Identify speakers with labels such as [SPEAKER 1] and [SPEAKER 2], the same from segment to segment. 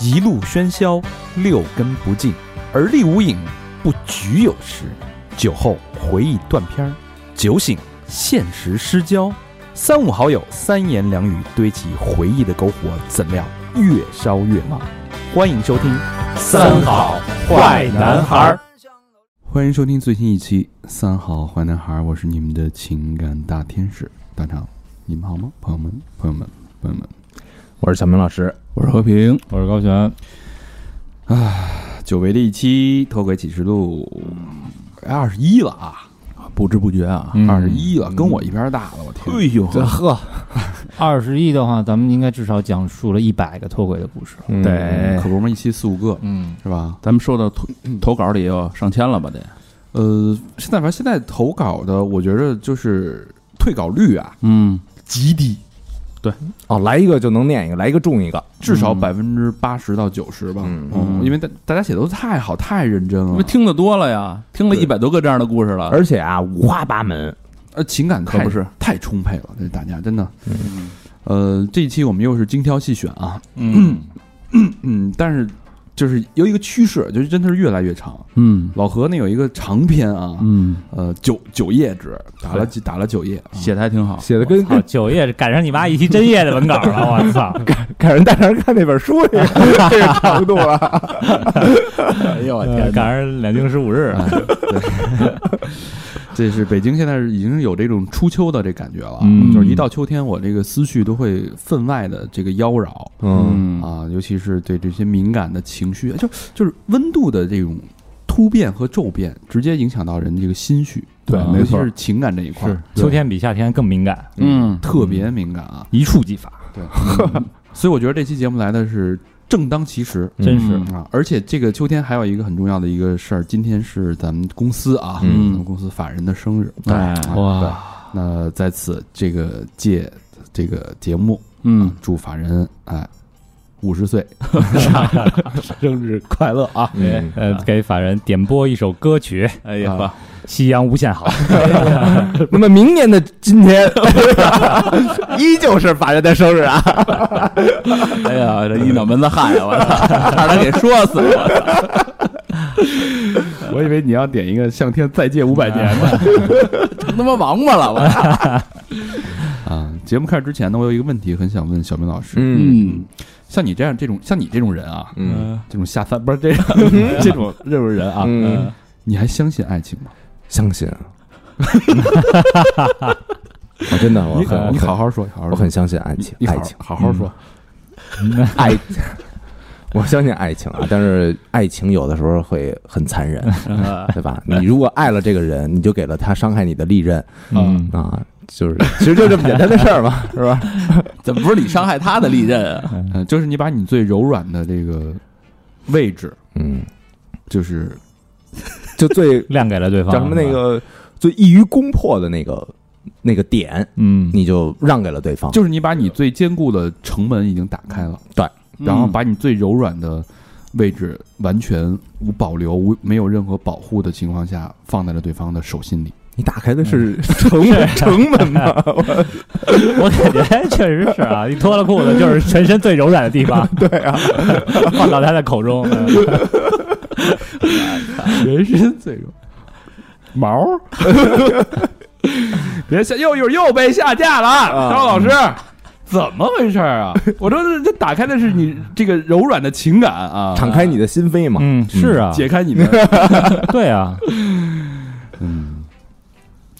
[SPEAKER 1] 一路喧嚣，六根不净，而立无影，不局有时。酒后回忆断片儿，酒醒现实失焦。三五好友，三言两语堆起回忆的篝火，怎料越烧越旺。欢迎收听《
[SPEAKER 2] 三好坏男孩儿》。
[SPEAKER 3] 欢迎收听最新一期《三好坏男孩》，我是你们的情感大天使大长，你们好吗？朋友们，朋友们，朋友们，
[SPEAKER 2] 我是小明老师，
[SPEAKER 3] 我是和平。
[SPEAKER 4] 我是高璇，
[SPEAKER 3] 久违的一期《脱轨启示录》，二十一了啊，
[SPEAKER 2] 不知不觉啊，
[SPEAKER 3] 二十一了，跟我一边大了，我天！
[SPEAKER 2] 呦
[SPEAKER 4] 这
[SPEAKER 3] 哎
[SPEAKER 2] 呵，
[SPEAKER 4] 二十一的话，咱们应该至少讲述了一百个脱轨的故事。
[SPEAKER 2] 对
[SPEAKER 3] 可不是嘛，一期四五个
[SPEAKER 4] 嗯，
[SPEAKER 3] 是吧？
[SPEAKER 5] 咱们说到投
[SPEAKER 2] 嗯
[SPEAKER 5] 投稿里也有上千了吧？得，
[SPEAKER 3] 呃，现在反正现在投稿的，我觉得就是退稿率啊
[SPEAKER 5] 嗯，
[SPEAKER 3] 极低，
[SPEAKER 2] 哦，来一个就能念一个，来一个中一个，
[SPEAKER 3] 至少
[SPEAKER 5] 嗯
[SPEAKER 3] 百分之八十到九十吧。
[SPEAKER 2] 嗯
[SPEAKER 3] 嗯，因为大大家写的都太好，太认真
[SPEAKER 5] 因
[SPEAKER 3] 了
[SPEAKER 5] 为，听得多了呀，听了一百多个这样的故事了，
[SPEAKER 2] 而且啊，五花八门，
[SPEAKER 3] 呃，情感
[SPEAKER 5] 可
[SPEAKER 3] 太
[SPEAKER 5] 不是
[SPEAKER 3] 太充沛了，这大家真的。呃，这一期我们又是精挑细选啊，
[SPEAKER 5] 嗯
[SPEAKER 3] 嗯，但是就是有一个趋势，就是真的是越来越长。
[SPEAKER 5] 嗯
[SPEAKER 3] 老何那有一个长篇啊，
[SPEAKER 5] 嗯，
[SPEAKER 3] 呃，九九页纸打了几打了啊九页，
[SPEAKER 5] 写的还挺好，
[SPEAKER 2] 写的跟
[SPEAKER 4] 好，哦九页赶上你妈一期真叶的文稿了，我操！
[SPEAKER 2] 赶上大肠看那本书啊那个这个长度啊，哎呦我
[SPEAKER 4] 呃赶！上两京十五日，
[SPEAKER 3] 哎 这是北京现在已经有这种初秋的这感觉了，啊
[SPEAKER 5] 嗯
[SPEAKER 3] 就是一到秋天，我这个思绪都会分外的这个妖娆
[SPEAKER 2] 嗯，
[SPEAKER 3] 啊，
[SPEAKER 5] 啊
[SPEAKER 3] 尤其是对这些敏感的情绪，就就是温度的这种突变和骤变，直接影响到人这个心绪，
[SPEAKER 2] 对
[SPEAKER 3] 啊
[SPEAKER 2] 没
[SPEAKER 3] 尤其
[SPEAKER 2] 错
[SPEAKER 3] 是情感这一
[SPEAKER 2] 嗯
[SPEAKER 3] 块儿，
[SPEAKER 4] 秋天比夏天更敏感，
[SPEAKER 5] 嗯，
[SPEAKER 3] 特别敏感啊。
[SPEAKER 2] 嗯
[SPEAKER 4] 一触即发，
[SPEAKER 3] 所以我觉得这期节目来的是正当其时。
[SPEAKER 4] 真是。
[SPEAKER 5] 嗯
[SPEAKER 3] 啊，而且这个秋天还有一个很重要的一个事儿，今天是咱们公司啊，
[SPEAKER 2] 嗯
[SPEAKER 3] 咱们公司法人的生日，
[SPEAKER 5] 哎
[SPEAKER 3] 啊对
[SPEAKER 5] 哇，
[SPEAKER 3] 那在此这个借这个节目，
[SPEAKER 5] 嗯，
[SPEAKER 3] 祝法人哎五十岁，
[SPEAKER 4] 生日快乐啊！
[SPEAKER 3] 哎
[SPEAKER 2] 嗯
[SPEAKER 4] 呃，给法人点播一首歌曲《
[SPEAKER 5] 哎呀
[SPEAKER 3] 啊
[SPEAKER 5] 呵，
[SPEAKER 4] 夕阳无限好》，
[SPEAKER 2] 那么明年的今天， 依旧是法人的生日啊，
[SPEAKER 5] 哎呀，这一脑门子汗呀， 我操，差点给说死了，
[SPEAKER 3] 我以为你要点一个向天再借五百年的
[SPEAKER 5] 成他妈王八 了，我操，
[SPEAKER 3] 啊。节目开始之前呢，我有一个问题很想问小明老师，
[SPEAKER 2] 嗯
[SPEAKER 3] 像你这样这种像你这种人啊，
[SPEAKER 2] 嗯
[SPEAKER 3] 这种下三不是这 种这种这种人啊，
[SPEAKER 2] 嗯，
[SPEAKER 3] 你还相信爱情吗？
[SPEAKER 2] 相 信啊，我哦真的，我
[SPEAKER 3] 你
[SPEAKER 2] 很
[SPEAKER 3] 你好，好说，好好
[SPEAKER 2] 我
[SPEAKER 3] 说，
[SPEAKER 2] 很相信爱
[SPEAKER 3] 你
[SPEAKER 2] 情，
[SPEAKER 3] 你好
[SPEAKER 2] 爱情。
[SPEAKER 3] 好好说，
[SPEAKER 2] 爱，我相信爱情啊，但是爱情有的时候会很残 忍，对吧？你如果爱了这个人，你就给了他伤害你的利刃
[SPEAKER 4] 嗯，
[SPEAKER 2] 啊，就是其实就这么简单的事儿嘛，是吧？
[SPEAKER 5] 怎么不是你伤害他的利刃啊？
[SPEAKER 3] 嗯，就是你把你最柔软的这个位置，
[SPEAKER 2] 嗯，
[SPEAKER 3] 就是
[SPEAKER 2] 就 最
[SPEAKER 4] 亮给了对方。
[SPEAKER 2] 叫什么那？个最易于攻破的那个那个点，
[SPEAKER 4] 嗯，
[SPEAKER 2] 你就让给了对方，
[SPEAKER 3] 就是你把你最坚固的城门已经打开了，
[SPEAKER 2] 对，
[SPEAKER 3] 然
[SPEAKER 5] 嗯
[SPEAKER 3] 后把你最柔软的位置完全无保留、无没有任何保护的情况下放在了对方的手心里。
[SPEAKER 2] 你打开的是城城门嘛，
[SPEAKER 4] 我感觉确实是啊，一脱了裤子就是全身最柔软的地方。对啊， 放到他的口中。嗯
[SPEAKER 3] 人参最柔，毛儿，别下又一会儿又被下架了，啊张老师。怎么回事儿啊？我说这这打开的是你这个柔软的情感啊，
[SPEAKER 2] 敞开你的心扉嘛，
[SPEAKER 4] 嗯，是啊，
[SPEAKER 3] 解开你的
[SPEAKER 4] 对啊，
[SPEAKER 3] 嗯，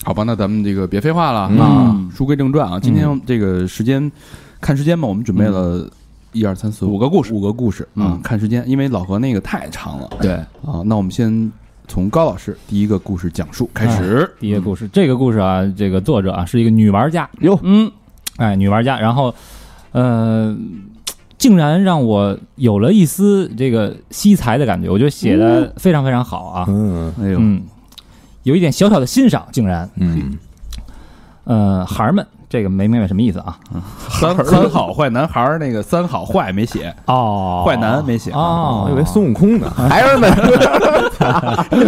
[SPEAKER 3] 好吧，那咱们这个别废话了。
[SPEAKER 2] 嗯
[SPEAKER 3] 那书归正传啊，今天这个时间看时间嘛，我们准备了一二三四五个故事，五个故事啊
[SPEAKER 5] 嗯，
[SPEAKER 3] 看时间，因为老何那个太长了
[SPEAKER 5] 对，
[SPEAKER 3] 啊。那我们先从高老师第一个故事讲述开始。
[SPEAKER 4] 第一个故事，这个故事啊，这个作者啊是一个女玩家，
[SPEAKER 2] 哟，
[SPEAKER 5] 嗯，
[SPEAKER 4] 哎，女玩家，然后，呃，竟然让我有了一丝这个惜才的感觉，我觉得写的非常非常好啊，
[SPEAKER 2] 嗯
[SPEAKER 3] 哎呦，
[SPEAKER 4] 嗯，有一点小小的欣赏，竟然，
[SPEAKER 2] 嗯，
[SPEAKER 4] 呃，孩儿们，这个没明白什么意思啊，
[SPEAKER 3] 三三好坏男孩儿那个三好坏没写，
[SPEAKER 4] 哦，
[SPEAKER 3] 坏男没写，
[SPEAKER 4] 哦，
[SPEAKER 2] 我以为孙悟空呢，孩儿们，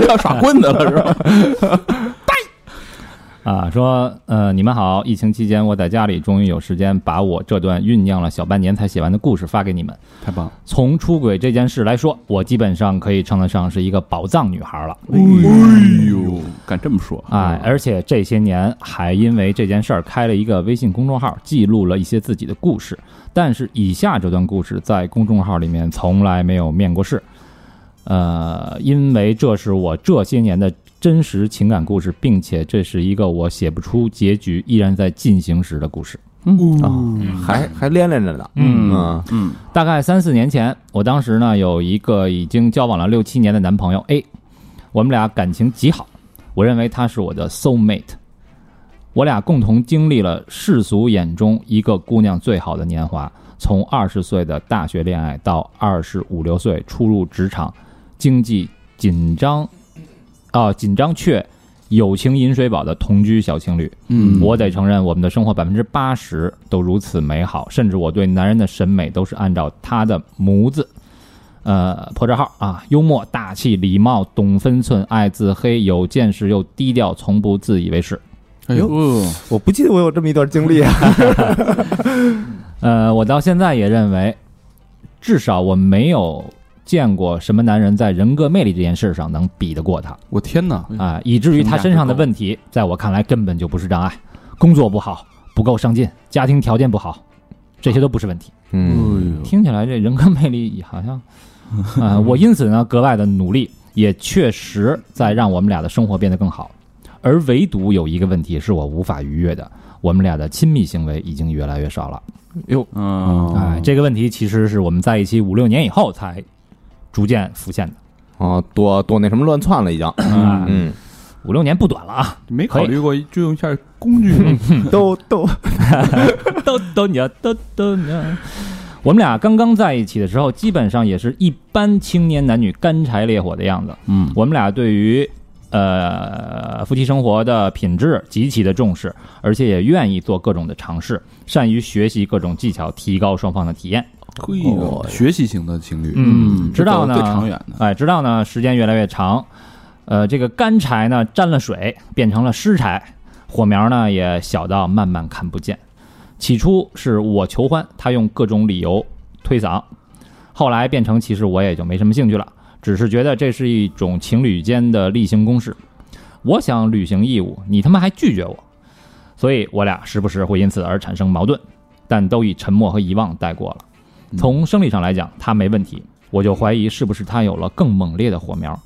[SPEAKER 5] 要耍棍子了是吧？
[SPEAKER 4] 啊，说呃，你们好，疫情期间我在家里终于有时间把我这段酝酿了小半年才写完的故事发给你们。
[SPEAKER 3] 太棒了！
[SPEAKER 4] 从出轨这件事来说，我基本上可以称得上是一个宝藏女孩了。
[SPEAKER 5] 哎呦，敢这么说？
[SPEAKER 4] 哎，而且这些年还因为这件事儿开了一个微信公众号，记录了一些自己的故事。但是以下这段故事在公众号里面从来没有面过试。呃，因为这是我这些年的真实情感故事，并且这是一个我写不出结局依然在进行时的故事。
[SPEAKER 2] 还还连连着呢。
[SPEAKER 4] 嗯
[SPEAKER 2] 啊
[SPEAKER 5] 嗯，
[SPEAKER 4] 大概三四年前，我当时呢有一个已经交往了六七年的男朋友 A，我们俩感情极好，我认为他是我的 soul mate，我俩共同经历了世俗眼中一个姑娘最好的年华，从二十岁的大学恋爱到二十五六岁初入职场，经济紧张，啊、紧张却友情饮水饱的同居小情侣。
[SPEAKER 3] 嗯
[SPEAKER 4] 我得承认，我们的生活百分之八十都如此美好，甚至我对男人的审美都是按照他的模子。呃，破折号啊，幽默、大气、礼貌、懂分寸、爱自黑、有见识又低调，从不自以为是。
[SPEAKER 3] 哎呦，
[SPEAKER 5] 哦
[SPEAKER 2] 我不记得我有这么一段经历啊。
[SPEAKER 4] 呃，我到现在也认为，至少我没有见过什么男人在人格魅力这件事上能比得过他。
[SPEAKER 3] 我天哪！
[SPEAKER 4] 啊、以至于他身上的问题，在我看来根本就不是障碍。工作不好，不够上进，家庭条件不好，这些都不是问题。
[SPEAKER 2] 嗯，
[SPEAKER 4] 听起来这人格魅力好像，啊、我因此呢格外的努力，也确实在让我们俩的生活变得更好。而唯独有一个问题是我无法逾越的，我们俩的亲密行为已经越来越少了。
[SPEAKER 2] 哦
[SPEAKER 5] 嗯，
[SPEAKER 4] 哎、这个问题其实是我们在一起五六年以后才逐渐浮现的。
[SPEAKER 2] 哦，多多那什么乱窜了已经。
[SPEAKER 4] 啊、
[SPEAKER 2] 嗯，
[SPEAKER 4] 五六年不短了啊，
[SPEAKER 3] 没考虑过就用一下工具吗？
[SPEAKER 2] 都都
[SPEAKER 4] 都都你要都都你要。我们俩刚刚在一起的时候，基本上也是一般青年男女干柴烈火的样子。
[SPEAKER 5] 嗯，
[SPEAKER 4] 我们俩对于呃夫妻生活的品质极其的重视，而且也愿意做各种的尝试，善于学习各种技巧，提高双方的体验。
[SPEAKER 3] 嘿呦，学习型的情侣，
[SPEAKER 5] 嗯
[SPEAKER 4] 直到呢，
[SPEAKER 5] 这走得最长远的
[SPEAKER 4] 哎，直到呢，时间越来越长，呃，这个干柴呢沾了水，变成了湿柴，火苗呢也小到慢慢看不见。起初是我求欢，他用各种理由推搡，后来变成其实我也就没什么兴趣了，只是觉得这是一种情侣间的例行公事。我想履行义务，你他妈还拒绝我，所以我俩时不时会因此而产生矛盾，但都以沉默和遗忘带过了。
[SPEAKER 5] 嗯
[SPEAKER 4] 从生理上来讲，他没问题，我就怀疑是不是他有了更猛烈的火苗。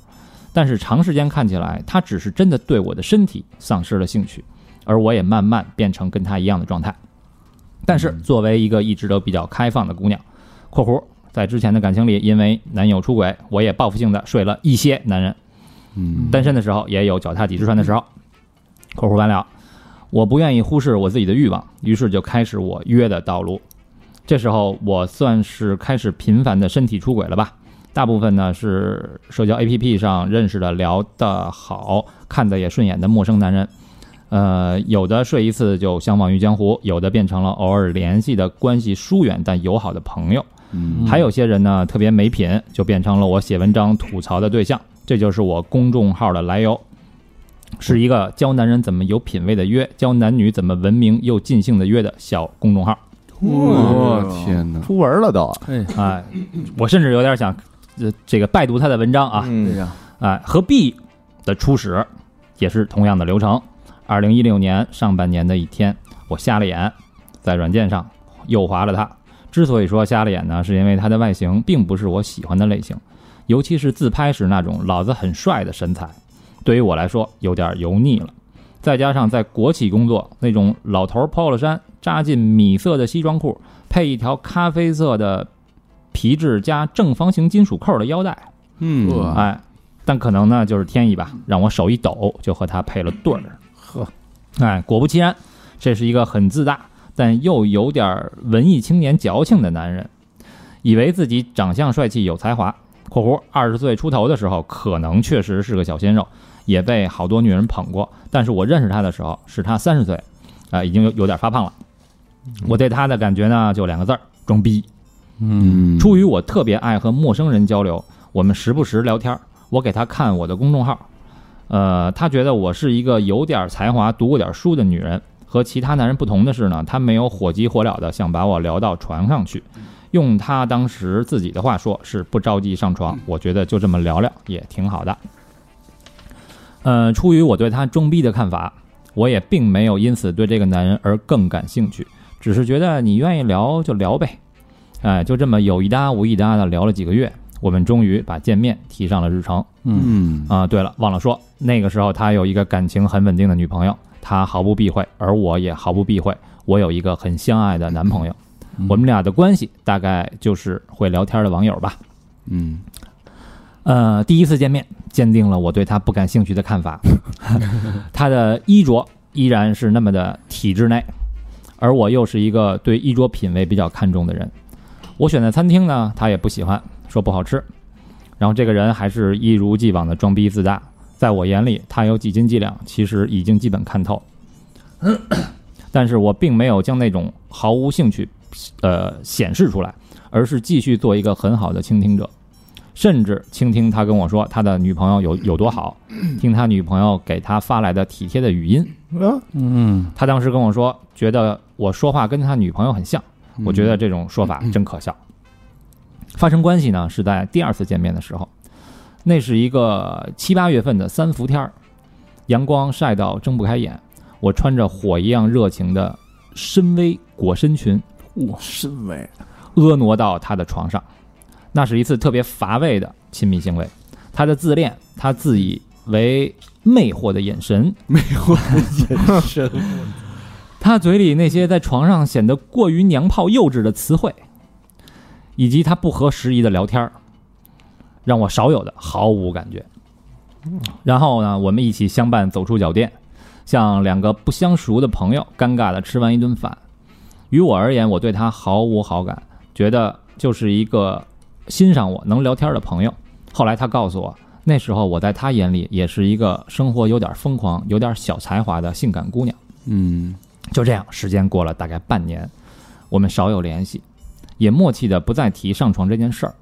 [SPEAKER 4] 但是长时间看起来，他只是真的对我的身体丧失了兴趣，而我也慢慢变成跟他一样的状态。但是作为一个一直都比较开放的姑娘（括弧在之前的感情里，因为男友出轨，我也报复性的睡了一些男人，
[SPEAKER 3] 嗯，
[SPEAKER 4] 单身的时候也有脚踏几只船的时候。括弧完了，我不愿意忽视我自己的欲望，于是就开始我约的道路。这时候我算是开始频繁的身体出轨了吧？大部分呢是社交 APP 上认识的、聊得好、看的也顺眼的陌生男人。呃，有的睡一次就相忘于江湖，有的变成了偶尔联系的关系疏远但友好的朋友。
[SPEAKER 3] 嗯
[SPEAKER 4] 还有些人呢特别没品，就变成了我写文章吐槽的对象。这就是我公众号的来由，是一个教男人怎么有品位的约，教男女怎么文明又尽兴的约的小公众号。
[SPEAKER 5] 嗯
[SPEAKER 3] 我
[SPEAKER 5] 哦
[SPEAKER 3] 天哪！
[SPEAKER 2] 出文了都。
[SPEAKER 4] 哎，我甚至有点想，呃，这个拜读他的文章啊。
[SPEAKER 2] 嗯，
[SPEAKER 5] 呀，
[SPEAKER 4] 哎，和 B 的初始也是同样的流程。二零一六年上半年的一天，我瞎了眼，在软件上右滑了它。之所以说瞎了眼呢，是因为它的外形并不是我喜欢的类型，尤其是自拍时那种老子很帅的身材，对于我来说有点油腻了。再加上在国企工作，那种老头 polo 衫扎进米色的西装裤，配一条咖啡色的皮质加正方形金属扣的腰带，
[SPEAKER 3] 嗯，
[SPEAKER 5] 哇
[SPEAKER 4] 哎，但可能呢就是天意吧，让我手一抖就和他配了对儿。呵，哎，果不其然，这是一个很自大但又有点儿文艺青年矫情的男人，以为自己长相帅气有才华（括弧二十岁出头的时候可能确实是个小鲜肉，也被好多女人捧过），但是我认识他的时候是他三十岁，啊、已经有有点发胖了。我对他的感觉呢就两个字儿：装逼。
[SPEAKER 3] 嗯，
[SPEAKER 4] 出于我特别爱和陌生人交流，我们时不时聊天儿，我给他看我的公众号，呃，她觉得我是一个有点才华、读过点书的女人。和其他男人不同的是呢，她没有火急火燎的想把我聊到床上去。用她当时自己的话说，是不着急上床。我觉得就这么聊聊也挺好的。呃，出于我对他装逼的看法，我也并没有因此对这个男人而更感兴趣，只是觉得你愿意聊就聊呗。哎，就这么有一搭无一搭的聊了几个月，我们终于把见面提上了日程。
[SPEAKER 3] 嗯
[SPEAKER 4] 啊，对了，忘了说，那个时候他有一个感情很稳定的女朋友，他毫不避讳，而我也毫不避讳，我有一个很相爱的男朋友，我们俩的关系大概就是会聊天的网友吧。
[SPEAKER 3] 嗯，
[SPEAKER 4] 呃，第一次见面，坚定了我对他不感兴趣的看法。 他的衣着依然是那么的体制内，而我又是一个对衣着品味比较看重的人。我选的餐厅呢，他也不喜欢，说不好吃。然后这个人还是一如既往的装逼自大，在我眼里，他有几斤几两，其实已经基本看透。但是我并没有将那种毫无兴趣，呃，显示出来，而是继续做一个很好的倾听者。甚至倾听他跟我说他的女朋友有有多好，听他女朋友给他发来的体贴的语音。
[SPEAKER 2] 啊，
[SPEAKER 5] 嗯，
[SPEAKER 4] 他当时跟我说，觉得我说话跟他女朋友很像，我觉得这种说法真可笑。发生关系呢是在第二次见面的时候，那是一个七八月份的三伏天儿，阳光晒到睁不开眼，我穿着火一样热情的深 V 裹身裙，
[SPEAKER 5] 哇，深为
[SPEAKER 4] 婀娜到他的床上。那是一次特别乏味的亲密行为。他的自恋，他自以为魅惑的眼神，
[SPEAKER 3] 没有眼神，
[SPEAKER 4] 他嘴里那些在床上显得过于娘炮幼稚的词汇，以及他不合时宜的聊天儿，让我少有的毫无感觉。然后呢，我们一起相伴走出酒店，像两个不相熟的朋友，尴尬的吃完一顿饭。于我而言，我对他毫无好感，觉得就是一个欣赏我能聊天的朋友。后来他告诉我，那时候我在他眼里也是一个生活有点疯狂、有点小才华的性感姑娘。
[SPEAKER 3] 嗯
[SPEAKER 4] 就这样，时间过了大概半年，我们少有联系，也默契的不再提上床这件事儿。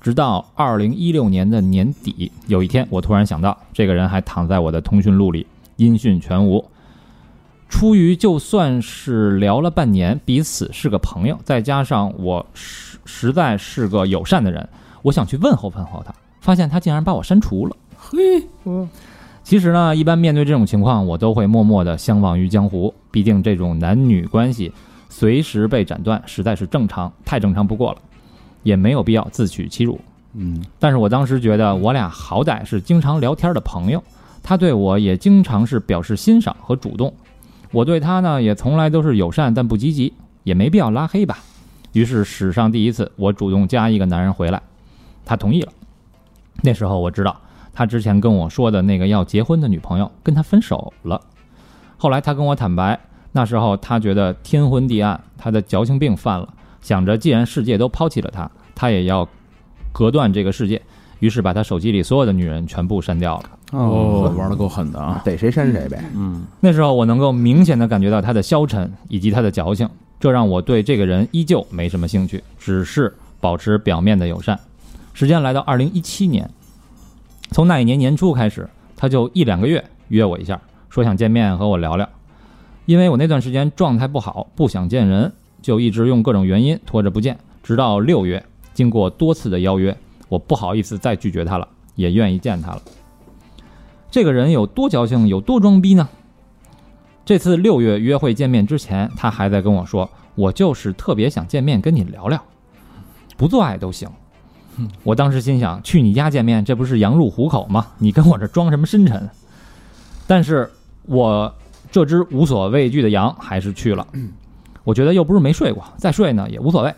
[SPEAKER 4] 直到二零一六年的年底，有一天，我突然想到，这个人还躺在我的通讯录里，音讯全无。出于就算是聊了半年，彼此是个朋友，再加上我实实在是个友善的人，我想去问候问候他，发现他竟然把我删除了。其实呢，一般面对这种情况，我都会默默的相忘于江湖。毕竟这种男女关系随时被斩断，实在是正常，太正常不过了，也没有必要自取其辱。
[SPEAKER 3] 嗯
[SPEAKER 4] 但是我当时觉得，我俩好歹是经常聊天的朋友，他对我也经常是表示欣赏和主动，我对他呢也从来都是友善但不积极，也没必要拉黑吧。于是史上第一次，我主动加一个男人回来，他同意了。那时候我知道，他之前跟我说的那个要结婚的女朋友跟他分手了。后来他跟我坦白，那时候他觉得天昏地暗，他的矫情病犯了，想着既然世界都抛弃了他，他也要隔断这个世界，于是把他手机里所有的女人全部删掉了。
[SPEAKER 5] 哦，玩的够狠的啊，
[SPEAKER 2] 逮谁删谁呗。
[SPEAKER 5] 嗯，
[SPEAKER 4] 那时候我能够明显的感觉到他的消沉以及他的矫情，这让我对这个人依旧没什么兴趣，只是保持表面的友善。时间来到二零一七年，从那一年年初开始，他就一两个月约我一下，说想见面和我聊聊。因为我那段时间状态不好，不想见人，就一直用各种原因拖着不见。直到六月，经过多次的邀约，我不好意思再拒绝他了，也愿意见他了。这个人有多矫情，有多装逼呢？这次六月约会见面之前，他还在跟我说：“我就是特别想见面跟你聊聊，不做爱都行。”我当时心想：“去你家见面，这不是羊入虎口吗？你跟我这装什么深沉？”但是我这只无所畏惧的羊还是去了。我觉得又不是没睡过，再睡呢也无所谓。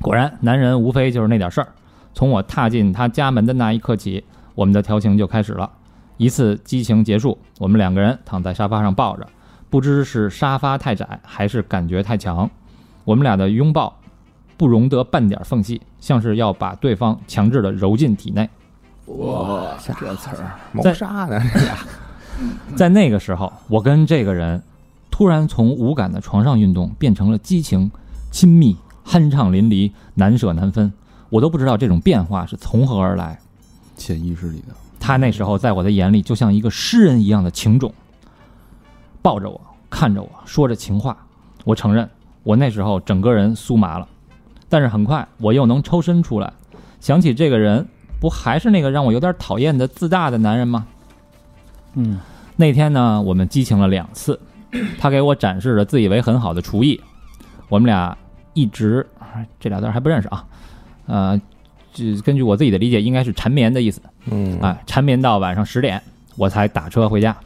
[SPEAKER 4] 果然，男人无非就是那点事儿。从我踏进他家门的那一刻起，我们的调情就开始了。一次激情结束，我们两个人躺在沙发上抱着，不知是沙发太窄还是感觉太强，我们俩的拥抱不容得半点缝隙，像是要把对方强制的揉进体内。
[SPEAKER 5] 哇，这词儿，
[SPEAKER 2] 谋
[SPEAKER 4] 在
[SPEAKER 2] 杀呢？
[SPEAKER 4] 在那个时候，我跟这个人突然从无感的床上运动变成了激情、亲密、酣畅淋漓、难舍难分，我都不知道这种变化是从何而来。
[SPEAKER 3] 潜意识里的，
[SPEAKER 4] 他那时候在我的眼里就像一个诗人一样的情种，抱着我，看着我，说着情话。我承认，我那时候整个人酥麻了，但是很快我又能抽身出来，想起这个人，不还是那个让我有点讨厌的自大的男人吗？
[SPEAKER 5] 嗯
[SPEAKER 4] 那天呢，我们激情了两次，他给我展示了自以为很好的厨艺，我们俩一直这俩字儿还不认识啊，呃，这根据我自己的理解，应该是缠绵的意思。
[SPEAKER 2] 嗯
[SPEAKER 4] 啊，缠绵到晚上十点，我才打车回家。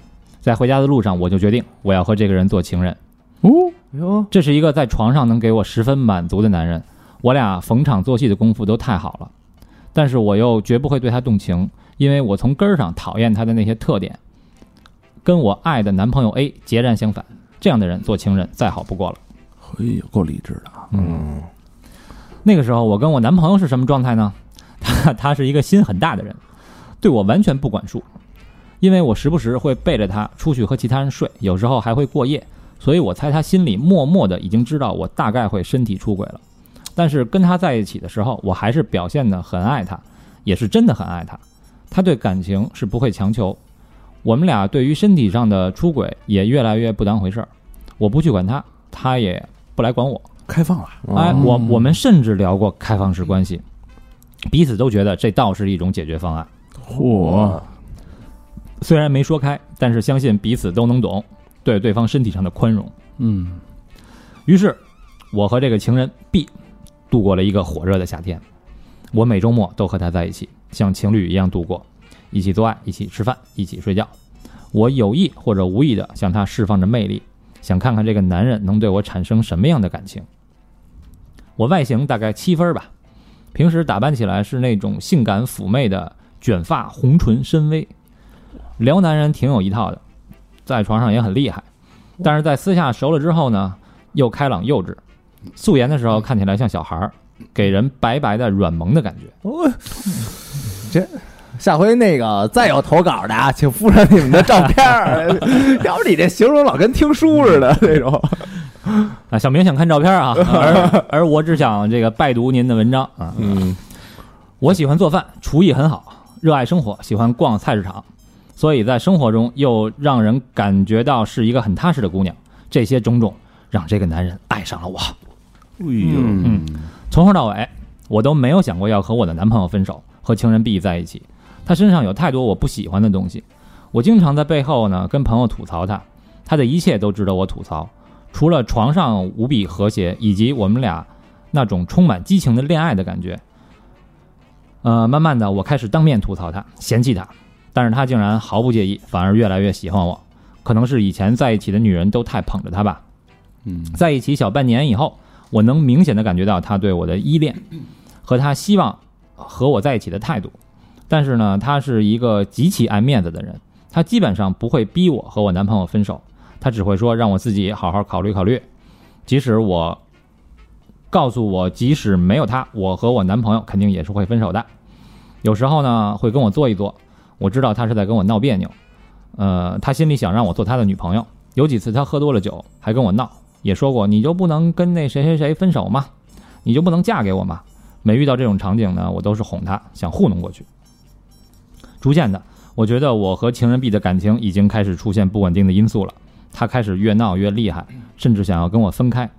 [SPEAKER 4] 在回家的路上，我就决定我要和这个人做情人。
[SPEAKER 2] 哦哟，
[SPEAKER 4] 这是一个在床上能给我十分满足的男人，我俩逢场作戏的功夫都太好了，但是我又绝不会对他动情，因为我从根儿上讨厌他的那些特点，跟我爱的男朋友 A 截然相反。这样的人做情人再好不过了。
[SPEAKER 5] 哎呦，够理智的啊！
[SPEAKER 2] 嗯
[SPEAKER 4] 那个时候，我跟我男朋友是什么状态呢？ 他他是一个心很大的人，对我完全不管束，因为我时不时会背着他出去和其他人睡，有时候还会过夜，所以我猜他心里默默的已经知道我大概会身体出轨了。但是跟他在一起的时候，我还是表现的很爱他，也是真的很爱他。他对感情是不会强求，我们俩对于身体上的出轨也越来越不当回事儿。我不去管他，他也不来管我。
[SPEAKER 5] 开放了，
[SPEAKER 4] 哎，
[SPEAKER 2] 哦
[SPEAKER 4] 我我们甚至聊过开放式关系，彼此都觉得这倒是一种解决方案。
[SPEAKER 5] 嚯，
[SPEAKER 4] 虽然没说开，但是相信彼此都能懂对对方身体上的宽容。
[SPEAKER 5] 嗯
[SPEAKER 4] 于是，我和这个情人 B 度过了一个火热的夏天。我每周末都和他在一起，像情侣一样度过，一起做爱，一起吃饭，一起睡觉。我有意或者无意的向他释放着魅力，想看看这个男人能对我产生什么样的感情。我外形大概七分儿吧，平时打扮起来是那种性感妩媚的卷发、红唇、深 V，撩男人挺有一套的，在床上也很厉害，但是在私下熟了之后呢，又开朗幼稚，素颜的时候看起来像小孩儿，给人白白的软萌的感觉。
[SPEAKER 2] 下回那个再有投稿的啊，请附上你们的照片儿， 要不你这形容老跟听书似的那种。
[SPEAKER 4] 啊，小明想看照片 啊，而而我只想这个拜读您的文章啊。
[SPEAKER 2] 嗯，
[SPEAKER 4] 我喜欢做饭，厨艺很好，热爱生活，喜欢逛菜市场，所以在生活中又让人感觉到是一个很踏实的姑娘。这些种种让这个男人爱上了我。
[SPEAKER 5] 哎呦，
[SPEAKER 3] 嗯，
[SPEAKER 4] 从头到尾，我都没有想过要和我的男朋友分手，和情人 B 在一起。他身上有太多我不喜欢的东西，我经常在背后呢跟朋友吐槽他，他的一切都值得我吐槽，除了床上无比和谐，以及我们俩那种充满激情的恋爱的感觉。呃，慢慢的，我开始当面吐槽他，嫌弃他，但是他竟然毫不介意，反而越来越喜欢我。可能是以前在一起的女人都太捧着他吧。
[SPEAKER 3] 嗯
[SPEAKER 4] 在一起小半年以后，我能明显的感觉到他对我的依恋，和他希望和我在一起的态度。但是呢，他是一个极其爱面子的人，他基本上不会逼我和我男朋友分手，他只会说让我自己好好考虑考虑。即使我告诉我，即使没有他，我和我男朋友肯定也是会分手的。有时候呢，会跟我做一做，我知道他是在跟我闹别扭，呃，他心里想让我做他的女朋友。有几次他喝多了酒，还跟我闹，也说过你就不能跟那谁谁谁分手吗？你就不能嫁给我吗？每遇到这种场景呢，我都是哄他，想糊弄过去。逐渐的，我觉得我和情人 B 的感情已经开始出现不稳定的因素了。他开始越闹越厉害，甚至想要跟我分开。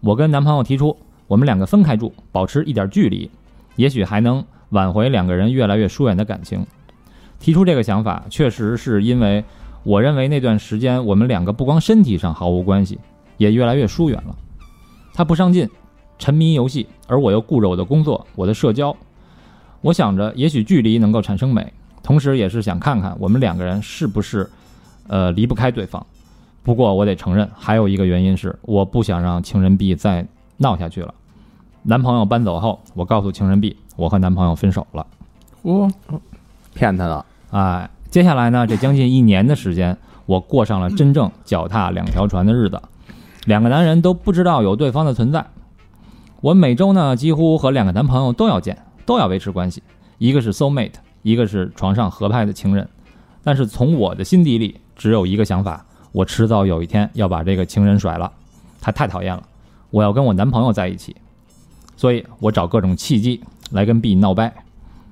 [SPEAKER 4] 我跟男朋友提出，我们两个分开住，保持一点距离，也许还能挽回两个人越来越疏远的感情。提出这个想法，确实是因为我认为那段时间我们两个不光身体上毫无关系，也越来越疏远了。他不上进，沉迷游戏，而我又顾着我的工作、我的社交。我想着，也许距离能够产生美，同时也是想看看我们两个人是不是，呃，离不开对方。不过我得承认，还有一个原因是，我不想让情人 B 再闹下去了。男朋友搬走后，我告诉情人 B，我和男朋友分手了。
[SPEAKER 5] 嚯，
[SPEAKER 2] 骗他的，
[SPEAKER 4] 哎，接下来呢，这将近一年的时间，我过上了真正脚踏两条船的日子。两个男人都不知道有对方的存在。我每周呢，几乎和两个男朋友都要见，都要维持关系，一个是 soul mate，一个是床上合拍的情人。但是从我的心底里，只有一个想法：我迟早有一天要把这个情人甩了，他太讨厌了，我要跟我男朋友在一起。所以我找各种契机来跟 B 闹掰。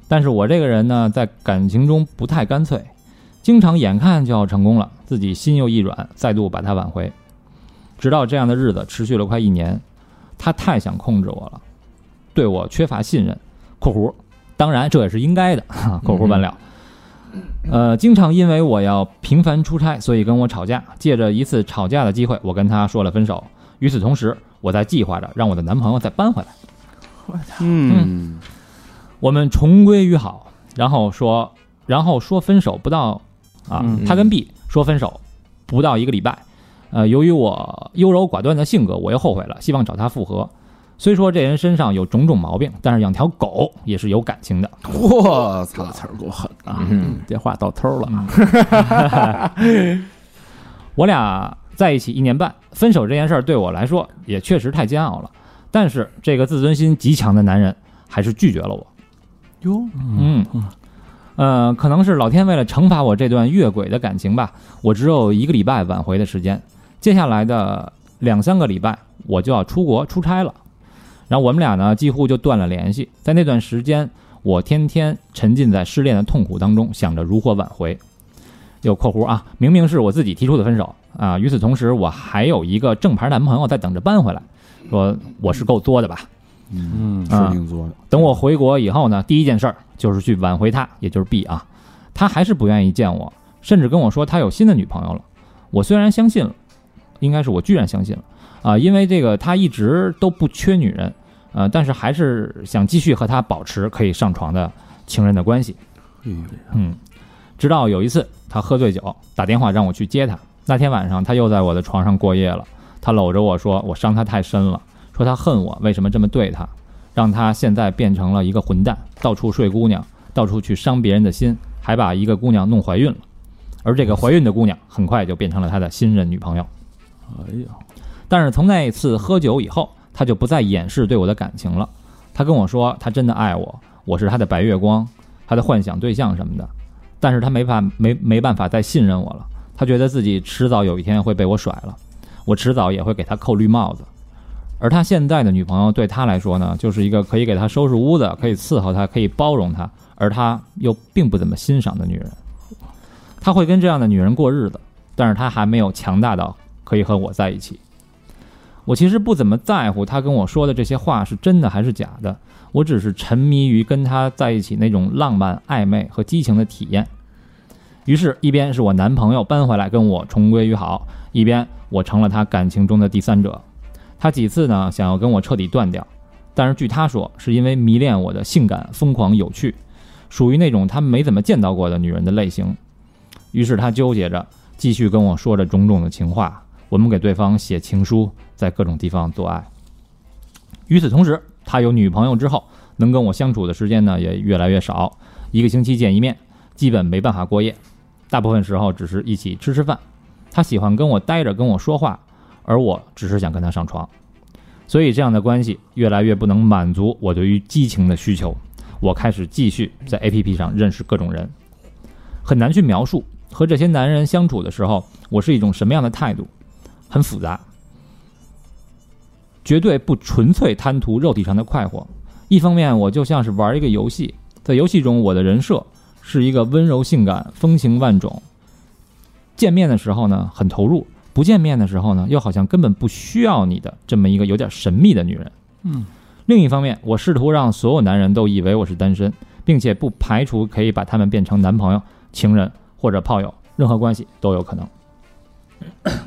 [SPEAKER 4] 但是我这个人呢，在感情中不太干脆，经常眼看就要成功了，自己心又一软，再度把她挽回。直到这样的日子持续了快一年，她太想控制我了，对我缺乏信任（括弧当然这也是应该的）（ 哈括弧完了）。呃，经常因为我要频繁出差，所以跟我吵架。借着一次吵架的机会，我跟她说了分手。与此同时，我在计划着让我的男朋友再搬回来。
[SPEAKER 3] 嗯，
[SPEAKER 4] 我们重归于好，然后说，然后说分手不到啊，
[SPEAKER 2] 嗯
[SPEAKER 4] 他跟 B 说分手不到一个礼拜，呃，由于我优柔寡断的性格，我又后悔了，希望找他复合。虽说这人身上有种种毛病，但是养条狗也是有感情的。
[SPEAKER 5] 我操，这词儿够狠啊！
[SPEAKER 2] 嗯
[SPEAKER 5] 这话到头了，
[SPEAKER 4] 我俩在一起一年半，分手这件事儿对我来说也确实太煎熬了，但是这个自尊心极强的男人还是拒绝了我。
[SPEAKER 3] 哟，
[SPEAKER 4] 嗯，呃，可能是老天为了惩罚我这段越轨的感情吧，我只有一个礼拜挽回的时间，接下来的两三个礼拜我就要出国出差了，然后我们俩呢几乎就断了联系，在那段时间，我天天沉浸在失恋的痛苦当中，想着如何挽回。有括弧啊，明明是我自己提出的分手啊，与此同时，我还有一个正牌男朋友在等着搬回来，说我是够作的吧。
[SPEAKER 3] 嗯，
[SPEAKER 4] 啊
[SPEAKER 3] 水瓶座的，
[SPEAKER 4] 等我回国以后呢，第一件事儿就是去挽回他，也就是 B 啊，他还是不愿意见我，甚至跟我说他有新的女朋友了。我虽然相信了，应该是我居然相信了啊、因为这个他一直都不缺女人，呃，但是还是想继续和他保持可以上床的情人的关系。
[SPEAKER 3] 哎呦
[SPEAKER 4] 嗯，直到有一次他喝醉酒打电话让我去接他，那天晚上他又在我的床上过夜了。他搂着我说：“我伤他太深了，说他恨我，为什么这么对他，让他现在变成了一个混蛋，到处睡姑娘，到处去伤别人的心，还把一个姑娘弄怀孕了。而这个怀孕的姑娘很快就变成了他的新任女朋友。
[SPEAKER 5] 哎呦，
[SPEAKER 4] 但是从那一次喝酒以后，他就不再掩饰对我的感情了。他跟我说，他真的爱我，我是他的白月光，他的幻想对象什么的。但是他没法没没办法再信任我了，他觉得自己迟早有一天会被我甩了，我迟早也会给他扣绿帽子。而他现在的女朋友对他来说呢，就是一个可以给他收拾屋子、可以伺候他、可以包容他，而他又并不怎么欣赏的女人。他会跟这样的女人过日子，但是他还没有强大到可以和我在一起。我其实不怎么在乎他跟我说的这些话是真的还是假的，我只是沉迷于跟他在一起那种浪漫、暧昧和激情的体验。于是，一边是我男朋友搬回来跟我重归于好，一边我成了他感情中的第三者。他几次呢想要跟我彻底断掉，但是据他说，是因为迷恋我的性感、疯狂、有趣，属于那种他没怎么见到过的女人的类型。于是他纠结着，继续跟我说着种种的情话，我们给对方写情书，在各种地方做爱。与此同时，他有女朋友之后，能跟我相处的时间呢也越来越少，一个星期见一面，基本没办法过夜，大部分时候只是一起吃吃饭。他喜欢跟我待着，跟我说话，而我只是想跟他上床。所以这样的关系越来越不能满足我对于激情的需求，我开始继续在 APP 上认识各种人，很难去描述和这些男人相处的时候，我是一种什么样的态度，很复杂。绝对不纯粹贪图肉体上的快活。一方面，我就像是玩一个游戏，在游戏中我的人设是一个温柔性感、风情万种。见面的时候呢，很投入；不见面的时候呢，又好像根本不需要你的这么一个有点神秘的女人。
[SPEAKER 5] 嗯。
[SPEAKER 4] 另一方面，我试图让所有男人都以为我是单身，并且不排除可以把他们变成男朋友、情人或者炮友，任何关系都有可能。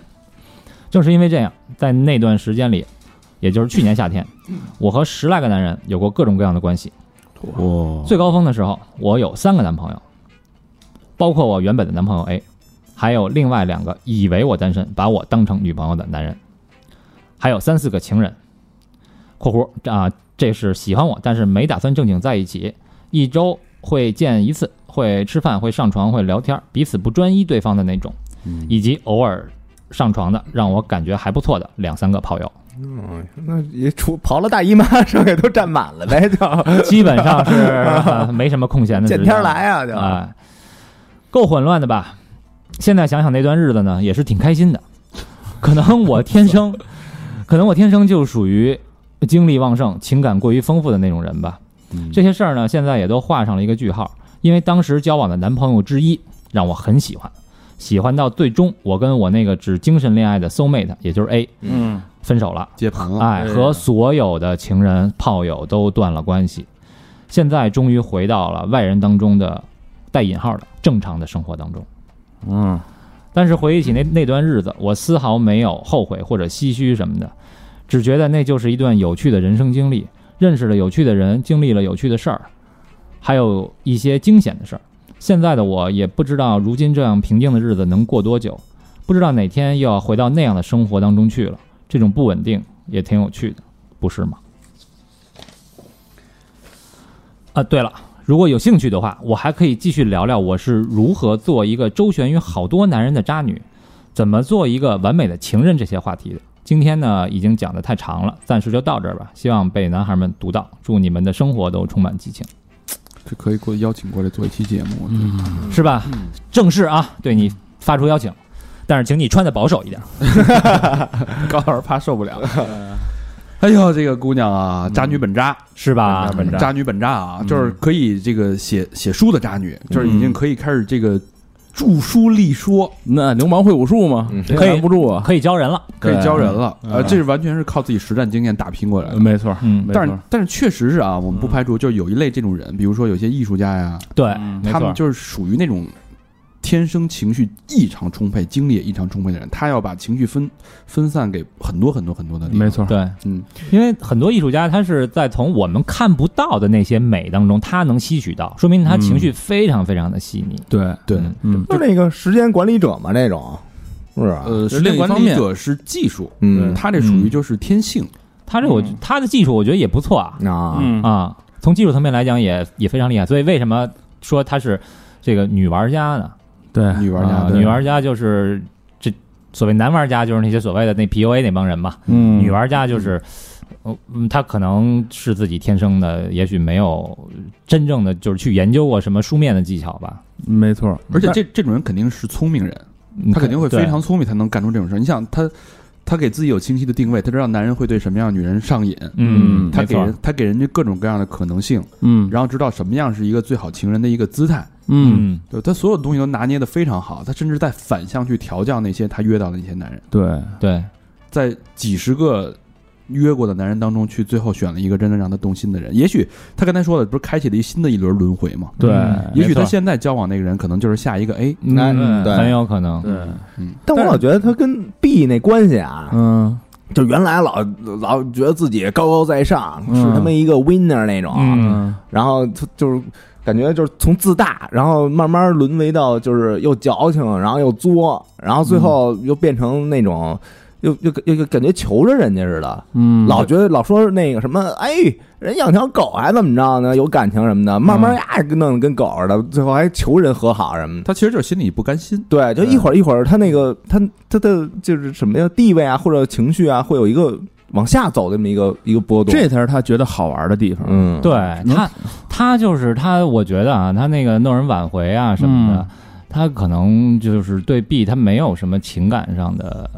[SPEAKER 4] 正是因为这样，在那段时间里，也就是去年夏天，我和十来个男人有过各种各样的关系。
[SPEAKER 3] 哇，
[SPEAKER 4] 最高峰的时候，我有三个男朋友，包括我原本的男朋友 A，还有另外两个以为我单身把我当成女朋友的男人，还有三四个情人（括弧啊、这是喜欢我，但是没打算正经在一起，一周会见一次，会吃饭，会上床，会聊天，彼此不专一对方的那种，以及偶尔上床的让我感觉还不错的两三个炮友。
[SPEAKER 2] 嗯，那也除刨了大姨妈，剩下都占满了呗， 就
[SPEAKER 4] 基本上是、呃没什么空闲的时
[SPEAKER 2] 见
[SPEAKER 4] 间，
[SPEAKER 2] 天儿来啊，就
[SPEAKER 4] 啊、够混乱的吧？现在想想那段日子呢，也是挺开心的。可能我天 生，可能我天生就属于精力旺盛、情感过于丰富的那种人吧。
[SPEAKER 2] 嗯
[SPEAKER 4] 这些事儿呢，现在也都画上了一个句号，因为当时交往的男朋友之一让我很喜欢，喜欢到最终我跟我那个只精神恋爱的 soul mate，也就是 A
[SPEAKER 5] 嗯，
[SPEAKER 4] 分手了，
[SPEAKER 3] 接盘了，
[SPEAKER 4] 哎，和所有的情人炮友都断了关系，现在终于回到了外人当中的带引号的正常的生活当中。
[SPEAKER 5] 嗯，
[SPEAKER 4] 但是回忆起那那段日子，我丝毫没有后悔或者唏嘘什么的，只觉得那就是一段有趣的人生经历，认识了有趣的人，经历了有趣的事儿，还有一些惊险的事儿。现在的我也不知道，如今这样平静的日子能过多久，不知道哪天又要回到那样的生活当中去了。这种不稳定也挺有趣的，不是吗？啊，对了，如果有兴趣的话，我还可以继续聊聊我是如何做一个周旋于好多男人的渣女，怎么做一个完美的情人这些话题的。今天呢，已经讲的太长了，暂时就到这儿吧。希望被男孩们读到，祝你们的生活都充满激情，
[SPEAKER 3] 这可以过邀请过来做一期节目，我觉得
[SPEAKER 4] 是吧？正式啊，对你发出邀请，但是请你穿的保守一点。
[SPEAKER 3] 高老师怕受不了。哎呦，这个姑娘啊，渣女本渣，
[SPEAKER 4] 是吧？
[SPEAKER 3] 渣女本渣啊，就是可以这个写写书的渣女，就是已经可以开始这个著书立说，
[SPEAKER 5] 那牛氓会武术吗？
[SPEAKER 2] 嗯
[SPEAKER 5] 谁
[SPEAKER 4] 可以
[SPEAKER 5] 拦不住啊？
[SPEAKER 4] 可以教人了，
[SPEAKER 3] 可以教人了。
[SPEAKER 5] 对
[SPEAKER 3] 呃，这是完全是靠自己实战经验打拼过来
[SPEAKER 5] 呃
[SPEAKER 3] 的。
[SPEAKER 5] 没错，
[SPEAKER 4] 嗯，
[SPEAKER 5] 没
[SPEAKER 3] 但
[SPEAKER 5] 错
[SPEAKER 3] 是，但是确实是啊，我们不排除就有一类这种人，比如说有些艺术家呀，
[SPEAKER 4] 对，
[SPEAKER 5] 嗯
[SPEAKER 4] 没
[SPEAKER 3] 他们
[SPEAKER 4] 错，
[SPEAKER 3] 就是属于那种天生情绪异常充沛、精力也异常充沛的人，他要把情绪分分散给很多很多很多的地方。
[SPEAKER 5] 没，错，
[SPEAKER 4] 对，
[SPEAKER 3] 嗯，
[SPEAKER 4] 因为很多艺术家他是在从我们看不到的那些美当中，他能吸取到，说明他情绪
[SPEAKER 3] 嗯
[SPEAKER 4] 非常非常的细腻。
[SPEAKER 5] 对，
[SPEAKER 3] 对。
[SPEAKER 4] 嗯
[SPEAKER 5] 嗯，
[SPEAKER 2] 就那个时间管理者嘛，那种是不
[SPEAKER 4] 嗯
[SPEAKER 2] 是啊？
[SPEAKER 3] 呃，时
[SPEAKER 5] 这
[SPEAKER 3] 间
[SPEAKER 5] 是另一
[SPEAKER 3] 管
[SPEAKER 5] 方
[SPEAKER 3] 理
[SPEAKER 5] 面
[SPEAKER 3] 者是技术，
[SPEAKER 2] 嗯
[SPEAKER 3] 他这属于就是天性，
[SPEAKER 4] 他这我、
[SPEAKER 5] 嗯
[SPEAKER 4] 他的技术我觉得也不错啊
[SPEAKER 2] 啊，
[SPEAKER 5] 嗯
[SPEAKER 4] 啊，从技术层面来讲也也非常厉害。所以为什么说他是这个女玩家呢？
[SPEAKER 5] 对，
[SPEAKER 3] 女玩家
[SPEAKER 4] 啊
[SPEAKER 3] 对
[SPEAKER 4] 女玩家就是这所谓男玩家就是那些所谓的那 PUA 那帮人嘛，
[SPEAKER 5] 嗯，
[SPEAKER 4] 女玩家就是。呃嗯，她可能是自己天生的，也许没有真正的就是去研究过什么书面的技巧吧。
[SPEAKER 5] 没错，
[SPEAKER 3] 而且这这种人肯定是聪明人，他肯定会非
[SPEAKER 4] 嗯对
[SPEAKER 3] 常聪明才能干出这种事儿。你想他，他给自己有清晰的定位，他知道男人会对什么样的女人上瘾，
[SPEAKER 4] 嗯，
[SPEAKER 3] 他
[SPEAKER 4] 没
[SPEAKER 3] 给
[SPEAKER 4] 错
[SPEAKER 3] 人他给人家各种各样的可能性，
[SPEAKER 5] 嗯
[SPEAKER 3] 然后知道什么样是一个最好情人的一个姿态，
[SPEAKER 5] 嗯，
[SPEAKER 4] 嗯，
[SPEAKER 3] 对他所有东西都拿捏的非常好，他甚至在反向去调教那些他约到的那些男人，
[SPEAKER 5] 对，
[SPEAKER 3] 嗯
[SPEAKER 4] 对，
[SPEAKER 3] 在几十个。约过的男人当中，去最后选了一个真的让他动心的人。也许他刚才说的不是开启了一新的一轮轮回吗？
[SPEAKER 5] 对
[SPEAKER 4] 嗯，
[SPEAKER 3] 也许他
[SPEAKER 5] 没错
[SPEAKER 3] 现在交往那个人可能就是下一个 A，
[SPEAKER 2] 那
[SPEAKER 4] 嗯
[SPEAKER 2] 对
[SPEAKER 4] 很有可能。
[SPEAKER 5] 对，
[SPEAKER 2] 但我老觉得他跟 B 那关系啊，
[SPEAKER 5] 嗯，
[SPEAKER 2] 就原来老老觉得自己高高在上，
[SPEAKER 5] 嗯
[SPEAKER 2] 是他妈一个 winner 那种，
[SPEAKER 4] 嗯，
[SPEAKER 2] 然后就就是感觉就是从自大，然后慢慢沦为到就是又矫情，然后又作，然后最后又变成那种。又又又又感觉求着人家似的，
[SPEAKER 5] 嗯，
[SPEAKER 2] 老觉得老说那个什么，哎，人养条狗还怎么着呢？有感情什么的，慢
[SPEAKER 5] 嗯
[SPEAKER 2] 慢呀弄得跟狗似的，最后还求人和好什么的。
[SPEAKER 3] 他其实就是心里不甘心。
[SPEAKER 2] 对，就一会儿一会儿，他那个他他的就是什么呀，地位啊或者情绪啊，会有一个往下走这么一个一个波动。
[SPEAKER 5] 这才是他觉得好玩的地方。
[SPEAKER 2] 嗯，
[SPEAKER 4] 对他，他就是他，我觉得啊，他那个弄人挽回啊什么的
[SPEAKER 5] 嗯，
[SPEAKER 4] 他可能就是对 B 他没有什么情感上的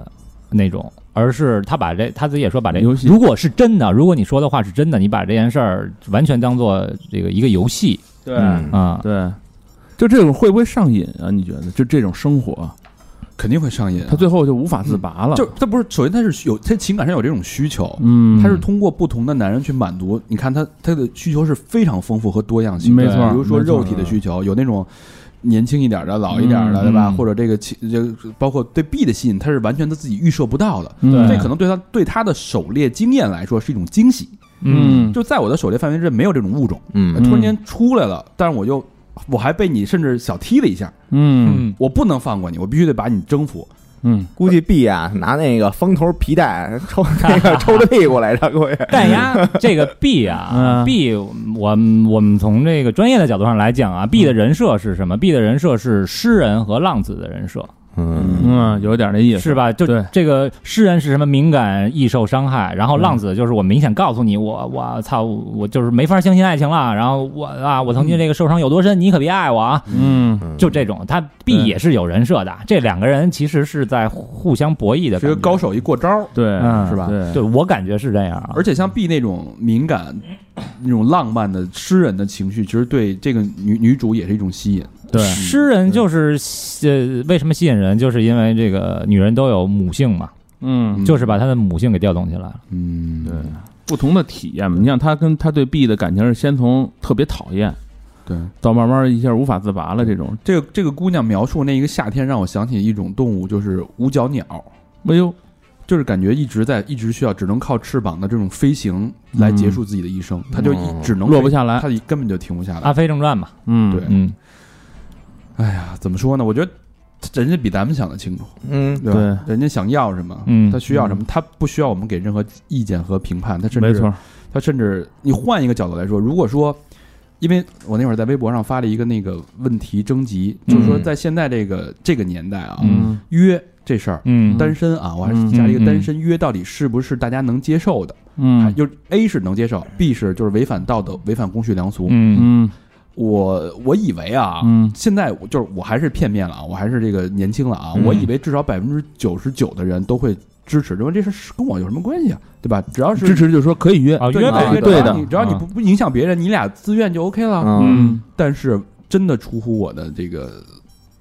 [SPEAKER 4] 那种，而是他把这他自己也说把这
[SPEAKER 5] 游，戏
[SPEAKER 4] 如果是真的，如果你说的话是真的，你把这件事儿完全当做这个一个游戏
[SPEAKER 5] 对
[SPEAKER 2] 嗯
[SPEAKER 4] 啊，
[SPEAKER 5] 对，就这种会不会上瘾啊？你觉得？就这种生活，
[SPEAKER 3] 肯定会上瘾啊、
[SPEAKER 5] 他最后就无法自拔了。
[SPEAKER 3] 就他不是，首先他是有他情感上有这种需求，
[SPEAKER 5] 嗯，
[SPEAKER 3] 他是通过不同的男人去满足。你看他他的需求是非常丰富和多样性的，
[SPEAKER 5] 没错
[SPEAKER 3] 比如说
[SPEAKER 5] 没错
[SPEAKER 3] 肉体的需求，有那种年轻一点的、老一点的，
[SPEAKER 5] 嗯
[SPEAKER 3] 对吧？
[SPEAKER 4] 嗯
[SPEAKER 3] 或者这个情这个包括对 B 的吸引，他是完全他自己预设不到的。
[SPEAKER 5] 对
[SPEAKER 3] 这可能对他对他的狩猎经验来说是一种惊喜，
[SPEAKER 5] 嗯
[SPEAKER 3] 就在我的狩猎范围之内没有这种物种，
[SPEAKER 2] 嗯
[SPEAKER 3] 突然间出来了，但是我又我还被你甚至小踢了一下，
[SPEAKER 5] 嗯
[SPEAKER 4] 嗯，
[SPEAKER 3] 我不能放过你，我必须得把你征服。
[SPEAKER 5] 嗯，
[SPEAKER 2] 估计 B 啊拿那个方头皮带抽那 个抽着屁股来着，估计。
[SPEAKER 4] 弹压 这个 B 啊
[SPEAKER 5] 嗯
[SPEAKER 4] ，B，我们我们从这个专业的角度上来讲啊，B 的人设是什么？B 的人设是诗人和浪子的人设。
[SPEAKER 2] 嗯，
[SPEAKER 5] 嗯，有点那意思，
[SPEAKER 4] 是吧？就
[SPEAKER 5] 对
[SPEAKER 4] 这个诗人是什么敏感、易受伤害，然
[SPEAKER 3] 嗯
[SPEAKER 4] 后浪子就是我明显告诉你，我我操，我就是没法相信爱情了。然后我啊，我
[SPEAKER 3] 嗯
[SPEAKER 4] 曾经这个受伤有多深，你可别爱我啊！
[SPEAKER 5] 嗯，
[SPEAKER 4] 就这种，他必也是有人设的。这两个人其实是在互相博弈的，
[SPEAKER 3] 是个高。手一过招儿，
[SPEAKER 5] 对，
[SPEAKER 4] 嗯
[SPEAKER 5] 是吧？对
[SPEAKER 4] 对我感觉是这样啊，
[SPEAKER 3] 而且像 B 那种敏感、那种浪漫的诗人的情绪，其实对这个女女主也是一种吸引。
[SPEAKER 5] 对，
[SPEAKER 4] 诗人就是呃，为什么吸引人，就是因为这个女人都有母性嘛，
[SPEAKER 5] 嗯，
[SPEAKER 4] 就是把她的母性给调动起来了。
[SPEAKER 3] 嗯，对
[SPEAKER 5] 不同的体验嘛。你像他跟他对 B 的感情是先从特别讨厌，
[SPEAKER 3] 对。
[SPEAKER 5] 到慢慢一下无法自拔了，这种，
[SPEAKER 3] 这个这个姑娘描述那一个夏天，让我想起一种动物，就是五脚鸟，
[SPEAKER 5] 哎呦，
[SPEAKER 3] 就是感觉一直在一直需要只能靠翅膀的这种飞行来结束自己的一生，它就一
[SPEAKER 2] 嗯
[SPEAKER 3] 只能
[SPEAKER 5] 嗯哦落不
[SPEAKER 3] 飞，
[SPEAKER 5] 下来，啊
[SPEAKER 3] 它根本就停不下来。
[SPEAKER 4] 阿飞正传嘛，
[SPEAKER 5] 嗯，
[SPEAKER 3] 对
[SPEAKER 4] 嗯，
[SPEAKER 3] 哎呀，怎么说呢？我觉得人家比咱们想的清楚，
[SPEAKER 2] 嗯，
[SPEAKER 3] 对吧？人家想要什么，
[SPEAKER 4] 嗯
[SPEAKER 3] 他需要什么，他不需要我们给任何意见和评判，他甚至
[SPEAKER 5] 没错，
[SPEAKER 3] 他甚至你换一个角度来说，如果说，因为我那会儿在微博上发了一个那个问题征集，就是说
[SPEAKER 2] 嗯
[SPEAKER 3] 在现在这个这个年代啊，
[SPEAKER 4] 嗯
[SPEAKER 3] 约这事儿。
[SPEAKER 4] 嗯，
[SPEAKER 3] 单身啊，我还
[SPEAKER 5] 嗯
[SPEAKER 3] 是加了一
[SPEAKER 4] 嗯
[SPEAKER 3] 个单身约，到底是不是大家能接受的？还
[SPEAKER 5] 嗯
[SPEAKER 3] 就是 A 是能接受，B 是就是违反道德、违反公序良俗。
[SPEAKER 4] 嗯
[SPEAKER 5] 嗯
[SPEAKER 3] 我我以为啊，
[SPEAKER 5] 嗯
[SPEAKER 3] 现在我就是我还是片面了啊，我还是这个年轻了啊，
[SPEAKER 5] 嗯
[SPEAKER 3] 我以为至少百分之九十九的人都会支持，因为这事儿跟我有什么关系啊，对吧？只要是
[SPEAKER 5] 支持就是说可以约，
[SPEAKER 4] 啊，
[SPEAKER 3] 对
[SPEAKER 4] 约
[SPEAKER 3] 吧
[SPEAKER 4] 呗
[SPEAKER 5] 啊
[SPEAKER 3] 对
[SPEAKER 4] 约
[SPEAKER 5] 对
[SPEAKER 4] 呗
[SPEAKER 5] 的
[SPEAKER 3] 你只要你不不影响别人，你俩自愿就 OK 了。
[SPEAKER 2] 嗯，，
[SPEAKER 5] 嗯
[SPEAKER 3] 但是真的出乎我的这个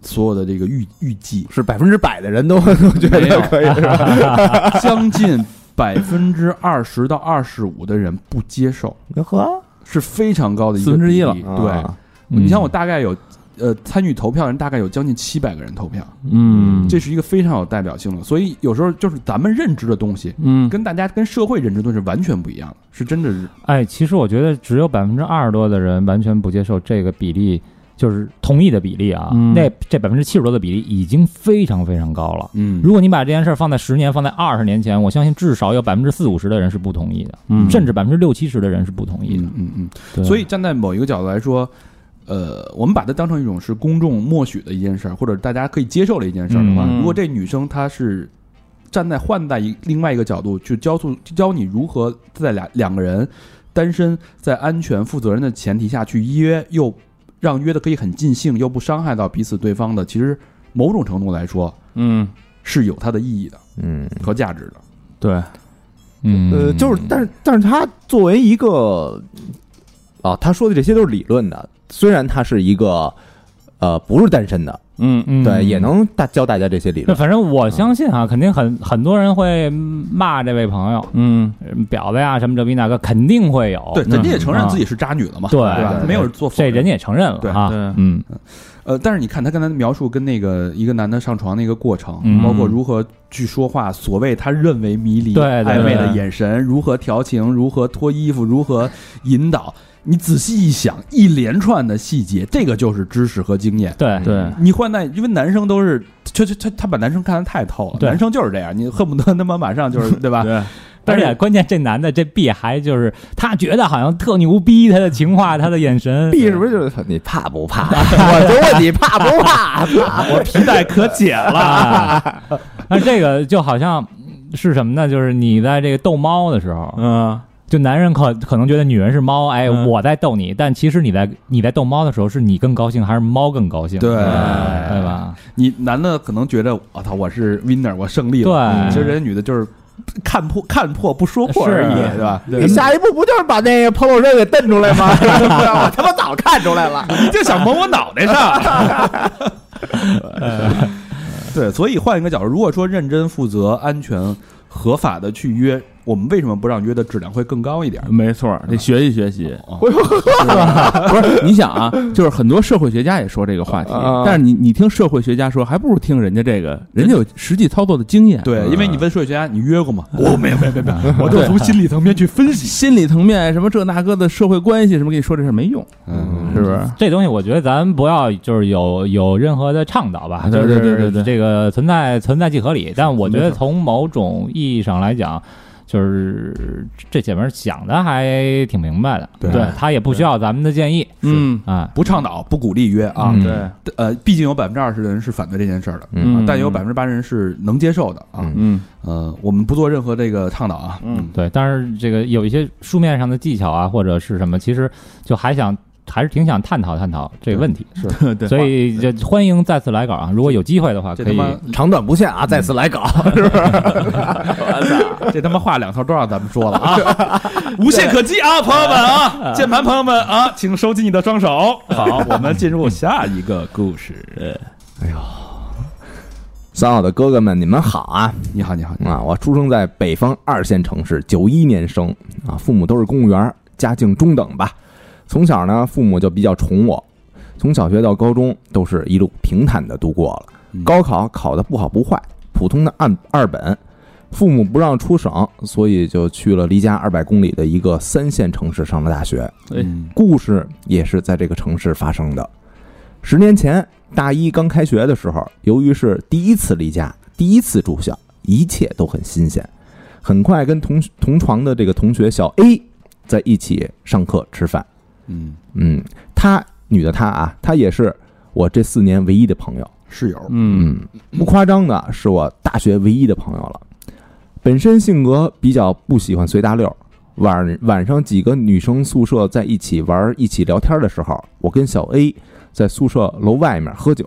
[SPEAKER 3] 所有的这个预预计
[SPEAKER 2] 是百分之百的人都 都觉得可以，是吧？
[SPEAKER 3] 将近百分之二十到二十五的人不接受，
[SPEAKER 2] 呵，
[SPEAKER 3] 是非常高的一个
[SPEAKER 5] 四分之一了嗯
[SPEAKER 3] 比例对，
[SPEAKER 2] 啊，
[SPEAKER 4] 嗯
[SPEAKER 3] 你像我大概有。呃，参与投票的人大概有将近七百个人投票，
[SPEAKER 5] 嗯，
[SPEAKER 3] 这是一个非常有代表性的。所以有时候就是咱们认知的东西，
[SPEAKER 5] 嗯
[SPEAKER 3] 跟大家跟社会认知都是完全不一样的，是真的是
[SPEAKER 4] 哎，其实我觉得只有百分之二十多的人完全不接受这个比例，就是同意的比例啊。
[SPEAKER 5] 嗯
[SPEAKER 4] 那这百分之七十多的比例已经非常非常高了。
[SPEAKER 3] 嗯
[SPEAKER 4] 如果你把这件事儿放在十年、放在二十年前，我相信至少有百分之四五十的人是不同意的，
[SPEAKER 5] 嗯
[SPEAKER 4] 甚至百分之六七十的人是不同意的
[SPEAKER 3] 嗯。嗯嗯，
[SPEAKER 4] 对
[SPEAKER 3] 所以站在某一个角度来说，呃，我们把它当成一种是公众默许的一件事儿，或者大家可以接受的一件事儿的话，
[SPEAKER 5] 嗯
[SPEAKER 3] 如果这女生她是站在换在一另外一个角度去教出教你如何在俩两个人单身在安全负责任的前提下去约，又让约的可以很尽兴，又不伤害到彼此对方的，其实某种程度来说
[SPEAKER 5] 嗯，
[SPEAKER 3] 是有它的意义的
[SPEAKER 2] 嗯，
[SPEAKER 3] 和价值的。
[SPEAKER 5] 对，
[SPEAKER 4] 嗯，
[SPEAKER 2] 呃，就是，但是，但是他作为一个，哦，他说的这些都是理论的，虽然他是一个，呃，不是单身的，
[SPEAKER 5] 嗯
[SPEAKER 4] 嗯
[SPEAKER 2] 对，也。能大教大家这些理
[SPEAKER 4] 那
[SPEAKER 2] 论，
[SPEAKER 4] 反正我相信啊，肯定很很多人会骂这位朋友
[SPEAKER 5] 嗯
[SPEAKER 4] 嗯婊子呀什么这逼那个，肯定会有。
[SPEAKER 3] 对，人家也承认
[SPEAKER 4] 嗯
[SPEAKER 3] 自己是渣女了嘛，
[SPEAKER 4] 对
[SPEAKER 3] 吧？
[SPEAKER 2] 对
[SPEAKER 3] 没有做否
[SPEAKER 4] 这
[SPEAKER 3] 认
[SPEAKER 4] 人家也承认了
[SPEAKER 3] 对
[SPEAKER 4] 啊
[SPEAKER 5] 对。
[SPEAKER 4] 嗯
[SPEAKER 3] 呃，但是你看他刚才描述跟那个一个男的上床那个过程，
[SPEAKER 4] 嗯
[SPEAKER 3] 包括如何去说话，所谓他认为迷离、
[SPEAKER 4] 对对
[SPEAKER 3] 暧昧的
[SPEAKER 5] 对
[SPEAKER 3] 眼神，如何调情，如何脱衣服，如何引导，你仔细一想，一连串的细节，这个就是知识和经验。
[SPEAKER 4] 对
[SPEAKER 5] 对，
[SPEAKER 3] 你换在，因为男生都是，他他他他把男生看得太透了，
[SPEAKER 4] 对
[SPEAKER 3] 男生就是这样，你恨不得他妈马上就是对吧？
[SPEAKER 5] 对，
[SPEAKER 4] 而
[SPEAKER 3] 但是
[SPEAKER 4] 且关键，这男的这 B 还就是他觉得好像特牛逼，他的情话，他的眼 神，
[SPEAKER 2] B 是不是就是你怕不 怕？我就问你怕不 怕？怕我皮带可解了。
[SPEAKER 4] 啊？那这个就好像是什么呢？就是你在这个逗猫的时候，
[SPEAKER 5] 嗯
[SPEAKER 4] 就男人可可能觉得女人是猫，哎，
[SPEAKER 5] 嗯
[SPEAKER 4] 我在逗你，但其实你在你在逗猫的时候，是你更高兴还是猫更高兴？
[SPEAKER 3] 对
[SPEAKER 5] 哎
[SPEAKER 4] 对吧？
[SPEAKER 3] 你男的可能觉得我操、我是 winner，我胜利了，嗯
[SPEAKER 4] 对
[SPEAKER 3] 其实人家女的就是看破 看破不说破
[SPEAKER 4] 是
[SPEAKER 3] 而已，对吧？
[SPEAKER 2] 你下一步不就是把那个彭老师给蹬出来吗？ 我他妈早看出来了。
[SPEAKER 3] 就想蒙我脑袋上。 对，所以换一个角度，如果说认真、负责、安全、合法的去约，我们为什么不让约的质量会更高一点？
[SPEAKER 5] 没错，得学习学习。
[SPEAKER 2] 我说
[SPEAKER 5] 不是，你想啊，就是很多社会学家也说这个话题，
[SPEAKER 2] 啊
[SPEAKER 5] 但是你你听社会学家说，还不如听人家这个，人家有实际操作的经验。
[SPEAKER 3] 对，因为你问数学家，你约过吗？嗯 我没有，没有，没有，没有我就从心理层面去分析。
[SPEAKER 5] 心理层面什么这那个的社会关系什么，跟你说这事儿没用，
[SPEAKER 3] 嗯，
[SPEAKER 5] 是不是？
[SPEAKER 4] 这东西我觉得咱不要就是有有任何的倡导吧，
[SPEAKER 5] 对
[SPEAKER 4] 就是
[SPEAKER 5] 对对对对
[SPEAKER 4] 这个存在存在即合理。但我觉得
[SPEAKER 5] 没错
[SPEAKER 4] 从某种意义上来讲，就是这姐们儿想的还挺明白的，
[SPEAKER 2] 对
[SPEAKER 4] 她也不需要咱们的建议
[SPEAKER 3] 嗯，
[SPEAKER 4] 啊。
[SPEAKER 3] 不倡导，不鼓励约啊。
[SPEAKER 2] 嗯
[SPEAKER 5] 对，
[SPEAKER 3] 呃，毕竟有百分之二十的人是反对这件事儿的，
[SPEAKER 2] 嗯
[SPEAKER 3] 但也有百分之八人是能接受的啊。
[SPEAKER 2] 嗯
[SPEAKER 5] 嗯
[SPEAKER 3] 呃，我们不做任何这个倡导啊。
[SPEAKER 5] 嗯，
[SPEAKER 4] 对，但是这个有一些书面上的技巧啊，或者是什么，其实就还想还是挺想探讨探讨这个问题，
[SPEAKER 5] 嗯对对，
[SPEAKER 4] 所以就欢迎再次来稿啊！如果有机会的话，
[SPEAKER 3] 这
[SPEAKER 4] 可
[SPEAKER 3] 他
[SPEAKER 4] 以
[SPEAKER 3] 妈
[SPEAKER 2] 长短不限啊，再次来稿，
[SPEAKER 3] 这他妈话两头都让咱们说了啊，无懈可击啊，朋友们啊，键盘朋友们啊，请收起你的双手。好，我们进入下一个故事。
[SPEAKER 2] 三好的哥哥们，你们好啊！
[SPEAKER 3] 你好，你好，
[SPEAKER 2] 啊，我出生在北方二线城市，九一年生啊，父母都是公务员，家境中等吧。从小呢，父母就比较宠我，从小学到高中都是一路平坦的度过了
[SPEAKER 3] 嗯。
[SPEAKER 2] 高考考的不好不坏，普通的按二本。父母不让出省，所以就去了离家二百公里的一个三线城市上了大学。
[SPEAKER 3] 嗯
[SPEAKER 2] 故事也是在这个城市发生的。十年前，大一刚开学的时候，由于是第一次离家，第一次住校，一切都很新鲜。很快跟同同床的这个同学小 A 在一起上课吃饭。
[SPEAKER 3] 嗯，
[SPEAKER 2] 嗯，她女的她啊，她也是我这四年唯一的朋友。
[SPEAKER 3] 室友，
[SPEAKER 5] 嗯
[SPEAKER 2] 嗯，不夸张的是我大学唯一的朋友了。本身性格比较不喜欢随大溜儿，晚晚上几个女生宿舍在一起玩、一起聊天的时候，我跟小 A 在宿舍楼外面喝酒，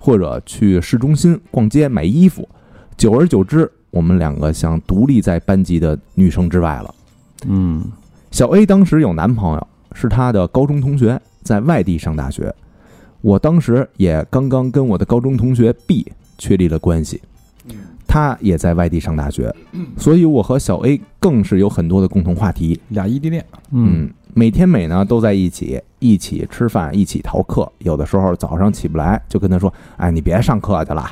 [SPEAKER 2] 或者去市中心逛街买衣服。久而久之，我们两个像独立在班级的女生之外了。
[SPEAKER 5] 嗯
[SPEAKER 2] 小 A 当时有男朋友，是她的高中同学，在外地上大学。我当时也刚刚跟我的高中同学 B 确立了关系，她也在外地上大学，所以我和小 A 更是有很多的共同话题。
[SPEAKER 3] 俩异地恋，
[SPEAKER 2] 嗯，每天每呢都在一起，一起吃饭，一起逃课。有的时候早上起不来，就跟他说：“哎，你别上课去了。”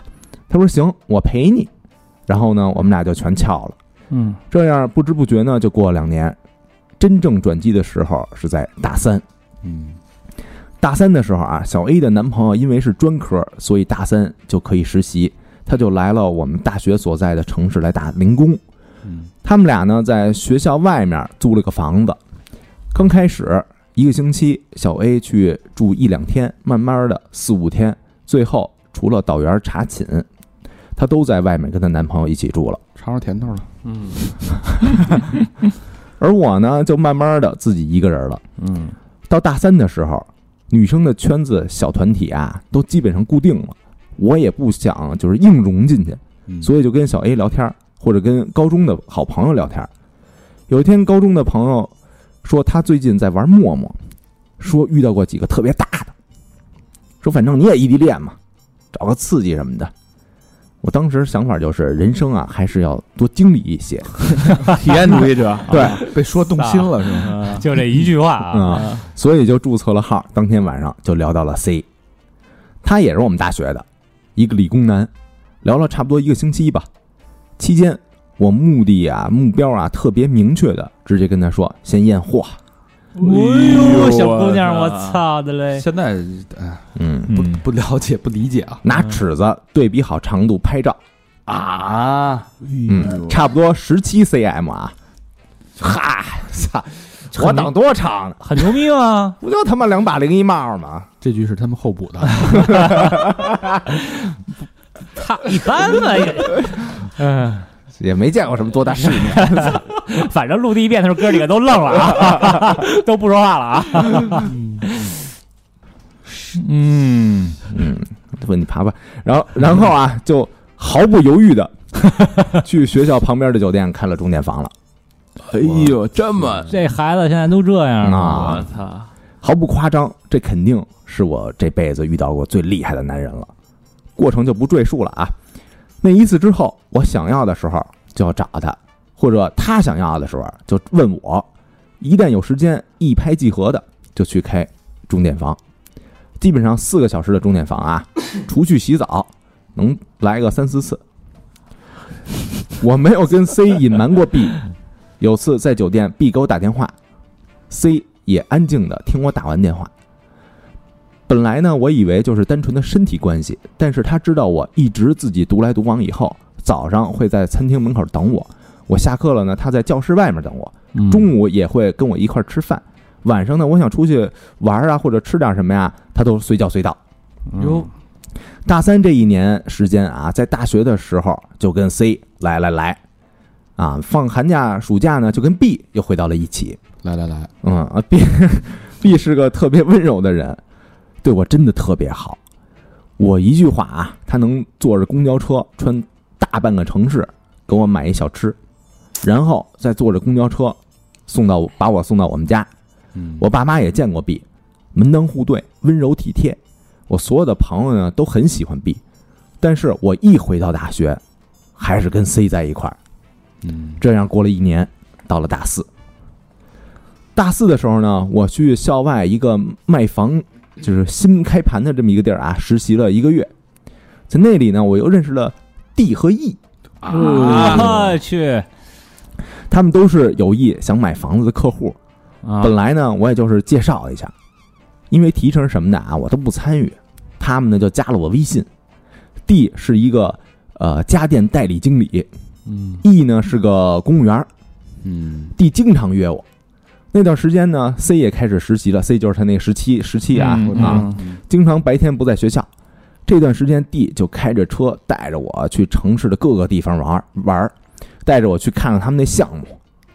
[SPEAKER 2] 他说：“行，我陪你。”然后呢，我们俩就全翘了。
[SPEAKER 5] 嗯
[SPEAKER 2] 这样不知不觉呢，就过了两年。真正转机的时候是在大三。
[SPEAKER 3] 嗯，
[SPEAKER 2] 大三的时候啊，小 A 的男朋友因为是专科，所以大三就可以实习，他就来了我们大学所在的城市来打零工。
[SPEAKER 3] 嗯，
[SPEAKER 2] 他们俩呢在学校外面租了个房子。刚开始一个星期，小 A 去住一两天，慢慢的四五天，最后除了导员查寝，她都在外面跟她男朋友一起住了。
[SPEAKER 3] 尝尝甜头了。
[SPEAKER 5] 嗯
[SPEAKER 2] 而我呢，就慢慢的自己一个人了。
[SPEAKER 5] 嗯
[SPEAKER 2] 到大三的时候，女生的圈子小团体啊，都基本上固定了。我也不想就是硬融进去，
[SPEAKER 3] 嗯
[SPEAKER 2] 所以就跟小 A 聊天儿，或者跟高中的好朋友聊天儿。有一天，高中的朋友说他最近在玩陌陌，说遇到过几个特别大的，说反正你也异地恋嘛，找个刺激什么的。我当时想法就是，人生啊还是要多经历一些。
[SPEAKER 5] 体验主 义者，
[SPEAKER 2] 对，
[SPEAKER 3] 被说动心了是吗？
[SPEAKER 5] 嗯
[SPEAKER 4] 就这一句话啊，
[SPEAKER 2] 啊、所以就注册了号。当天晚上就聊到了 C，他也是我们大学的一个理工男，聊了差不多一个星期吧。期间我目的啊、目标啊特别明确的，直接跟他说先验货。
[SPEAKER 5] 哎呦
[SPEAKER 4] 小姑娘，我
[SPEAKER 5] 我
[SPEAKER 4] 操的嘞！
[SPEAKER 3] 现在哎，
[SPEAKER 2] 嗯，
[SPEAKER 3] 不不了解，不理解啊。
[SPEAKER 2] 拿尺子对比好长度拍照，
[SPEAKER 5] 啊，
[SPEAKER 2] 嗯，差不多十七 cm 啊。嗨，操！ 我挡多长呢？
[SPEAKER 4] 很牛逼吗？
[SPEAKER 2] 不就他妈两把零一帽吗？
[SPEAKER 3] 这句是他们后补的，
[SPEAKER 4] 他一般吧，也嗯，
[SPEAKER 2] 也没见过什么多大世面。
[SPEAKER 4] 反正录第一遍的时候，哥几个都愣了啊， 都不说话了啊。嗯，
[SPEAKER 2] 嗯，问你爬吧。然后，然后啊，就毫不犹豫的去学校旁边的酒店开了钟点房了，
[SPEAKER 5] 哎呦，这么，
[SPEAKER 4] 这孩子现在都这样了，
[SPEAKER 2] 啊
[SPEAKER 5] 我操，
[SPEAKER 2] 毫不夸张，这肯定是我这辈子遇到过最厉害的男人了。过程就不赘述了啊。那一次之后，我想要的时候就要找他，或者他想要的时候就问我。一旦有时间，一拍即合的就去开钟点房。基本上四个小时的钟点房啊，除去洗澡，能来个三四次。我没有跟 C 隐瞒过 B，有次在酒店，B 给我打电话，C 也安静的听我打完电话。本来呢，我以为就是单纯的身体关系，但是他知道我一直自己独来独往以后，早上会在餐厅门口等我，我下课了呢，他在教室外面等我，
[SPEAKER 3] 嗯
[SPEAKER 2] 中午也会跟我一块儿吃饭。晚上呢，我想出去玩儿啊，或者吃点什么呀，他都随叫随到。
[SPEAKER 5] 嗯
[SPEAKER 3] 哟，
[SPEAKER 2] 大三这一年时间啊，在大学的时候就跟 C 来来来，啊，放寒假暑假呢就跟 B 又回到了一起。
[SPEAKER 3] 来来来，
[SPEAKER 2] 嗯啊，B B 是个特别温柔的人，对我真的特别好。我一句话啊，他能坐着公交车穿大半个城市给我买一小吃，然后再坐着公交车送到我把我送到我们家。
[SPEAKER 3] 嗯
[SPEAKER 2] 我爸妈也见过 B，门当户对，温柔体贴。我所有的朋友呢都很喜欢 B，但是我一回到大学，还是跟 C 在一块儿。
[SPEAKER 3] 嗯
[SPEAKER 2] 这样过了一年，到了大四。大四的时候呢，我去校外一个卖房，就是新开盘的这么一个地儿啊，实习了一个月。在那里呢，我又认识了 D 和 E，
[SPEAKER 4] 啊，去，
[SPEAKER 2] 他们都是有意想买房子的客户。本来呢，我也就是介绍一下，因为提成什么的啊，我都不参与。他们呢就加了我微信。D 是一个呃家电代理经理
[SPEAKER 3] 嗯
[SPEAKER 2] ，E 呢是个公务员儿
[SPEAKER 3] 嗯
[SPEAKER 2] ，D 经常约我。那段时间呢，C 也开始实习了，C 就是他那个时期时期啊、
[SPEAKER 4] 嗯
[SPEAKER 2] 啊，
[SPEAKER 3] 啊，
[SPEAKER 2] 经常白天不在学校。这段时间，D 就开着车带着我去城市的各个地方玩儿玩儿，带着我去看看他们那项目，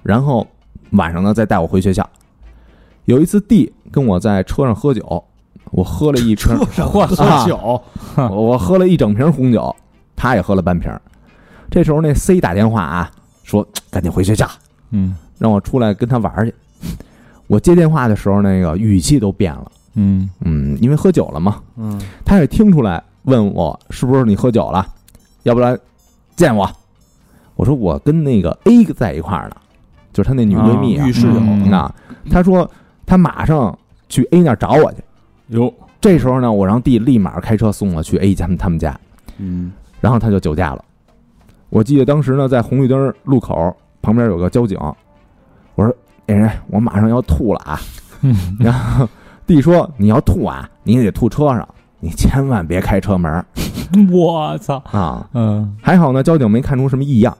[SPEAKER 2] 然后晚上呢再带我回学校。有一次，D 跟我在车上喝酒，我喝了一瓶，
[SPEAKER 4] 嚯，
[SPEAKER 2] 啊
[SPEAKER 4] 喝酒，
[SPEAKER 2] 我我喝了一整瓶红酒，他也喝了半瓶儿。这时候那 C 打电话啊，说赶紧回学校，
[SPEAKER 4] 嗯
[SPEAKER 2] 让我出来跟他玩儿去。我接电话的时候，那个语气都变了，
[SPEAKER 4] 嗯
[SPEAKER 2] 嗯，因为喝酒了嘛，
[SPEAKER 3] 嗯
[SPEAKER 2] 他也听出来，问我是不是你喝酒了，要不然见我。我说我跟那个 A 在一块儿呢，就是他那女闺蜜啊
[SPEAKER 3] 啊女室
[SPEAKER 4] 友
[SPEAKER 2] 嗯啊。他说他马上去 A 那儿找我去。
[SPEAKER 4] 哟，
[SPEAKER 2] 这时候呢，我让弟立马开车送我去 A 他们他们家，
[SPEAKER 3] 嗯
[SPEAKER 2] 然后他就酒驾了。我记得当时呢，在红绿灯路口旁边有个交警，我说：“哎人，我马上要吐了啊！”然后弟说：“你要吐啊，你也得吐车上，你千万别开车门儿
[SPEAKER 4] 我操，
[SPEAKER 2] 啊。”
[SPEAKER 4] 嗯
[SPEAKER 2] 还好呢，交警没看出什么异样，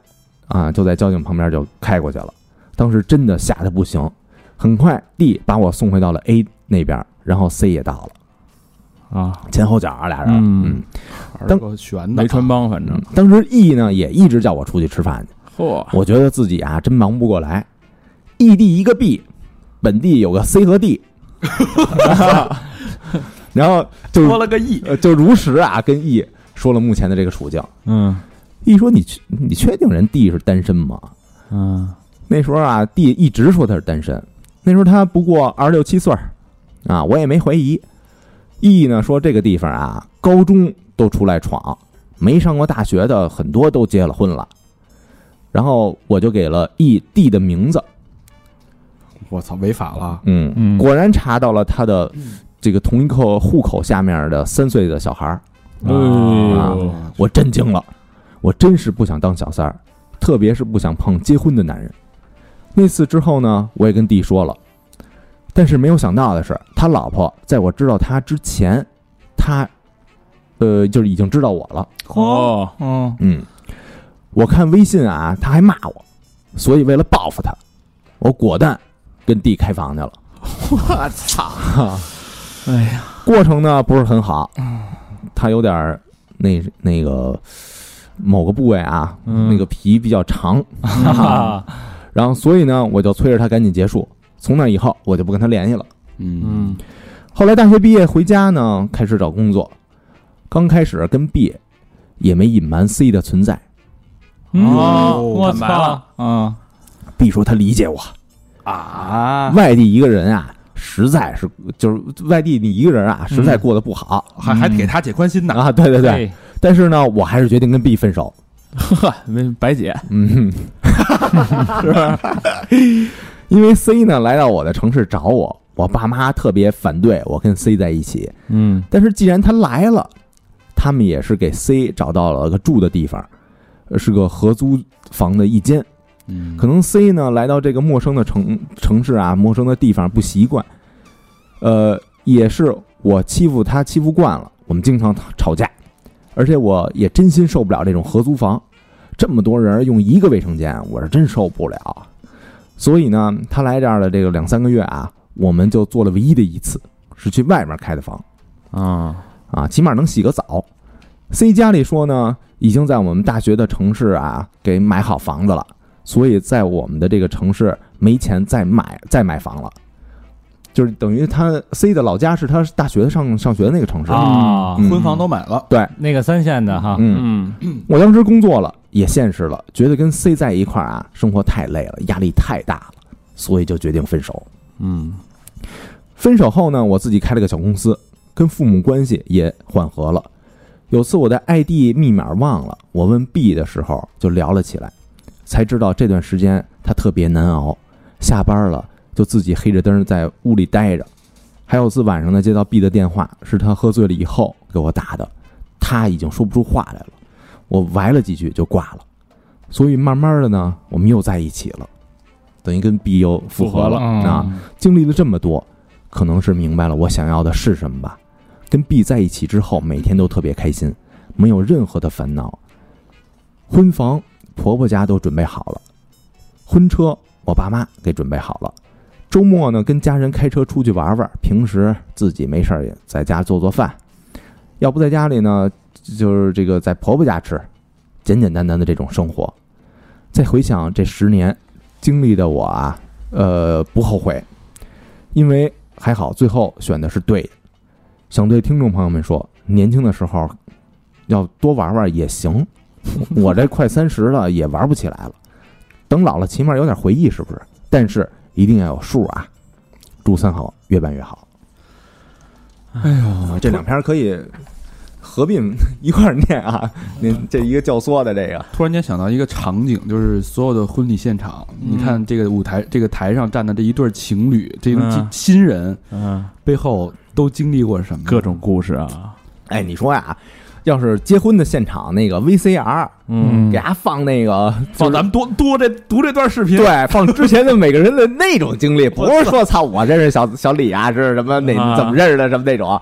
[SPEAKER 2] 啊，就在交警旁边就开过去了。当时真的吓得不行，很快 D 把我送回到了 A 那边，然后 C 也到了，
[SPEAKER 4] 啊，
[SPEAKER 2] 前后脚啊俩人。
[SPEAKER 4] 嗯
[SPEAKER 2] 嗯
[SPEAKER 3] 当个悬的
[SPEAKER 5] 没穿帮，反正
[SPEAKER 2] 嗯当时 E 呢也一直叫我出去吃饭去，
[SPEAKER 5] 嚯，
[SPEAKER 2] 我觉得自己啊真忙不过来。异地一个 B，本地有个 C 和 D，然后就
[SPEAKER 3] 了个亿，
[SPEAKER 2] 呃就如实啊跟 E 说了目前的这个处境。
[SPEAKER 4] 嗯
[SPEAKER 2] E 说你确你确定人 D 是单身吗？
[SPEAKER 4] 嗯
[SPEAKER 2] 那时候啊，弟一直说他是单身。那时候他不过二十六七岁儿啊，我也没怀疑。E 呢说这个地方啊，高中都出来闯，没上过大学的很多都结了婚了。然后我就给了 E D 的名字，
[SPEAKER 3] 我操，违法了，
[SPEAKER 2] 嗯，
[SPEAKER 4] 嗯
[SPEAKER 2] 果然查到了他的这个同一个户口下面的三岁的小孩儿，
[SPEAKER 5] 哦
[SPEAKER 3] 哦
[SPEAKER 4] 哎
[SPEAKER 2] 呦
[SPEAKER 3] 嗯
[SPEAKER 2] 我震惊了，我真是不想当小三儿，特别是不想碰结婚的男人。那次之后呢，我也跟弟说了，但是没有想到的是，他老婆在我知道他之前，他，呃，就是已经知道我了。
[SPEAKER 5] 哦，
[SPEAKER 4] 嗯
[SPEAKER 2] 嗯，我看微信啊，他还骂我，所以为了报复他，我果断跟弟开房去了。
[SPEAKER 5] 我操，
[SPEAKER 4] 哎呀，嗯
[SPEAKER 2] 过程呢不是很好，他有点儿那那个某个部位啊，
[SPEAKER 4] 嗯
[SPEAKER 2] 那个皮比较长，
[SPEAKER 4] 哈哈，
[SPEAKER 2] 然后所以呢，我就催着他赶紧结束。从那以后，我就不跟他联系了。
[SPEAKER 3] 嗯
[SPEAKER 4] 嗯
[SPEAKER 2] 后来大学毕业回家呢，开始找工作。刚开始跟 B 也没隐瞒 C 的存在。
[SPEAKER 3] 嗯
[SPEAKER 4] 哦，我
[SPEAKER 5] 坦白
[SPEAKER 4] 操
[SPEAKER 5] 了，
[SPEAKER 4] 嗯
[SPEAKER 2] B 说他理解我，
[SPEAKER 3] 啊，
[SPEAKER 2] 外地一个人啊，实在是就是外地你一个人啊，实在过得不好、
[SPEAKER 3] 还还给他解宽心呢，
[SPEAKER 2] 啊。对对对，
[SPEAKER 4] 嘿，
[SPEAKER 2] 但是呢，我还是决定跟 B 分手。
[SPEAKER 5] 呵，没白姐，
[SPEAKER 2] 嗯， 是吧？ 因为 C 呢来到我的城市找我，我爸妈特别反对我跟 C 在一起。
[SPEAKER 4] 嗯
[SPEAKER 2] 但是既然他来了，他们也是给 C 找到了个住的地方，呃是个合租房的一间。
[SPEAKER 3] 嗯
[SPEAKER 2] 可能 C 呢来到这个陌生的城城市啊，陌生的地方不习惯，呃，也是我欺负他欺负惯了，我们经常吵架，而且我也真心受不了这种合租房，这么多人用一个卫生间，我是真受不了。所以呢，他来这儿的这个两三个月啊，我们就做了唯一的一次，是去外面开的房
[SPEAKER 3] 啊，
[SPEAKER 2] 啊，起码能洗个澡。C 家里说呢，已经在我们大学的城市啊给买好房子了，所以在我们的这个城市没钱再买再买房了，就是等于他 C 的老家是他大学上上学的那个城市
[SPEAKER 4] 啊，
[SPEAKER 2] 嗯
[SPEAKER 3] 婚房都买了，
[SPEAKER 4] 那个三线的哈，
[SPEAKER 2] 嗯，
[SPEAKER 5] 嗯，
[SPEAKER 2] 我当时工作了，也现实了，觉得跟 C 在一块儿啊，生活太累了，压力太大了，所以就决定分手。
[SPEAKER 5] 嗯，
[SPEAKER 2] 分手后呢，我自己开了个小公司，跟父母关系也缓和了。有次我的 ID 密码忘了，我问 B 的时候就聊了起来，才知道这段时间他特别难熬，下班了就自己黑着灯在屋里待着。还有次晚上呢，接到 B 的电话，是他喝醉了以后给我打的，他已经说不出话来了，我歪了几句就挂了。所以慢慢的呢，我们又在一起了，等于跟 B 又复合了
[SPEAKER 4] 嗯
[SPEAKER 2] 啊。经历了这么多，可能是明白了我想要的是什么吧。跟 B 在一起之后，每天都特别开心，没有任何的烦恼。婚房婆婆家都准备好了，婚车我爸妈给准备好了。周末呢，跟家人开车出去玩玩，平时自己没事儿也在家做做饭，要不在家里呢，就是这个在婆婆家吃，简简单单的这种生活。再回想这十年经历的我啊，呃，不后悔，因为还好最后选的是对的。想对听众朋友们说，年轻的时候要多玩玩也行，我这快三十了也玩不起来了，等老了起码有点回忆，是不是？但是一定要有数啊！祝三好越办越好。哎呦，这两篇可以合并一块儿念啊！您这一个教唆的这个，
[SPEAKER 3] 突然间想到一个场景，就是所有的婚礼现场，
[SPEAKER 5] 嗯
[SPEAKER 3] 你看这个舞台，这个台上站的这一对情侣，这一对
[SPEAKER 5] 嗯
[SPEAKER 3] 新人
[SPEAKER 5] 嗯，
[SPEAKER 3] 背后都经历过什么？
[SPEAKER 5] 各种故事啊，
[SPEAKER 2] 哎，你说呀，要是结婚的现场那个 VCR，
[SPEAKER 5] 嗯
[SPEAKER 2] 给大家放那个
[SPEAKER 3] 放咱们多多这读这段视频，
[SPEAKER 2] 对，放之前的每个人的那种经 历，不是说操我认识小小李啊，是什么
[SPEAKER 5] 啊
[SPEAKER 2] 哪怎么认识的什么那种，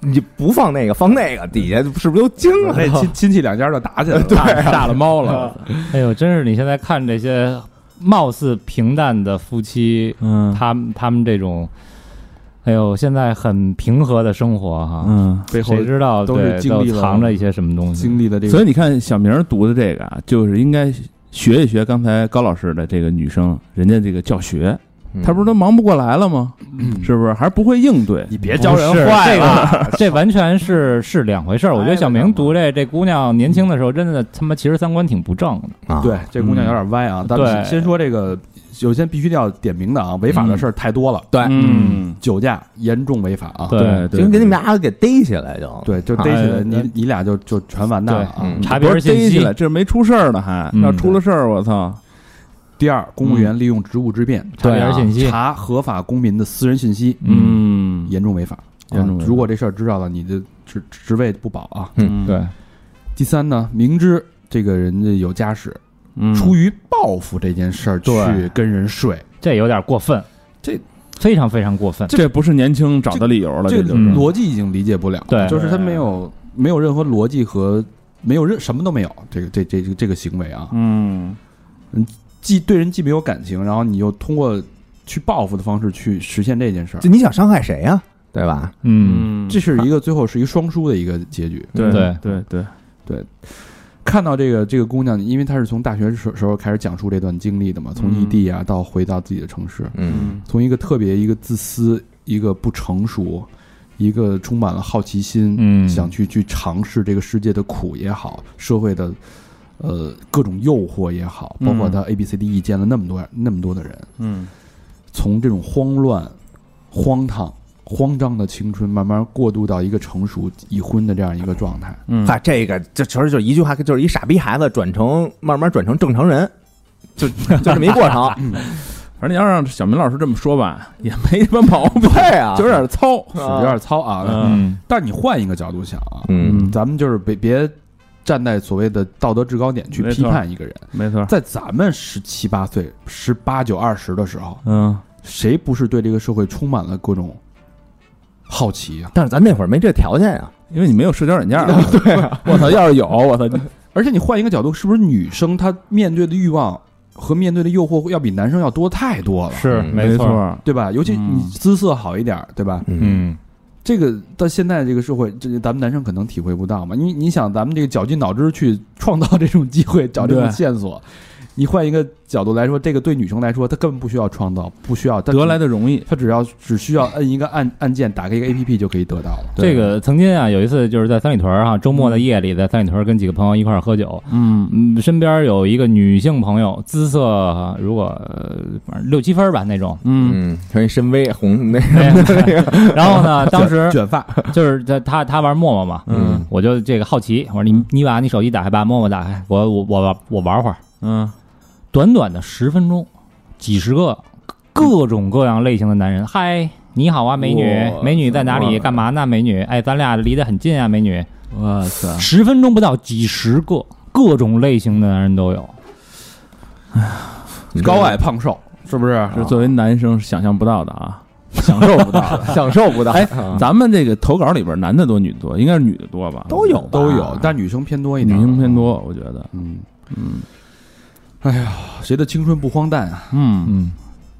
[SPEAKER 2] 你不放那个放那个，底下是不是都惊了？
[SPEAKER 3] 那亲亲戚两家就打起来了，
[SPEAKER 5] 啊
[SPEAKER 3] 大大了猫了。
[SPEAKER 4] 哎呦，真是你现在看这些貌似平淡的夫妻，
[SPEAKER 5] 嗯
[SPEAKER 4] 他们他们这种，哎呦，现在很平和的生活哈，
[SPEAKER 5] 嗯，
[SPEAKER 3] 背后
[SPEAKER 4] 谁知道
[SPEAKER 3] 都是
[SPEAKER 4] 对
[SPEAKER 3] 经历了
[SPEAKER 4] 藏着一些什么东西？
[SPEAKER 3] 经历的这
[SPEAKER 5] 所
[SPEAKER 3] 个
[SPEAKER 5] 以你看小明儿读的这个啊，就是应该学一学刚才高老师的这个女生，人家这个教学，她不是都忙不过来了吗？是不是还不会应对？
[SPEAKER 3] 嗯你别
[SPEAKER 4] 教人坏了，这完全是是两回事儿。我觉得小明读这这姑娘年轻的时候，真的他妈其实三观挺不正的。
[SPEAKER 2] 啊，
[SPEAKER 3] 对，这姑娘有点歪啊。咱们
[SPEAKER 4] 对
[SPEAKER 3] 先说这个，首先必须要点名的啊，违法的事儿太多了。
[SPEAKER 2] 对
[SPEAKER 5] 嗯，
[SPEAKER 3] 酒驾严重违法啊。
[SPEAKER 4] 对
[SPEAKER 5] 对
[SPEAKER 2] 就给
[SPEAKER 5] 对，
[SPEAKER 2] 你们俩给逮起来就
[SPEAKER 3] 对，就逮起来，
[SPEAKER 4] 哎
[SPEAKER 3] 你你俩就就全完蛋了啊。
[SPEAKER 2] 嗯
[SPEAKER 4] 查别
[SPEAKER 5] 不
[SPEAKER 4] 人
[SPEAKER 5] 是
[SPEAKER 4] 信
[SPEAKER 5] 逮起
[SPEAKER 4] 息
[SPEAKER 5] 来，，这没出事儿呢，还
[SPEAKER 4] 嗯
[SPEAKER 5] 要出了事儿，我操！
[SPEAKER 3] 第二，公务员利用职务之便
[SPEAKER 4] 查
[SPEAKER 3] 查
[SPEAKER 4] 别人信息，
[SPEAKER 3] 查合法公民的私人信息，
[SPEAKER 5] 嗯，
[SPEAKER 3] 严重违法。啊
[SPEAKER 5] 严重违法
[SPEAKER 3] 如果这事儿知道了，你的职职位不保啊。
[SPEAKER 5] 嗯，
[SPEAKER 4] 对，
[SPEAKER 3] 第三呢，明知这个人家有家室，
[SPEAKER 5] 嗯，
[SPEAKER 3] 出于报复这件事儿去
[SPEAKER 4] 对
[SPEAKER 3] 跟人睡，
[SPEAKER 4] 这有点过分，
[SPEAKER 3] 这
[SPEAKER 4] 非常非常过分。
[SPEAKER 5] 这不是年轻找的理由了，
[SPEAKER 3] 这
[SPEAKER 5] 就
[SPEAKER 3] 个
[SPEAKER 5] 是
[SPEAKER 4] 嗯
[SPEAKER 3] 逻辑已经理解不了，
[SPEAKER 4] 对
[SPEAKER 3] 就是他没有没有任何逻辑和没有任什么都没有，这个这这这这个行为啊，
[SPEAKER 5] 嗯
[SPEAKER 3] 既对人既没有感情，然后你又通过去报复的方式去实现这件事儿
[SPEAKER 2] 就，
[SPEAKER 5] 嗯
[SPEAKER 2] 你想伤害谁呀？对吧？
[SPEAKER 4] 嗯，
[SPEAKER 3] 这是一个最后是一个双输的一个结局。
[SPEAKER 5] 对
[SPEAKER 4] 对
[SPEAKER 5] 对对，
[SPEAKER 3] 看到这个这个姑娘，因为她是从大学时时候开始讲述这段经历的嘛，从
[SPEAKER 5] 嗯
[SPEAKER 3] 异地啊到回到自己的城市，
[SPEAKER 2] 嗯，
[SPEAKER 3] 从一个特别一个自私、一个不成熟、一个充满了好奇心，
[SPEAKER 4] 嗯
[SPEAKER 3] 想去去尝试这个世界的苦也好，社会的呃各种诱惑也好，包括他 A B C D E 见了那么多那么多的人，
[SPEAKER 5] 嗯
[SPEAKER 3] 从这种慌乱、荒唐、慌张的青春，慢慢过渡到一个成熟已婚的这样一个状态。
[SPEAKER 5] 嗯
[SPEAKER 2] 嗨，这个这其实就一句话，就是一傻逼孩子转成慢慢转成正常人，就就这么一过 程。
[SPEAKER 5] 反正你要让小明老师这么说吧，也没什么毛病，
[SPEAKER 2] 对啊，
[SPEAKER 5] 就有点糙。
[SPEAKER 3] 是有点糙啊，
[SPEAKER 4] 嗯，
[SPEAKER 3] 但是你换一个角度想啊，
[SPEAKER 2] 嗯，
[SPEAKER 3] 咱们就是别别站在所谓的道德制高点去
[SPEAKER 5] 没
[SPEAKER 3] 批
[SPEAKER 5] 错
[SPEAKER 3] 判一个人。
[SPEAKER 5] 没错，
[SPEAKER 3] 在咱们十七八岁、十八九、二十的时候，
[SPEAKER 5] 嗯，
[SPEAKER 3] 谁不是对这个社会充满了各种好奇呀、
[SPEAKER 2] 但是咱那会儿没这条件呀。啊
[SPEAKER 5] 因为你没有社交软件儿，对，我操，要是有，我操，
[SPEAKER 3] 而且你换一个角度，是不是女生她面对的欲望和面对的诱惑要比男生要多太多了，
[SPEAKER 4] 是
[SPEAKER 2] 嗯
[SPEAKER 5] 没
[SPEAKER 4] 错儿，
[SPEAKER 5] 儿，
[SPEAKER 3] 对吧？尤其
[SPEAKER 5] 嗯
[SPEAKER 3] 你姿色好一点儿，对吧？
[SPEAKER 2] 嗯，
[SPEAKER 3] 这个到现在这个社会，这咱们男生可能体会不到嘛。你你想，咱们这个绞尽脑汁去创造这种机会，找这种
[SPEAKER 5] 对
[SPEAKER 3] 线索，你换一个角度来说，这个对女生来说，她根本不需要创造，不需要她
[SPEAKER 5] 得来的容易。
[SPEAKER 3] 她只要只需要摁一个按按键，打开一个 A P P 就可以得到了。
[SPEAKER 4] 这个曾经啊，有一次就是在三里屯儿哈、周
[SPEAKER 3] 嗯
[SPEAKER 4] 末的夜里在三里屯儿跟几个朋友一块儿喝酒，
[SPEAKER 5] 嗯，，
[SPEAKER 4] 嗯，身边有一个女性朋友，姿色呃如果呃反正六七分儿吧 那种
[SPEAKER 5] 嗯，
[SPEAKER 2] 嗯，穿一深 V 红 那
[SPEAKER 4] 哎然后呢，当时
[SPEAKER 3] 卷发，
[SPEAKER 4] 就是他他他玩陌陌嘛，
[SPEAKER 5] 嗯
[SPEAKER 4] 我就这个好奇，我说
[SPEAKER 3] 嗯
[SPEAKER 4] 你你把你手机打开，把陌陌打开，我我我玩我玩会儿，
[SPEAKER 5] 嗯，
[SPEAKER 4] 短短的十分钟，几十个各种各样类型的男
[SPEAKER 3] 嗯
[SPEAKER 4] 人，嗨，你好啊，美女，
[SPEAKER 5] 哇
[SPEAKER 4] 美女在哪
[SPEAKER 5] 哇
[SPEAKER 4] 里？干嘛呢，美女？哎，咱俩离得很近啊，美女。
[SPEAKER 5] 哇塞，
[SPEAKER 4] 十分钟不到，几十个，各种类型的男人都有。
[SPEAKER 3] 高矮胖瘦，是不是？
[SPEAKER 5] 这作为男生是想象不到的啊。
[SPEAKER 2] 享受不到，享受不到，
[SPEAKER 5] 哎
[SPEAKER 2] 啊
[SPEAKER 5] 咱们这个投稿里边，男的多，女的多，应该是女的多吧？
[SPEAKER 2] 都有吧
[SPEAKER 3] 都有，但女生偏多一
[SPEAKER 5] 女
[SPEAKER 3] 点。
[SPEAKER 5] 性偏，多，我觉得。
[SPEAKER 3] 嗯嗯。哎呀，谁的青春不荒诞啊？
[SPEAKER 5] 嗯，
[SPEAKER 4] 嗯，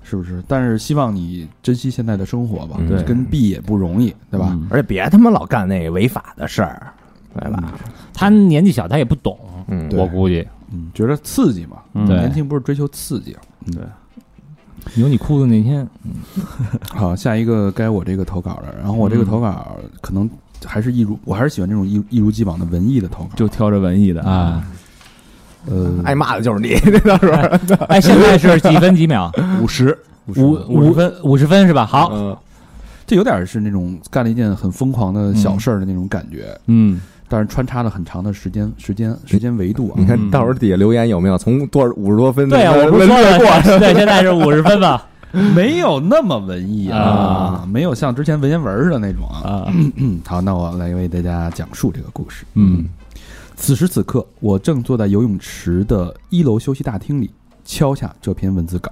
[SPEAKER 3] 是不是？但是希望你珍惜现在的生活吧，
[SPEAKER 2] 嗯
[SPEAKER 5] 对
[SPEAKER 3] 跟 B 也不容易，对吧？
[SPEAKER 5] 嗯？
[SPEAKER 2] 而且别他妈老干那违法的事儿，对吧？
[SPEAKER 4] 他年纪小，他也不懂，
[SPEAKER 2] 嗯，
[SPEAKER 3] 对
[SPEAKER 4] 我估 计
[SPEAKER 3] 嗯，觉得刺激嘛，
[SPEAKER 5] 嗯
[SPEAKER 4] 对
[SPEAKER 3] 年轻不是追求刺激啊。
[SPEAKER 4] 有你裤子那天，
[SPEAKER 3] 好，下一个该我这个投稿了。然后我这个
[SPEAKER 5] 嗯
[SPEAKER 3] 投稿可能还是一如，我还是喜欢这种一一如既往的文艺的投稿。
[SPEAKER 5] 就挑着文艺的
[SPEAKER 4] 啊，
[SPEAKER 3] 呃，
[SPEAKER 2] 挨骂的就是你， 这到时候
[SPEAKER 4] 哎，现在是几分几秒？
[SPEAKER 3] 呃
[SPEAKER 5] 五十，
[SPEAKER 4] 五五分嗯五十分是吧？好，
[SPEAKER 2] 好，
[SPEAKER 3] 这有点是那种干了一件很疯狂的小事儿的那种感觉，
[SPEAKER 5] 嗯，
[SPEAKER 3] 但是穿插了很长的时间、时间、时间维度啊
[SPEAKER 2] 你。看到时候底下留言有没有从多少五十多分
[SPEAKER 4] 对啊，
[SPEAKER 2] 那
[SPEAKER 4] 我
[SPEAKER 2] 个
[SPEAKER 4] 不是说
[SPEAKER 2] 略过
[SPEAKER 4] 了，对，现在是五十分吧？
[SPEAKER 3] 没有那么文艺嗯啊，没有像之前文言文似的那种啊。
[SPEAKER 4] 啊，
[SPEAKER 3] 嗯好，那我来为大家讲述这个故事。
[SPEAKER 5] 嗯
[SPEAKER 3] 此时此刻，我正坐在游泳池的一楼休息大厅里，敲下这篇文字稿。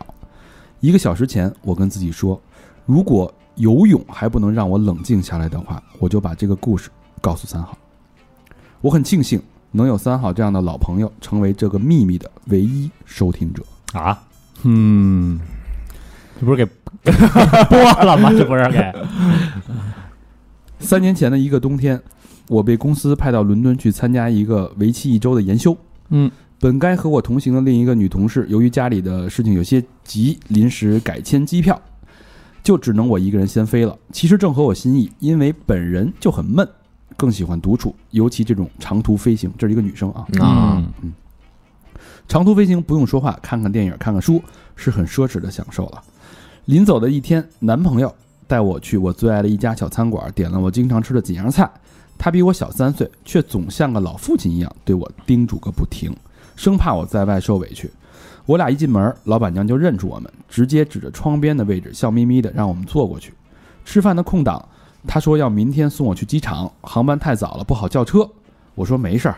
[SPEAKER 3] 一个小时前，我跟自己说，如果游泳还不能让我冷静下来的话，我就把这个故事告诉三好。我很庆幸能有三好这样的老朋友，成为这个秘密的唯一收听者。
[SPEAKER 4] 啊，
[SPEAKER 5] 嗯，
[SPEAKER 4] 这不是给 播了吗？这不是给
[SPEAKER 3] 三年前的一个冬天，我被公司派到伦敦去参加一个为期一周的研修。
[SPEAKER 5] 嗯，
[SPEAKER 3] 本该和我同行的另一个女同事，由于家里的事情有些急，临时改签机票，就只能我一个人先飞了。其实正合我心意，因为本人就很闷，更喜欢独处，尤其这种长途飞行。这是一个女生啊，
[SPEAKER 2] 啊，
[SPEAKER 5] 嗯
[SPEAKER 3] 长途飞行不用说话，看看电影、看看书是很奢侈的享受了。临走的一天，男朋友带我去我最爱的一家小餐馆，点了我经常吃的几样菜。他比我小三岁，却总像个老父亲一样对我叮嘱个不停，生怕我在外受委屈。我俩一进门，老板娘就认出我们，直接指着窗边的位置，笑眯眯的让我们坐过去。吃饭的空档，他说要明天送我去机场，航班太早了，不好叫车。我说没事儿，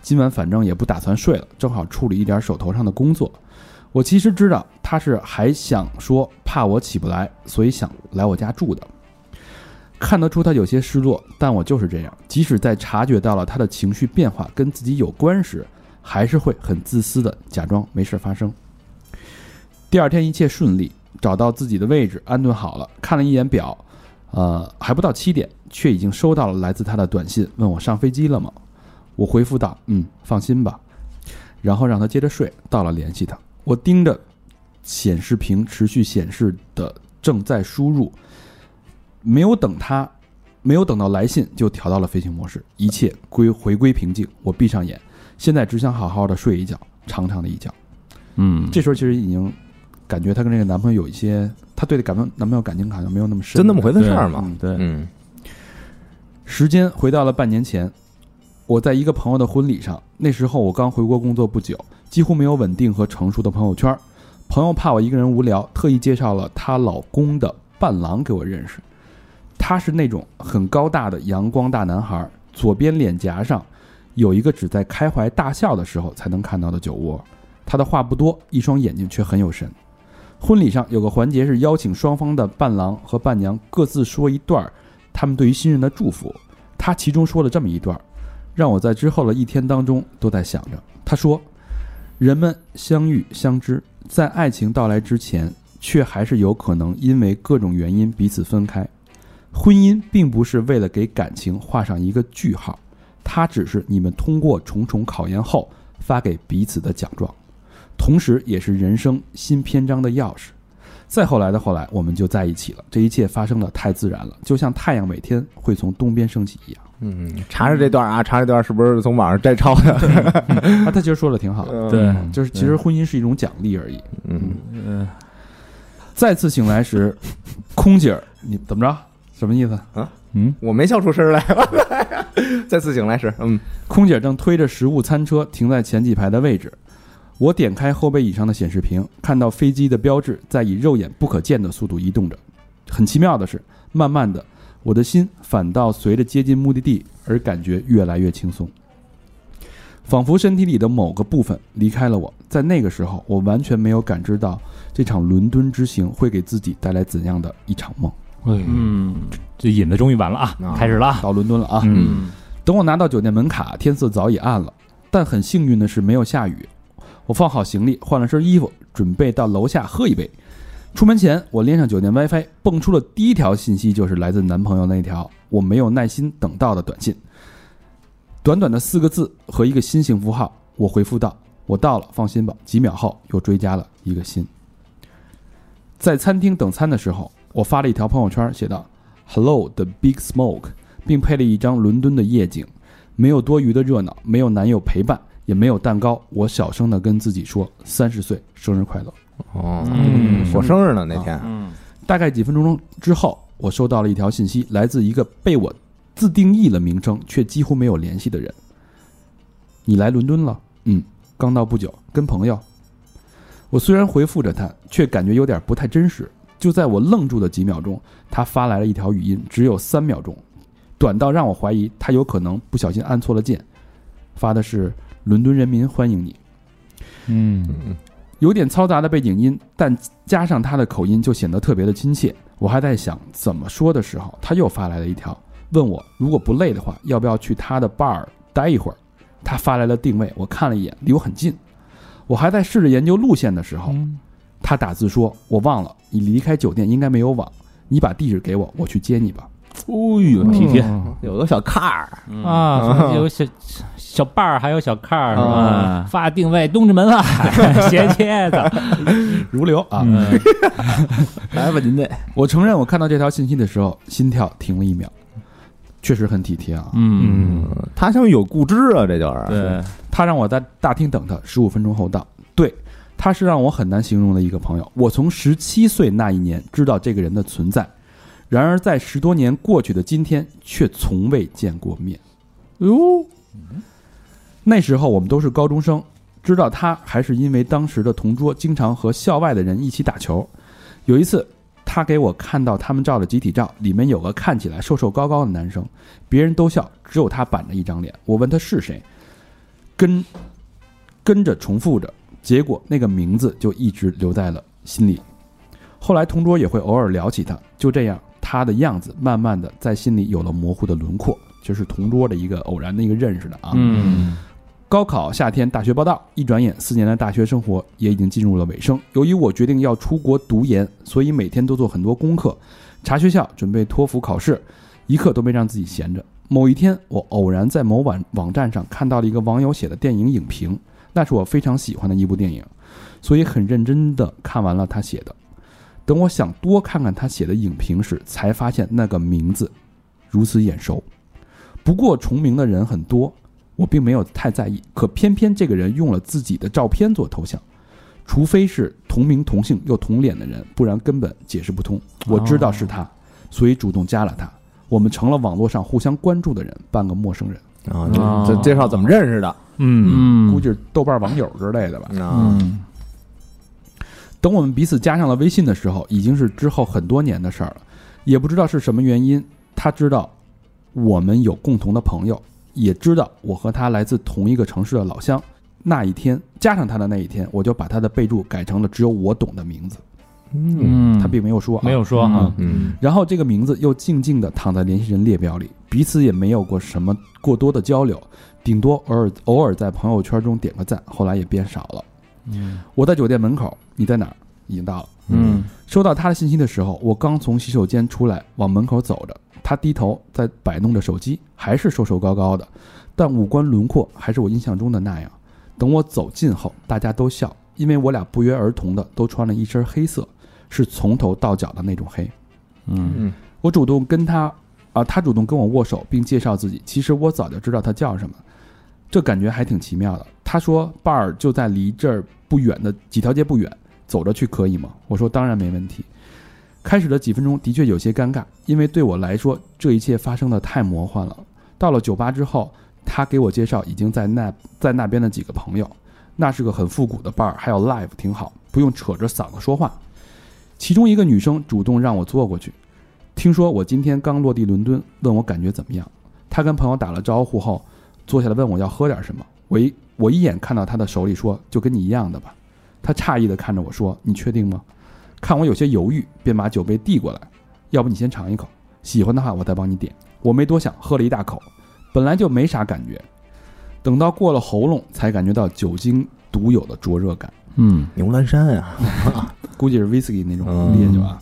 [SPEAKER 3] 今晚反正也不打算睡了，正好处理一点手头上的工作。我其实知道他是还想说怕我起不来，所以想来我家住的。看得出他有些失落，但我就是这样，即使在察觉到了他的情绪变化跟自己有关时，还是会很自私的假装没事发生。第二天一切顺利，找到自己的位置，安顿好了，看了一眼表，呃，还不到七点，却已经收到了来自他的短信，问我上飞机了吗？我回复道：“嗯，放心吧。”然后让他接着睡。到了联系他，我盯着显示屏持续显示的正在输入，没有等他，没有等到来信就调到了飞行模式，一切归回归平静。我闭上眼，现在只想好好的睡一觉，长长的一觉。
[SPEAKER 5] 嗯，
[SPEAKER 3] 这时候其实已经感觉她跟这个男朋友有一些，她对感男朋友感情好像没有那么深，
[SPEAKER 2] 真那么回事儿吗
[SPEAKER 3] 嗯？
[SPEAKER 5] 对，
[SPEAKER 2] 嗯
[SPEAKER 3] 时间回到了半年前，我在一个朋友的婚礼上。那时候我刚回国工作不久，几乎没有稳定和成熟的朋友圈。朋友怕我一个人无聊，特意介绍了她老公的伴郎给我认识。他是那种很高大的阳光大男孩，左边脸颊上有一个只在开怀大笑的时候才能看到的酒窝。他的话不多，一双眼睛却很有神。婚礼上有个环节是邀请双方的伴郎和伴娘各自说一段儿他们对于新人的祝福。他其中说了这么一段儿：让我在之后的一天当中都在想着。他说，人们相遇相知，在爱情到来之前，却还是有可能因为各种原因彼此分开。婚姻并不是为了给感情画上一个句号，它只是你们通过重重考验后发给彼此的奖状，同时也是人生新篇章的钥匙。再后来的后来，我们就在一起了。这一切发生的太自然了，就像太阳每天会从东边升起一样。
[SPEAKER 2] 嗯，查查这段啊，查查这段是不是从网上摘抄的？
[SPEAKER 3] 啊，他其实说的挺好的，
[SPEAKER 5] 对，
[SPEAKER 3] 就是其实婚姻是一种奖励而已。
[SPEAKER 2] 嗯，
[SPEAKER 5] 嗯，
[SPEAKER 3] 再次醒来时，空姐儿，你怎么着？什么意思？
[SPEAKER 2] 我没笑出声来， 再次醒来时，嗯，
[SPEAKER 3] 空姐正推着食物餐车停在前几排的位置。我点开后背椅上的显示屏，看到飞机的标志在以肉眼不可见的速度移动着。很奇妙的是，慢慢的，我的心反倒随着接近目的地而感觉越来越轻松，仿佛身体里的某个部分离开了我。在那个时候，我完全没有感知到这场伦敦之行会给自己带来怎样的一场梦。
[SPEAKER 4] 嗯，
[SPEAKER 5] 嗯，
[SPEAKER 4] 这引子终于完了啊，
[SPEAKER 2] 啊
[SPEAKER 4] 开始了啊，
[SPEAKER 3] 到伦敦了啊！
[SPEAKER 4] 嗯
[SPEAKER 3] 等我拿到酒店门卡，天色早已暗了，但很幸运的是没有下雨。我放好行李，换了身衣服，准备到楼下喝一杯。出门前，我连上酒店 WiFi，蹦出了第一条信息，就是来自男朋友那条我没有耐心等到的短信。短短的四个字和一个心形符号，我回复道：“我到了，放心吧。”几秒后，又追加了一个心。在餐厅等餐的时候，我发了一条朋友圈，写道：“Hello, the big smoke。”并配了一张伦敦的夜景，没有多余的热闹，没有男友陪伴，也没有蛋糕。我小声的跟自己说：“三十岁生日快乐。
[SPEAKER 2] 哦，
[SPEAKER 5] 嗯
[SPEAKER 2] 我生日呢那天，”
[SPEAKER 4] 嗯
[SPEAKER 3] 大概几分钟之后，我收到了一条信息，来自一个被我自定义了名称却几乎没有联系的人：“你来伦敦了？嗯，刚到不久，跟朋友。”我虽然回复着他，却感觉有点不太真实。就在我愣住的几秒钟，他发来了一条语音，只有三秒钟，短到让我怀疑他有可能不小心按错了键，发的是“伦敦人民欢迎你”。
[SPEAKER 4] 嗯
[SPEAKER 3] 有点嘈杂的背景音，但加上他的口音就显得特别的亲切。我还在想怎么说的时候，他又发来了一条，问我如果不累的话，要不要去他的 bar 待一会儿。他发来了定位，我看了一眼，离我很近。我还在试着研究路线的时候，他打字说：“我忘了，你离开酒店应该没有网，你把地址给我，我去接你吧。
[SPEAKER 5] 哦呦，体贴，
[SPEAKER 2] 有个小坎儿，
[SPEAKER 4] 啊，有小小伴儿，还有小看儿是吧
[SPEAKER 5] 啊？
[SPEAKER 4] 发定位东直门外， 斜切的，”
[SPEAKER 3] 如流啊！
[SPEAKER 4] 嗯
[SPEAKER 5] 来吧，您这，
[SPEAKER 3] 我承认，我看到这条信息的时候，心跳停了一秒，确实很体贴啊。
[SPEAKER 5] 嗯，
[SPEAKER 2] 嗯，他像有固执啊，这就是，
[SPEAKER 5] 对，
[SPEAKER 3] 他让我在大厅等他，十五分钟后到。对，他是让我很难形容的一个朋友。我从十七岁那一年知道这个人的存在，然而在十多年过去的今天，却从未见过面。
[SPEAKER 5] 哟，
[SPEAKER 3] 那时候我们都是高中生，知道他还是因为当时的同桌经常和校外的人一起打球。有一次，他给我看到他们照的集体照，里面有个看起来瘦瘦高高的男生，别人都笑，只有他板着一张脸。我问他是谁，跟跟着重复着，结果那个名字就一直留在了心里。后来同桌也会偶尔聊起他，就这样，他的样子慢慢的在心里有了模糊的轮廓，就是同桌的一个偶然的一个认识的啊。
[SPEAKER 5] 嗯，
[SPEAKER 3] 高考、夏天、大学报到，一转眼四年的大学生活也已经进入了尾声。由于我决定要出国读研，所以每天都做很多功课，查学校，准备托福考试，一刻都没让自己闲着。某一天，我偶然在某网网站上看到了一个网友写的电影影评，那是我非常喜欢的一部电影，所以很认真的看完了他写的。等我想多看看他写的影评时，才发现那个名字如此眼熟。不过重名的人很多，我并没有太在意，可偏偏这个人用了自己的照片做头像，除非是同名同姓又同脸的人，不然根本解释不通。我知道是他，所以主动加了他，我们成了网络上互相关注的人，半个陌生人，
[SPEAKER 2] 啊，
[SPEAKER 5] 哦
[SPEAKER 2] 这这介绍怎么认识的，
[SPEAKER 4] 嗯
[SPEAKER 5] 嗯，
[SPEAKER 3] 估计是豆瓣网友之类的吧。
[SPEAKER 2] 啊，
[SPEAKER 5] 嗯，
[SPEAKER 3] 等我们彼此加上了微信的时候，已经是之后很多年的事儿了，也不知道是什么原因，他知道我们有共同的朋友，也知道我和他来自同一个城市的老乡。那一天，加上他的那一天，我就把他的备注改成了只有我懂的名字。
[SPEAKER 2] 嗯
[SPEAKER 4] 嗯，
[SPEAKER 3] 他并没有说啊
[SPEAKER 4] 没。有说啊，
[SPEAKER 2] 嗯
[SPEAKER 3] 然后这个名字又静静的躺在联系人列表里，彼此也没有过什么过多的交流，顶多偶尔偶尔在朋友圈中点个赞，后来也变少了。
[SPEAKER 4] 嗯
[SPEAKER 3] 我在酒店门口，你在哪儿？已经到了。
[SPEAKER 4] 嗯
[SPEAKER 3] 收到他的信息的时候，我刚从洗手间出来，往门口走着。他低头在摆弄着手机，还是瘦瘦高高的，但五官轮廓还是我印象中的那样。等我走近后，大家都笑，因为我俩不约而同的都穿了一身黑色，是从头到脚的那种黑。
[SPEAKER 5] 嗯
[SPEAKER 2] 嗯
[SPEAKER 3] 我主动跟他，啊、他主动跟我握手，并介绍自己。其实我早就知道他叫什么，这感觉还挺奇妙的。他说 bar 就在离这儿不远的几条街不远，走着去可以吗？我说当然没问题。开始的几分钟的确有些尴尬，因为对我来说这一切发生的太魔幻了。到了酒吧之后，他给我介绍已经在那在那边的几个朋友，那是个很复古的 bar，还有 live 挺好，不用扯着嗓子说话。其中一个女生主动让我坐过去，听说我今天刚落地伦敦，问我感觉怎么样。他跟朋友打了招呼后，坐下来问我要喝点什么。我一我一眼看到他的手里说，就跟你一样的吧。他诧异的看着我说：“你确定吗？”看我有些犹豫，便把酒杯递过来，要不你先尝一口，喜欢的话我再帮你点。我没多想，喝了一大口，本来就没啥感觉，等到过了喉咙才感觉到酒精独有的灼热感。
[SPEAKER 5] 嗯
[SPEAKER 2] 牛栏山啊，
[SPEAKER 3] 估计是 whisky 那种烈酒啊。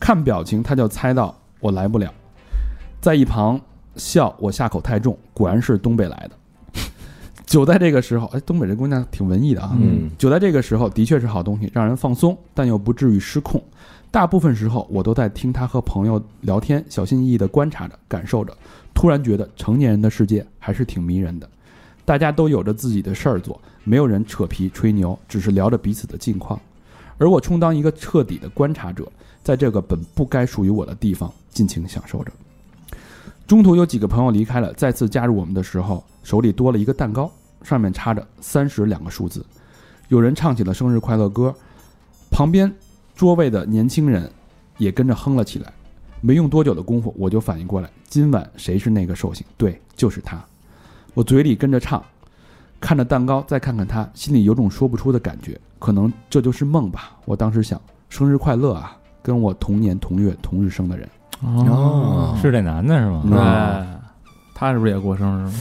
[SPEAKER 3] 看表情，他就猜到我来不了，在一旁笑我下口太重，果然是东北来的。 就在这个时候，哎，东北这姑娘挺文艺的啊。
[SPEAKER 2] 嗯
[SPEAKER 3] 就在这个时候，的确是好东西，让人放松，但又不至于失控。大部分时候，我都在听他和朋友聊天，小心翼翼地观察着、感受着。突然觉得成年人的世界还是挺迷人的，大家都有着自己的事儿做，没有人扯皮吹牛，只是聊着彼此的近况。而我充当一个彻底的观察者，在这个本不该属于我的地方尽情享受着。中途有几个朋友离开了，再次加入我们的时候，手里多了一个蛋糕，上面插着三十两个数字。有人唱起了生日快乐歌，旁边桌位的年轻人也跟着哼了起来。没用多久的功夫，我就反应过来，今晚谁是那个寿星？对，就是他。我嘴里跟着唱，看着蛋糕，再看看他，心里有种说不出的感觉。可能这就是梦吧。我当时想，生日快乐啊，跟我同年同月同日生的人。
[SPEAKER 2] 哦
[SPEAKER 4] 是这男的是
[SPEAKER 3] 嗯
[SPEAKER 4] 吗
[SPEAKER 5] 哎，他是不是也过生日？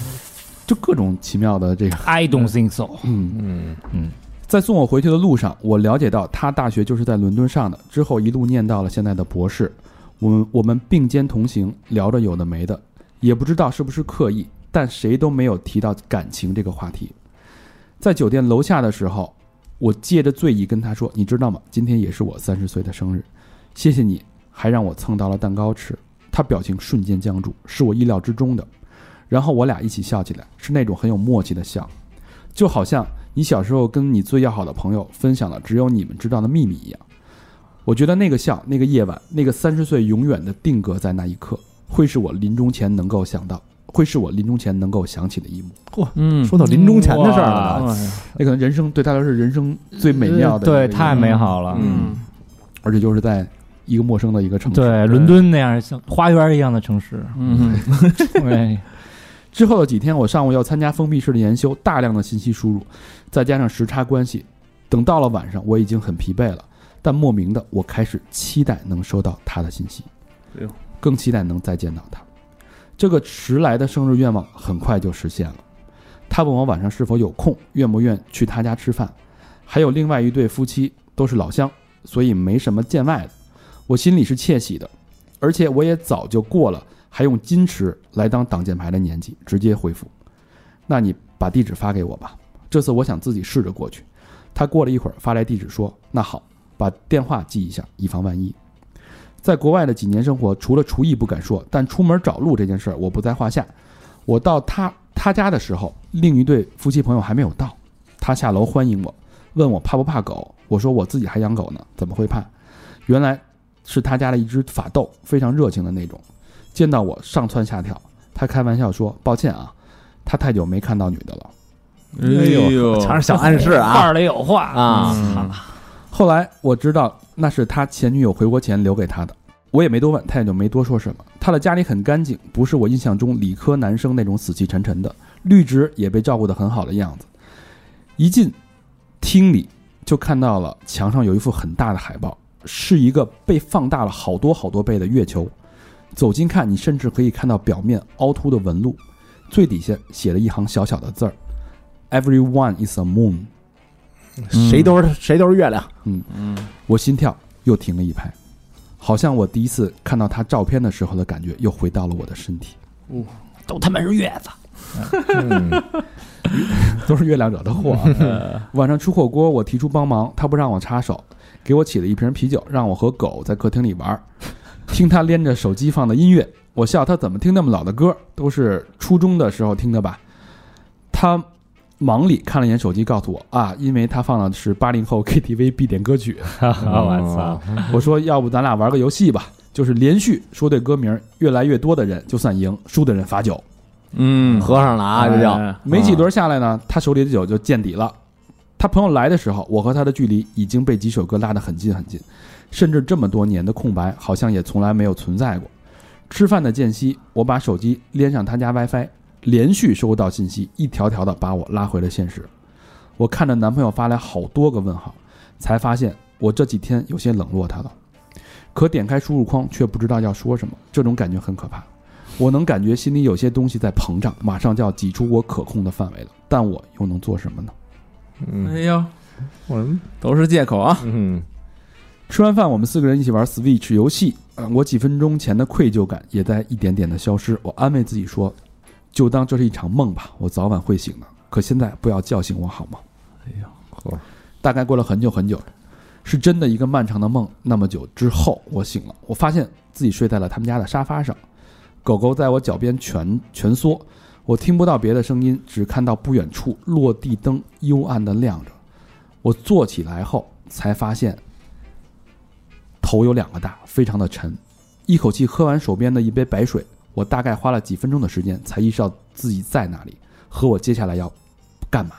[SPEAKER 3] 就各种奇妙的这个，
[SPEAKER 4] ？I don't think so。
[SPEAKER 3] 嗯，
[SPEAKER 2] 嗯
[SPEAKER 3] 在送我回去的路上，我了解到他大学就是在伦敦上的，之后一路念到了现在的博士。我们我们并肩同行，聊着有的没的，也不知道是不是刻意，但谁都没有提到感情这个话题。在酒店楼下的时候，我借着醉意跟他说：“你知道吗？今天也是我三十岁的生日，谢谢你，还让我蹭到了蛋糕吃。”他表情瞬间僵住，是我意料之中的。然后我俩一起笑起来，是那种很有默契的笑，就好像你小时候跟你最要好的朋友分享了只有你们知道的秘密一样。我觉得那个笑，那个夜晚，那个三十岁永远的定格在那一刻，会是我临终前能够想到，会是我临终前能够想起的一幕。
[SPEAKER 5] 嗯
[SPEAKER 2] 说到临终前的事儿了
[SPEAKER 4] 哇
[SPEAKER 2] 呢，
[SPEAKER 3] 那可能人生对他来说是人生最美妙的，
[SPEAKER 4] 对，太美，好了。
[SPEAKER 5] 嗯
[SPEAKER 3] 而且就是在一个陌生的一个城市。
[SPEAKER 4] 对，伦敦那样像花园一样的城 市，哎
[SPEAKER 5] 嗯，
[SPEAKER 4] 对，
[SPEAKER 3] 之后的几天，我上午要参加封闭式的研修，大量的信息输入，再加上时差关系，等到了晚上，我已经很疲惫了。但莫名的，我开始期待能收到他的信息
[SPEAKER 5] 哎呦，
[SPEAKER 3] 更期待能再见到他。这个迟来的生日愿望很快就实现了。他问我晚上是否有空，愿不愿去他家吃饭。还有另外一对夫妻都是老乡，所以没什么见外的。我心里是窃喜的，而且我也早就过了还用矜持来当挡箭牌的年纪，直接回复：“那你把地址发给我吧。”这次我想自己试着过去。他过了一会儿发来地址说：“那好，把电话记一下，以防万一。”在国外的几年生活，除了厨艺不敢说，但出门找路这件事儿我不在话下。我到他他家的时候，另一对夫妻朋友还没有到，他下楼欢迎我，问我怕不怕狗。我说我自己还养狗呢，怎么会怕？原来是他家的一只法斗，非常热情的那种。见到我上蹿下跳，他开玩笑说：“抱歉啊，他太久没看到女的了。”
[SPEAKER 5] 哎呦，
[SPEAKER 2] 全是小暗示啊
[SPEAKER 4] 话里有话
[SPEAKER 2] 啊！
[SPEAKER 3] 后来我知道那是他前女友回国前留给他的，我也没多问，他也就没多说什么。他的家里很干净，不是我印象中理科男生那种死气沉沉的，绿植也被照顾得很好的样子。一进厅里就看到了墙上有一幅很大的海报，是一个被放大了好多好多倍的月球。走近看，你甚至可以看到表面凹凸的纹路，最底下写了一行小小的字儿：“Everyone is a moon。
[SPEAKER 2] 嗯谁都
[SPEAKER 5] 嗯
[SPEAKER 2] 是谁都是月亮，”
[SPEAKER 3] 我心跳又停了一拍，好像我第一次看到他照片的时候的感觉又回到了我的身体。
[SPEAKER 4] 都他妈是月子，
[SPEAKER 2] 嗯
[SPEAKER 3] 都是月亮惹的祸啊、晚上吃火锅，我提出帮忙，他不让我插手，给我起了一瓶啤酒，让我和狗在客厅里玩儿，听他连着手机放的音乐。我笑他怎么听那么老的歌，都是初中的时候听的吧？他忙里看了一眼手机，告诉我啊，因为他放的是八零后 KTV 必点歌曲。
[SPEAKER 2] 哦
[SPEAKER 4] 我操！
[SPEAKER 3] 我说要不咱俩玩个游戏吧，就是连续说对歌名，越来越多的人就算赢，输的人罚酒。
[SPEAKER 5] 嗯，
[SPEAKER 2] 合上了啊，这叫
[SPEAKER 5] 哎
[SPEAKER 3] 没几轮下来呢，他手里的酒就见底了。他朋友来的时候，我和他的距离已经被几首歌拉得很近很近，甚至这么多年的空白，好像也从来没有存在过。吃饭的间隙，我把手机连上他家 WiFi，连续收到信息，一条条的把我拉回了现实。我看着男朋友发来好多个问号，才发现我这几天有些冷落他了。可点开输入框却不知道要说什么，这种感觉很可怕。我能感觉心里有些东西在膨胀，马上就要挤出我可控的范围了，但我又能做什么呢？
[SPEAKER 5] 哎
[SPEAKER 2] 嗯，
[SPEAKER 5] 呦，
[SPEAKER 2] 我什么
[SPEAKER 5] 都是借口啊！
[SPEAKER 2] 嗯
[SPEAKER 3] 吃完饭，我们四个人一起玩 Switch 游戏，呃我几分钟前的愧疚感也在一点点的消失。我安慰自己说，就当这是一场梦吧，我早晚会醒的。可现在不要叫醒我好吗？哎
[SPEAKER 2] 呵
[SPEAKER 3] 呀，大概过了很久很久，是真的一个漫长的梦。那么久之后，我醒了，我发现自己睡在了他们家的沙发上，狗狗在我脚边蜷蜷缩，我听不到别的声音，只看到不远处落地灯幽暗的亮着。我坐起来后，才发现头有两个大，非常的沉。一口气喝完手边的一杯白水，我大概花了几分钟的时间才意识到自己在哪里和我接下来要干嘛。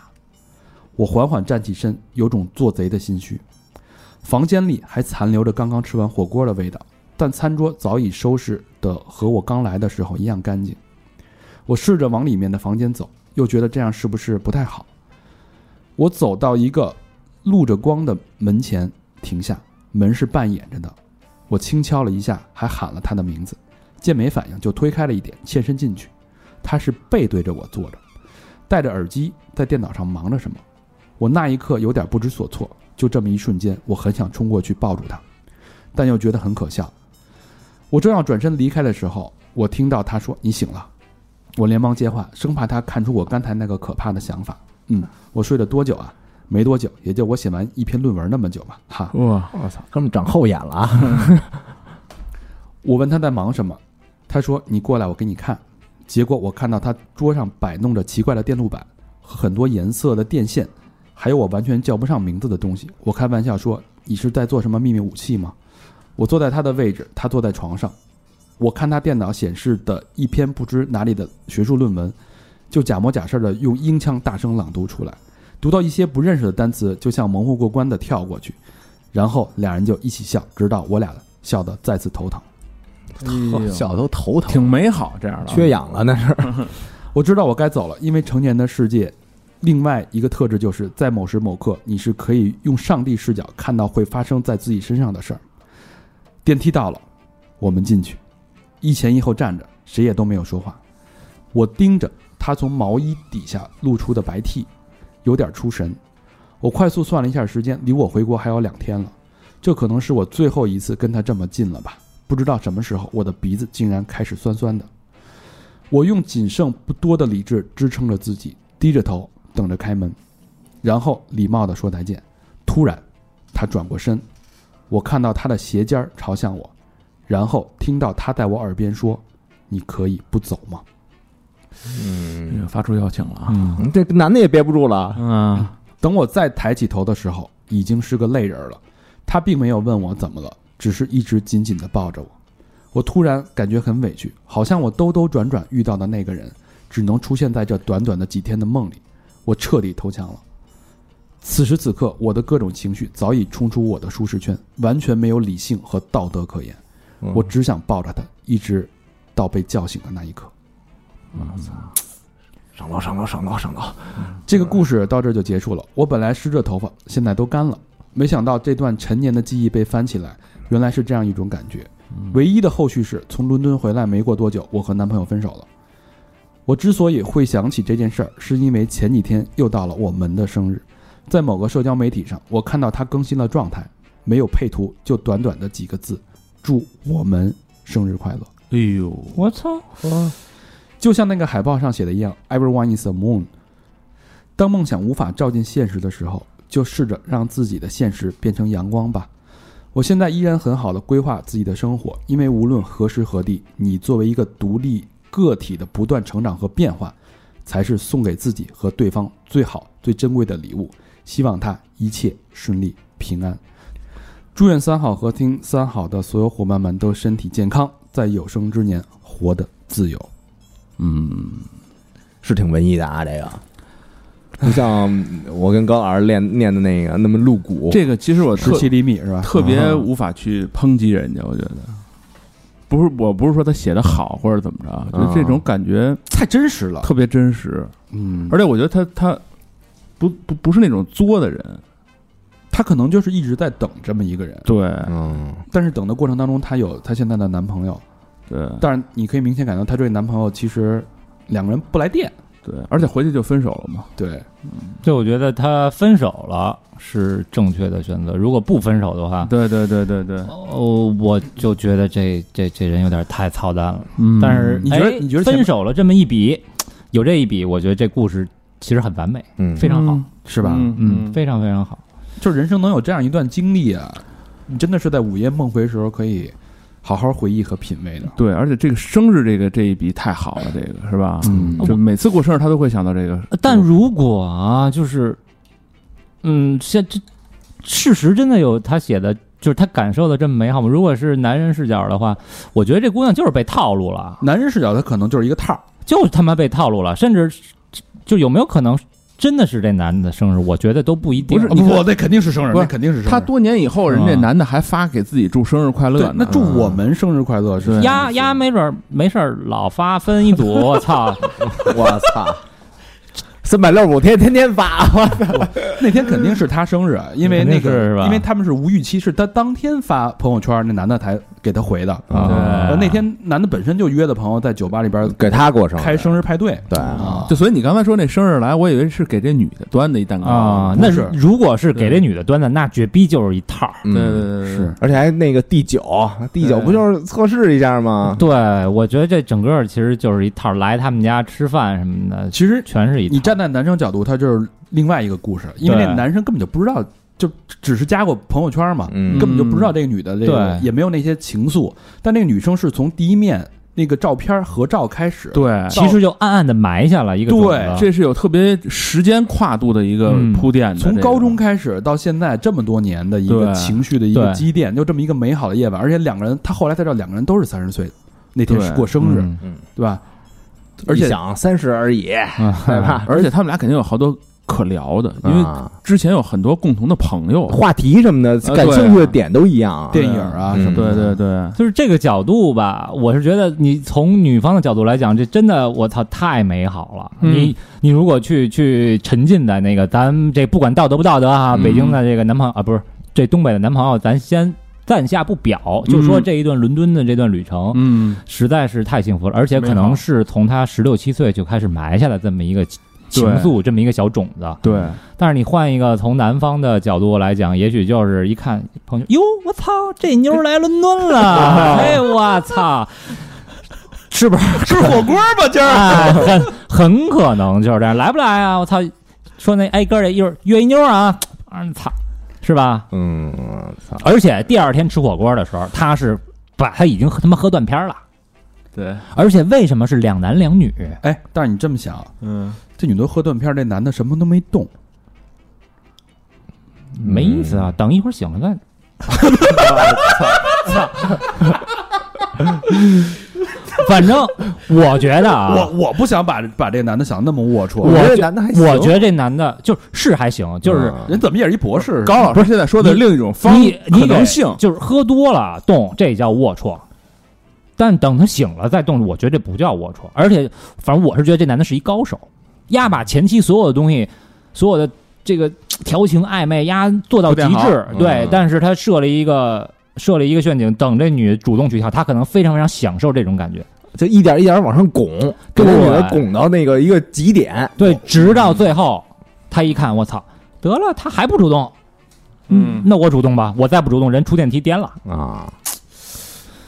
[SPEAKER 3] 我缓缓站起身，有种做贼的心虚。房间里还残留着刚刚吃完火锅的味道，但餐桌早已收拾的和我刚来的时候一样干净。我试着往里面的房间走，又觉得这样是不是不太好？我走到一个露着光的门前停下，门是半掩着的，我轻敲了一下，还喊了他的名字。见没反应，就推开了一点，欠身进去。他是背对着我坐着，戴着耳机，在电脑上忙着什么。我那一刻有点不知所措，就这么一瞬间，我很想冲过去抱住他，但又觉得很可笑。我正要转身离开的时候，我听到他说：“你醒了。”我连忙接话，生怕他看出我刚才那个可怕的想法。嗯，我睡了多久啊？没多久，也就我写完一篇论文那么久吧。哈，
[SPEAKER 5] 哇，
[SPEAKER 2] 我操，哥们长后眼了啊！
[SPEAKER 3] 我问他在忙什么，他说：“你过来，我给你看。”结果我看到他桌上摆弄着奇怪的电路板和很多颜色的电线，还有我完全叫不上名字的东西。我开玩笑说：“你是在做什么秘密武器吗？”我坐在他的位置，他坐在床上。我看他电脑显示的一篇不知哪里的学术论文，就假模假式的用英腔大声朗读出来，读到一些不认识的单词，就像蒙混过关的跳过去，然后俩人就一起笑，直到我俩笑得再次头疼。
[SPEAKER 2] 笑得都头疼，
[SPEAKER 5] 哎挺美好这样的，啊
[SPEAKER 2] 缺氧了那是。
[SPEAKER 3] 我知道我该走了，因为成年的世界，另外一个特质就是在某时某刻，你是可以用上帝视角看到会发生在自己身上的事儿。电梯到了，我们进去，一前一后站着，谁也都没有说话。我盯着他从毛衣底下露出的白 T，有点出神。我快速算了一下时间，离我回国还有两天了，这可能是我最后一次跟他这么近了吧。不知道什么时候，我的鼻子竟然开始酸酸的。我用仅剩不多的理智支撑着自己，低着头等着开门，然后礼貌地说再见。突然，他转过身，我看到他的鞋尖儿朝向我，然后听到他在我耳边说：“你可以不走吗
[SPEAKER 5] 哎呦发出邀请了啊！
[SPEAKER 4] 嗯，
[SPEAKER 2] 这男的也憋不住了，
[SPEAKER 5] 嗯，？”
[SPEAKER 3] 等我再抬起头的时候，已经是个泪人了。他并没有问我怎么了，只是一直紧紧地抱着我。我突然感觉很委屈，好像我兜兜转转遇到的那个人，只能出现在这短短的几天的梦里。我彻底投降了。此时此刻，我的各种情绪早已冲出我的舒适圈，完全没有理性和道德可言。
[SPEAKER 2] 嗯
[SPEAKER 3] 我只想抱着他，一直到被叫醒的那一刻。
[SPEAKER 2] 上楼上楼上楼上楼，
[SPEAKER 3] 这个故事到这儿就结束了。我本来湿着头发，现在都干了。没想到这段陈年的记忆被翻起来，原来是这样一种感觉。唯一的后续是从伦敦回来没过多久，我和男朋友分手了。我之所以会想起这件事儿，是因为前几天又到了我们的生日，在某个社交媒体上，我看到他更新了状态，没有配图，就短短的几个字：“祝我们生日快乐。”
[SPEAKER 5] 哎呦，
[SPEAKER 4] 我操！
[SPEAKER 3] 就像那个海报上写的一样，“Everyone is a moon”。当梦想无法照进现实的时候，就试着让自己的现实变成阳光吧。我现在依然很好的规划自己的生活，因为无论何时何地，你作为一个独立个体的不断成长和变化，才是送给自己和对方最好、最珍贵的礼物。希望他一切顺利、平安。祝愿三好和听三好的所有伙伴们都身体健康，在有生之年活得自由。
[SPEAKER 5] 嗯，
[SPEAKER 2] 是挺文艺的啊，这个 不像我跟高老师练念的那个那么露骨。
[SPEAKER 5] 这个其实我
[SPEAKER 3] 十
[SPEAKER 5] 特
[SPEAKER 3] 七厘米是吧？
[SPEAKER 5] 特别无法去抨击人家，我觉得。不是，我不是说他写的好或者怎么着，就这种感觉
[SPEAKER 3] 太真实了。
[SPEAKER 5] 特别真实，
[SPEAKER 3] 嗯，
[SPEAKER 5] 而且我觉得他他不不不是那种作的人，
[SPEAKER 3] 她可能就是一直在等这么一个人，
[SPEAKER 5] 对
[SPEAKER 2] 嗯，
[SPEAKER 3] 但是等的过程当中，她有她现在的男朋友，
[SPEAKER 5] 对
[SPEAKER 3] 但是你可以明显感到她对男朋友其实两个人不来电。
[SPEAKER 5] 对，而且回去就分手了嘛，
[SPEAKER 3] 对，
[SPEAKER 4] 就我觉得他分手了是正确的选择，如果不分手的话，
[SPEAKER 5] 对对对对对，
[SPEAKER 4] 哦，我就觉得这这这人有点太操蛋了。
[SPEAKER 5] 嗯
[SPEAKER 4] 但是
[SPEAKER 3] 你觉得
[SPEAKER 4] 哎
[SPEAKER 3] 你觉得前
[SPEAKER 4] 分手了这么一比，有这一比，我觉得这故事其实很完美，
[SPEAKER 2] 嗯
[SPEAKER 4] 非常好，
[SPEAKER 3] 是吧？
[SPEAKER 4] 嗯，非常非常好。
[SPEAKER 3] 就是人生能有这样一段经历啊，你真的是在午夜梦回时候可以好好回忆和品味的。
[SPEAKER 5] 对，而且这个生日这个这一笔太好了，这个是吧？
[SPEAKER 3] 嗯
[SPEAKER 5] 就每次过生日他都会想到这个，
[SPEAKER 4] 呃但如果啊，就是，嗯，现这事实真的有他写的，就是他感受的这么美好吗？如果是男人视角的话，我觉得这姑娘就是被套路了，
[SPEAKER 3] 男人视角，他可能就是一个套儿，
[SPEAKER 4] 就是他妈被套路了，甚至就有没有可能真的是这男的生日？我觉得都不一定。
[SPEAKER 5] 不是
[SPEAKER 3] 啊
[SPEAKER 5] 你看
[SPEAKER 3] 不，那肯定是生日，
[SPEAKER 5] 不是
[SPEAKER 3] 那肯定是生日。
[SPEAKER 5] 他多年以后，人这
[SPEAKER 4] 嗯
[SPEAKER 5] 男的还发给自己啊祝生日快乐
[SPEAKER 3] 对
[SPEAKER 5] 呢，，
[SPEAKER 3] 那祝我们生日快乐是
[SPEAKER 5] 对
[SPEAKER 4] 丫丫没准儿没事儿老发分一组，我 操！
[SPEAKER 2] 我操， 三百六十五天天天发，啊
[SPEAKER 3] 那天肯定是他生日，啊因为那
[SPEAKER 4] 嗯肯定是是
[SPEAKER 3] 个
[SPEAKER 4] 吧
[SPEAKER 3] 因为他们是无预期，是他当天发朋友圈，那男的才给他回的。
[SPEAKER 4] 对哎
[SPEAKER 3] 呃，那天男的本身就约的朋友在酒吧里边
[SPEAKER 2] 给他过生日
[SPEAKER 3] 开生日派
[SPEAKER 4] 嗯
[SPEAKER 3] 对
[SPEAKER 2] 对
[SPEAKER 3] 啊，
[SPEAKER 5] 就所以你刚才说那生日来，我以为是给这女的端的一蛋糕
[SPEAKER 4] 啊，
[SPEAKER 3] 嗯不
[SPEAKER 4] 那
[SPEAKER 3] 是
[SPEAKER 4] 如果是给这女的端的，那绝逼就是一套儿。
[SPEAKER 5] 对
[SPEAKER 2] 嗯
[SPEAKER 5] 对对对对
[SPEAKER 3] 是
[SPEAKER 2] 而且还那个第九，第九
[SPEAKER 5] 对
[SPEAKER 2] 不就是测试一下
[SPEAKER 3] 啊
[SPEAKER 2] 吗？
[SPEAKER 4] 对，我觉得这整个其实就是一套儿，来他们家吃饭什么的，
[SPEAKER 3] 其实
[SPEAKER 4] 全是一套儿。
[SPEAKER 3] 你站在男生角度，他就是另外一个故事，因为
[SPEAKER 4] 对
[SPEAKER 3] 那男生根本就不知道，就只是加过朋友圈嘛，
[SPEAKER 2] 嗯
[SPEAKER 3] 根本就不知道这个女的这个
[SPEAKER 4] 对
[SPEAKER 3] 也没有那些情愫，但那个女生是从第一面那个照片合照开始，
[SPEAKER 5] 对，
[SPEAKER 4] 其实就暗暗的埋下了一个
[SPEAKER 3] 对
[SPEAKER 4] 种子
[SPEAKER 5] 这是有特别时间跨度的一个
[SPEAKER 4] 嗯
[SPEAKER 5] 铺垫的，
[SPEAKER 3] 从
[SPEAKER 5] 这个啊
[SPEAKER 3] 高中开始到现在这么多年的一个
[SPEAKER 5] 对
[SPEAKER 3] 情绪的一个
[SPEAKER 4] 对
[SPEAKER 3] 积淀，就这么一个美好的夜晚，而且两个人，他后来才知道两个人都是三十岁，那天是
[SPEAKER 5] 对
[SPEAKER 3] 过生日，
[SPEAKER 4] 嗯
[SPEAKER 2] 嗯，
[SPEAKER 3] 对吧？
[SPEAKER 2] 而
[SPEAKER 3] 而且
[SPEAKER 2] 且想三十而已，
[SPEAKER 3] 哎
[SPEAKER 4] 嗯
[SPEAKER 2] 害怕
[SPEAKER 5] 而且他们俩肯定有好多可聊的，因为
[SPEAKER 2] 啊
[SPEAKER 5] 之前有很多共同的朋友。
[SPEAKER 2] 话题什么的，
[SPEAKER 5] 啊
[SPEAKER 2] 感兴趣
[SPEAKER 5] 对
[SPEAKER 2] 的
[SPEAKER 5] 啊
[SPEAKER 2] 点都一样啊。
[SPEAKER 3] 电影啊
[SPEAKER 2] 嗯
[SPEAKER 3] 什么
[SPEAKER 5] 对对对，
[SPEAKER 4] 就是这个角度吧，我是觉得你从女方的角度来讲，这真的我操太美好了。
[SPEAKER 5] 嗯
[SPEAKER 4] 你你如果去去沉浸在那个，咱这不管道德不道德啊，
[SPEAKER 2] 嗯
[SPEAKER 4] 北京的这个男朋友啊，不是这东北的男朋友，咱先暂下不表，就
[SPEAKER 3] 嗯
[SPEAKER 4] 说这一段伦敦的这段旅程。
[SPEAKER 5] 嗯，
[SPEAKER 4] 实在是太幸福了，而且可
[SPEAKER 5] 美好
[SPEAKER 4] 能是从他十六七岁就开始埋下了这么一个情情愫，这么一个小种子。
[SPEAKER 5] 对，
[SPEAKER 4] 但是你换一个从男方的角度来讲，也许就是一看朋友，哟，我操，这妞儿来伦敦 了，哎，我操，是不是
[SPEAKER 3] 吃火锅吧，今儿
[SPEAKER 4] 哎，很很可能就是这样，来不来啊？我操，说那哎哥儿，一会儿约一妞儿啊，啊，操，是吧？
[SPEAKER 2] 嗯，我操，
[SPEAKER 4] 而且第二天吃火锅的时候，他是把他已经他妈喝断片儿了，
[SPEAKER 5] 对，
[SPEAKER 4] 而且为什么是两男两女？
[SPEAKER 3] 哎，但是你这么想，
[SPEAKER 5] 嗯，
[SPEAKER 3] 这女的喝断片儿，这男的什么都没动，
[SPEAKER 4] 没意思啊！等一会儿醒了再。操！反正我觉得 啊，
[SPEAKER 3] 我我不想把把这个男的想得那么龌龊，
[SPEAKER 4] 我
[SPEAKER 2] 觉得
[SPEAKER 4] 觉
[SPEAKER 2] 男的还行，
[SPEAKER 4] 我觉得这男的就是是还行，就是
[SPEAKER 2] 嗯
[SPEAKER 3] 人怎么也是一博士，
[SPEAKER 5] 高老师现在说的
[SPEAKER 4] 你
[SPEAKER 5] 另一种方
[SPEAKER 4] 你你
[SPEAKER 5] 可能
[SPEAKER 4] 给
[SPEAKER 5] 性，
[SPEAKER 4] 就是喝多了动，这叫龌龊。但等他醒了再动，我觉得这不叫龌龊。而且，反正我是觉得这男的是一高手，压把前期所有的东西，所有的这个调情暧昧压做到极
[SPEAKER 5] 不太
[SPEAKER 4] 致
[SPEAKER 5] 好，
[SPEAKER 4] 对
[SPEAKER 5] 嗯，
[SPEAKER 4] 但是他设了一个设了一个陷阱，等这女主动去跳，他可能非常非常享受这种感觉，
[SPEAKER 2] 就一点一点往上拱，给这女的
[SPEAKER 4] 对
[SPEAKER 2] 拱到那个一个极点，
[SPEAKER 4] 对，
[SPEAKER 5] 哦
[SPEAKER 4] 直到最后他一看，我操，得了，他还不主动，
[SPEAKER 5] 嗯
[SPEAKER 4] 那我主动吧，我再不主动，人出电梯颠了。
[SPEAKER 2] 啊，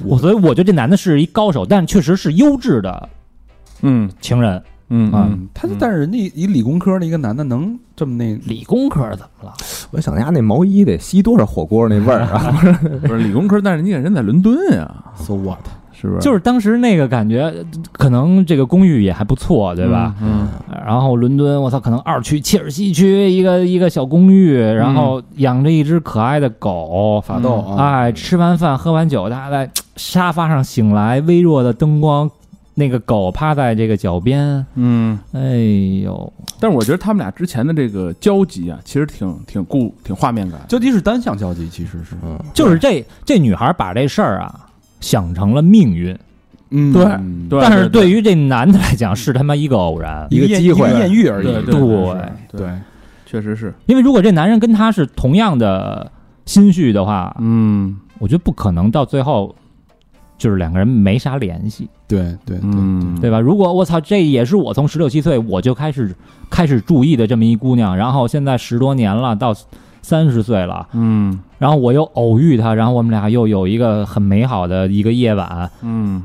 [SPEAKER 4] 我所以我觉得这男的是一高手，但确实是优质的
[SPEAKER 5] 嗯
[SPEAKER 4] 情人。
[SPEAKER 5] 嗯嗯，
[SPEAKER 3] 他
[SPEAKER 5] 嗯
[SPEAKER 3] 但是人家一理工科的一个男的能这么那
[SPEAKER 4] 理工科怎么了？
[SPEAKER 2] 我想家那毛衣得吸多少火锅那味儿啊！
[SPEAKER 5] 不是理工科，但是你也人在伦敦呀，
[SPEAKER 3] so what？
[SPEAKER 5] 是不是？
[SPEAKER 4] 就是是当时那个感觉，可能这个公寓也还不错，对吧？？
[SPEAKER 5] 嗯，
[SPEAKER 4] 然后伦敦，我操，可能二区切尔西区一个一个小公寓，然后养着一只可爱的
[SPEAKER 3] 嗯
[SPEAKER 4] 狗，
[SPEAKER 3] 法斗啊，
[SPEAKER 4] 哎，吃完饭喝完酒，他在沙发上醒来，微弱的灯光，那个狗趴在这个脚边，
[SPEAKER 5] 嗯，
[SPEAKER 4] 哎呦，
[SPEAKER 5] 但是我觉得他们俩之前的这个交集啊，其实挺挺固，挺画面感。
[SPEAKER 3] 交集是单向交集，其实是，
[SPEAKER 4] 就是这这女孩把这事儿啊想成了命运，
[SPEAKER 3] 嗯
[SPEAKER 5] 对
[SPEAKER 3] 对，
[SPEAKER 5] 对
[SPEAKER 4] 但是对于这男的来讲，是他妈一个偶然。
[SPEAKER 2] 一个
[SPEAKER 3] 艳
[SPEAKER 2] 机会
[SPEAKER 3] 一个艳遇而已，
[SPEAKER 5] 对
[SPEAKER 4] 对啊
[SPEAKER 5] 对
[SPEAKER 3] 对，
[SPEAKER 5] 确实是，
[SPEAKER 4] 因为如果这男人跟她是同样的心绪的话，
[SPEAKER 5] 嗯
[SPEAKER 4] 我觉得不可能到最后就是两个人没啥联系，
[SPEAKER 3] 对对对，
[SPEAKER 5] 嗯，
[SPEAKER 4] 对吧？如果我操，这也是我从十六七岁我就开始开始注意的这么一姑娘，然后现在十多年了，到三十岁了，
[SPEAKER 5] 嗯
[SPEAKER 4] 然后我又偶遇她，然后我们俩又有一个很美好的一个夜晚，
[SPEAKER 5] 嗯，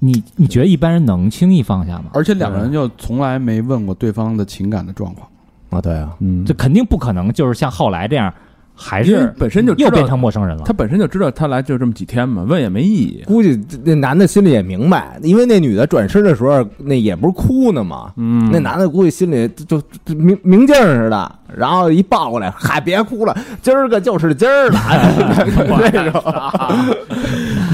[SPEAKER 4] 你你觉得一般人能轻易放下吗？
[SPEAKER 3] 而且两个人就从来没问过对方的情感的状况，
[SPEAKER 2] 啊，对啊，
[SPEAKER 5] 嗯
[SPEAKER 4] 这肯定不可能，就是像后来这样，还
[SPEAKER 5] 因为
[SPEAKER 4] 是
[SPEAKER 5] 本身嗯就知
[SPEAKER 4] 又变
[SPEAKER 5] 道
[SPEAKER 4] 成陌生人了
[SPEAKER 5] 他。本身就知道他来就这么几天嘛，问也没意义。
[SPEAKER 2] 估计这那男的心里也明白，因为那女的转身的时候，那也不是哭呢嘛。
[SPEAKER 5] 嗯
[SPEAKER 2] 那男的估计心里就就就明明镜儿似的，然后一抱过来，嗨，别哭了，今儿个就是今儿了，这种，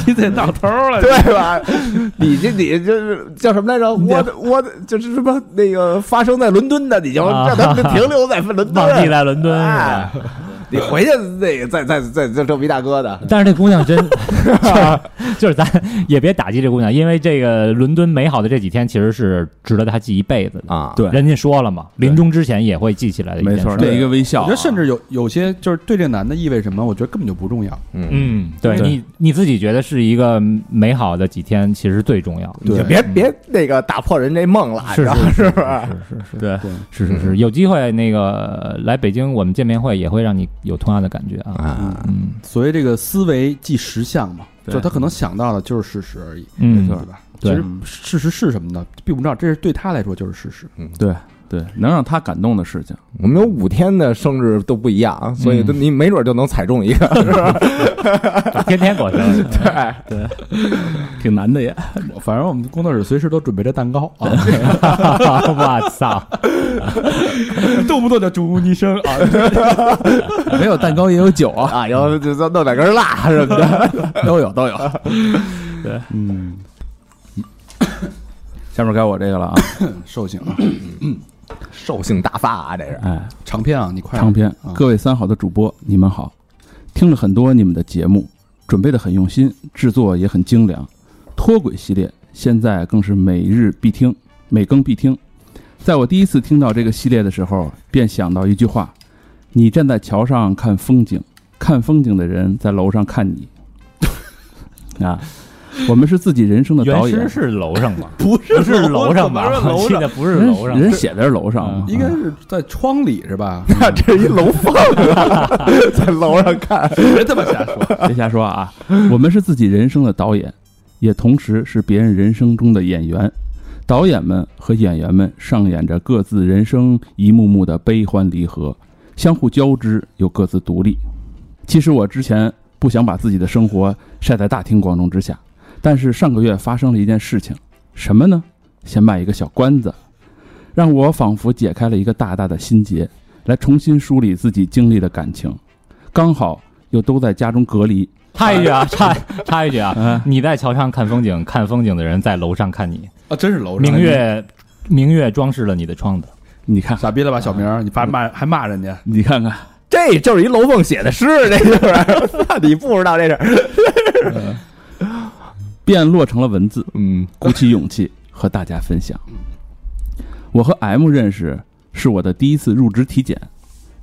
[SPEAKER 3] 你得到头了，
[SPEAKER 2] 对吧？ 你这你这是叫什么来着？我的我的就是什么那个发生在伦敦的，你就
[SPEAKER 4] 啊
[SPEAKER 2] 让他们停留在伦敦，
[SPEAKER 4] 忘记在伦敦是吧
[SPEAKER 2] 哎你回去那个再再再再这逼大哥的，
[SPEAKER 4] 但是这姑娘真，就是就是咱也别打击这姑娘，因为这个伦敦美好的这几天其实是值得她记一辈子的。
[SPEAKER 2] 啊，
[SPEAKER 5] 对
[SPEAKER 4] 人家说了嘛，临终之前也会记起来的一件
[SPEAKER 5] 没
[SPEAKER 4] 事。
[SPEAKER 5] 错，那一个微笑
[SPEAKER 3] 我
[SPEAKER 5] 啊，
[SPEAKER 3] 觉得甚至有有些就是对这个男的意味什么，我觉得根本就不重要，
[SPEAKER 2] 嗯，
[SPEAKER 4] 嗯，对
[SPEAKER 5] 对
[SPEAKER 4] 你你自己觉得是一个美好的几天，其实最重要。
[SPEAKER 2] 你就别别那个打破人这梦了，
[SPEAKER 4] 是啊
[SPEAKER 2] 然后
[SPEAKER 4] 是
[SPEAKER 2] 是不是？
[SPEAKER 4] 是是
[SPEAKER 5] 对，
[SPEAKER 3] 对，
[SPEAKER 4] 是是是，有机会那个来北京，我们见面会也会让你有同样的感觉啊。
[SPEAKER 2] 啊，
[SPEAKER 4] 嗯
[SPEAKER 3] 所以这个思维即实相嘛，
[SPEAKER 5] 对
[SPEAKER 3] 就他可能想到的就是事实而已，
[SPEAKER 4] 嗯，
[SPEAKER 3] 对吧？其
[SPEAKER 4] 对
[SPEAKER 3] 实事实是什么呢？并不知道，这是对他来说就是事实。
[SPEAKER 5] 对，能让他感动的事情，
[SPEAKER 2] 我们有五天的生日都不一样，所以都你没准就能踩中一个。
[SPEAKER 4] 天天过生 日。
[SPEAKER 5] 挺难的也。
[SPEAKER 3] 反正我们工作室随时都准备着蛋糕啊，
[SPEAKER 4] 我操！
[SPEAKER 3] 动不动就祝你生啊，
[SPEAKER 5] 没有蛋糕也有酒 啊，
[SPEAKER 2] 啊，然后就再弄点根辣什么的。
[SPEAKER 5] 都有都有。
[SPEAKER 3] 嗯，
[SPEAKER 5] 下面该我这个了啊，
[SPEAKER 3] 寿星啊，
[SPEAKER 2] 兽性大发啊，这是
[SPEAKER 5] 哎，
[SPEAKER 3] 长篇啊，你快
[SPEAKER 5] 长篇
[SPEAKER 3] 啊，
[SPEAKER 5] 各位三好的主播，你们好，听了很多你们的节目，准备的很用心，制作也很精良，脱轨系列现在更是每日必听，每更必听。在我第一次听到这个系列的时候，便想到一句话：你站在桥上看风景，看风景的人在楼上看你。 啊，我们是自己人生的导
[SPEAKER 4] 原
[SPEAKER 5] 演
[SPEAKER 4] 诗，是楼上吗？不是，是楼上吧？我记得不是
[SPEAKER 5] 人
[SPEAKER 4] 楼上，嗯
[SPEAKER 5] 人写的是楼上嘛，
[SPEAKER 3] 应该是在窗里是吧？
[SPEAKER 2] 这是一楼缝啊， 在楼上看。
[SPEAKER 3] 别这么瞎说，
[SPEAKER 5] 别瞎说啊！我们是自己人生的导演，也同时是别人人生中的演员。导演们和演员们上演着各自人生一幕幕的悲欢离合，相互交织又各自独立。其实我之前不想把自己的生活晒在大庭广众之下，但是上个月发生了一件事情，什么呢？先卖一个小关子，让我仿佛解开了一个大大的心结，来重新梳理自己经历的感情。刚好又都在家中隔离，
[SPEAKER 4] 插一句啊，插插一句啊，
[SPEAKER 5] 嗯
[SPEAKER 4] 你在桥上看风景，看风景的人在楼上看你。
[SPEAKER 3] 啊，真是楼上
[SPEAKER 4] 明，月，明月装饰了你的窗子。
[SPEAKER 5] 你看，
[SPEAKER 3] 傻逼了吧，小明儿，你还骂还骂人家，
[SPEAKER 5] 你看看，
[SPEAKER 2] 这就是一楼凤写的诗，这就是。那你不知道这是？
[SPEAKER 5] 便落成了文字，
[SPEAKER 2] 嗯
[SPEAKER 5] 鼓起勇气和大家分享。我和 M 认识是我的第一次入职体检，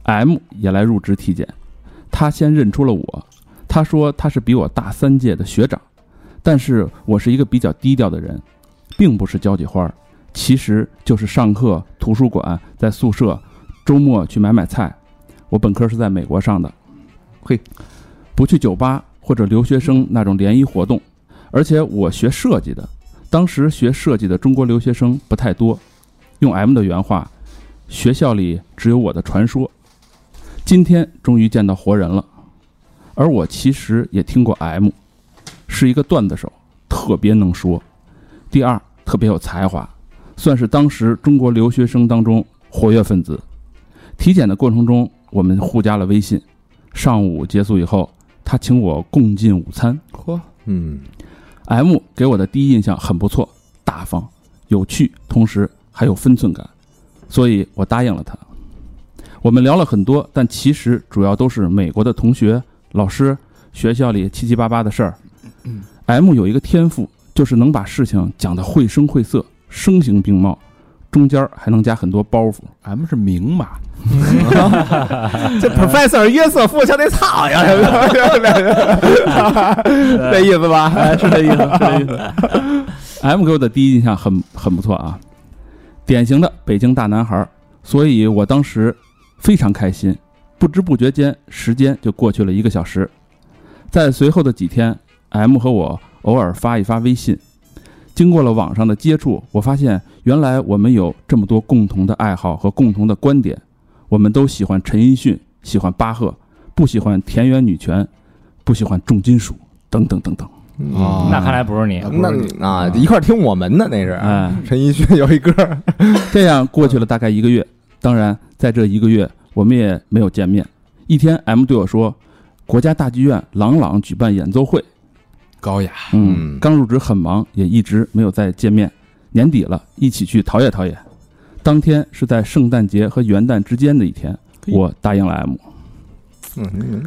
[SPEAKER 5] M 也来入职体检，他先认出了我，他说他是比我大三届的学长，但是我是一个比较低调的人，并不是交际花儿，其实就是上课、图书馆、在宿舍、周末去买买菜。我本科是在美国上的，
[SPEAKER 2] 嘿，
[SPEAKER 5] 不去酒吧或者留学生那种联谊活动，而且我学设计的，当时学设计的中国留学生不太多，用 M 的原话，学校里只有我的传说。今天终于见到活人了，而我其实也听过 M，是一个段子手，特别能说。第二，特别有才华，算是当时中国留学生当中活跃分子。体检的过程中，我们互加了微信。上午结束以后，他请我共进午餐。
[SPEAKER 3] 嚯，
[SPEAKER 2] 嗯，
[SPEAKER 5] M 给我的第一印象很不错，大方、有趣，同时还有分寸感，所以我答应了他。我们聊了很多，但其实主要都是美国的同学、老师、学校里七七八八的事儿。M 有一个天赋，就是能把事情讲得绘声绘色、声形并茂，中间还能加很多包袱。
[SPEAKER 3] M 是明码，
[SPEAKER 2] 这 Professor 约瑟夫像那草一样，这意思吧？
[SPEAKER 5] 是这意 思，是这意思。M 给我的第一印象很很不错啊，典型的北京大男孩儿，所以我当时非常开心。不知不觉间，时间就过去了一个小时。在随后的几天，M 和我偶尔发一发微信。经过了网上的接触，我发现原来我们有这么多共同的爱好和共同的观点。我们都喜欢陈奕迅，喜欢巴赫，不喜欢田园女权，不喜欢重金属，等等等等。
[SPEAKER 2] 哦
[SPEAKER 4] 那看来不是你，
[SPEAKER 2] 那你啊，一块儿听我们的那是。
[SPEAKER 5] 哎，
[SPEAKER 2] 陈奕迅有一歌，
[SPEAKER 5] 这样过去了大概一个月，当然在这一个月我们也没有见面。一天，M 对我说，国家大剧院朗朗举办演奏会，
[SPEAKER 3] 高雅，
[SPEAKER 5] 嗯，
[SPEAKER 2] 嗯
[SPEAKER 5] 刚入职很忙，也一直没有再见面。年底了，一起去陶冶陶冶。当天是在圣诞节和元旦之间的一天，
[SPEAKER 3] 嘿
[SPEAKER 5] 我答应了 M。
[SPEAKER 2] 嗯，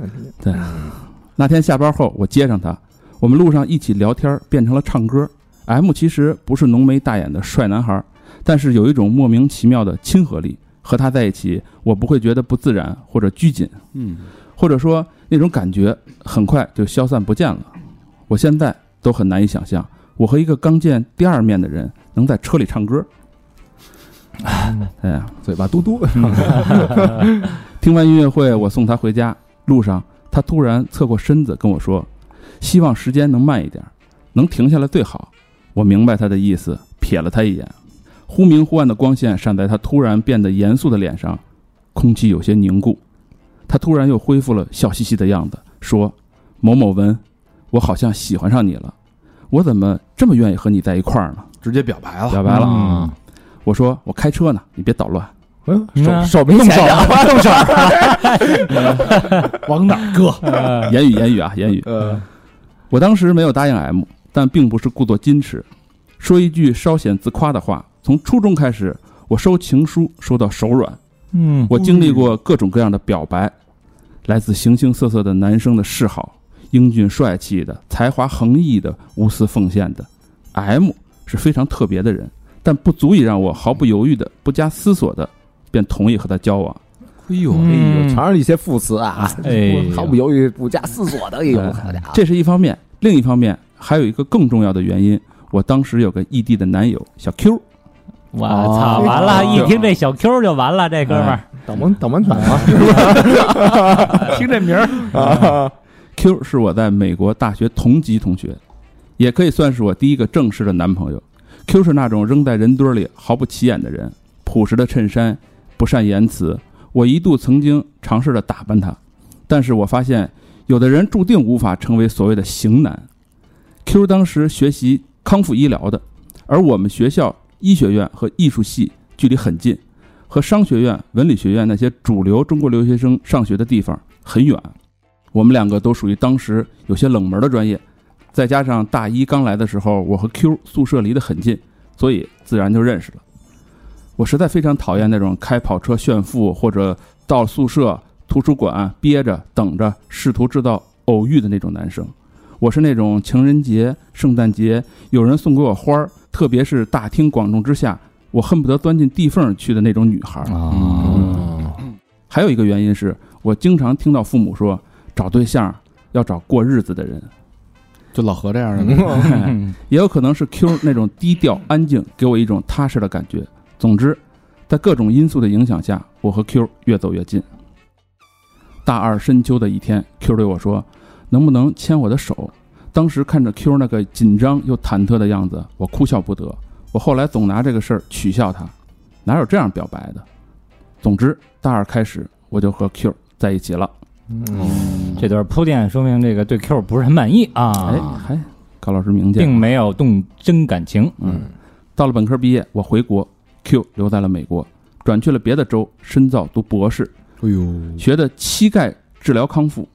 [SPEAKER 5] 那天下班后，我接上他，我们路上一起聊天，变成了唱歌。M 其实不是浓眉大眼的帅男孩，但是有一种莫名其妙的亲和力。和他在一起，我不会觉得不自然或者拘谨，
[SPEAKER 3] 嗯，
[SPEAKER 5] 或者说那种感觉很快就消散不见了。我现在都很难以想象，我和一个刚见第二面的人能在车里唱歌。哎呀，
[SPEAKER 2] 嗯嘴巴嘟嘟，
[SPEAKER 5] 听完音乐会，我送她回家。路上，她突然侧过身子跟我说：“希望时间能慢一点，能停下来最好。”我明白她的意思，瞥了她一眼。忽明忽暗的光线闪在她突然变得严肃的脸上，空气有些凝固。她突然又恢复了笑嘻嘻的样子，说：“某某文，我好像喜欢上你了。我怎么这么愿意和你在一块儿呢
[SPEAKER 3] 直接表白？”了，
[SPEAKER 5] 表白了。
[SPEAKER 4] 嗯
[SPEAKER 5] 我说：“我开车呢，你别捣乱。”
[SPEAKER 2] 手手没闲着，嗯动手，
[SPEAKER 3] 往哪儿搁？
[SPEAKER 5] 言语言语啊，言语。
[SPEAKER 2] 呃
[SPEAKER 5] 我当时没有答应 M，但并不是故作矜持，说一句稍显自夸的话。从初中开始，我收情书收到手软，
[SPEAKER 1] 嗯，
[SPEAKER 5] 我哎经历过各种各样的表白，来自形形色色的男生的示好，英俊帅气的，才华横溢的，无私奉献的。M 是非常特别的人，但不足以让我毫不犹豫的、不加思索的便同意和他交往。
[SPEAKER 3] 哎呦，
[SPEAKER 2] 哎
[SPEAKER 4] 嗯
[SPEAKER 2] 呦，全是一些副词啊，
[SPEAKER 4] 哎
[SPEAKER 2] 毫不犹豫、不加思索的，哎呦，好家伙，
[SPEAKER 5] 这是一方面，另一方面还有一个更重要的原因，我当时有个异地的男友小 Q，
[SPEAKER 4] 我操，完了！一听这小 Q 就完了，这哥们儿，
[SPEAKER 2] 导盲导盲犬嘛，
[SPEAKER 4] 听这名儿，
[SPEAKER 5] Q 是我在美国大学同级同学，也可以算是我第一个正式的男朋友。Q 是那种扔在人堆里毫不起眼的人，朴实的衬衫，不善言辞。我一度曾经尝试着打扮他，但是我发现有的人注定无法成为所谓的型男。Q 当时学习康复医疗的，而我们学校医学院和艺术系距离很近，和商学院、文理学院那些主流中国留学生上学的地方很远。我们两个都属于当时有些冷门的专业，再加上大一刚来的时候，我和 Q 宿舍离得很近，所以自然就认识了。我实在非常讨厌那种开跑车炫富，或者到宿舍、图书馆憋着等着，试图制造偶遇的那种男生。我是那种情人节、圣诞节有人送给我花儿，特别是大庭广众之下，我恨不得钻进地缝儿去的那种女孩儿。
[SPEAKER 4] 啊，
[SPEAKER 5] 还有一个原因是我经常听到父母说，找对象要找过日子的人，
[SPEAKER 3] 就老何这样的吗，
[SPEAKER 5] 嗯 也有可能是 Q 那种低调安静，给我一种踏实的感觉。总之，在各种因素的影响下，我和 Q 越走越近。大二深秋的一天，Q 对我说：“能不能牵我的手？”当时看着 Q 那个紧张又忐忑的样子，我哭笑不得。我后来总拿这个事儿取笑他，哪有这样表白的？总之，大二开始我就和 Q 在一起了。
[SPEAKER 4] 这段铺垫说明这个对 Q 不是很满意
[SPEAKER 5] 哎
[SPEAKER 4] 啊，，
[SPEAKER 5] 还、高老师明鉴，
[SPEAKER 4] 并没有动真感情。
[SPEAKER 5] 嗯，到了本科毕业，我回国，Q 留在了美国，转去了别的州深造读博士，
[SPEAKER 3] 哎 呦，
[SPEAKER 5] 学的膝盖治疗康复。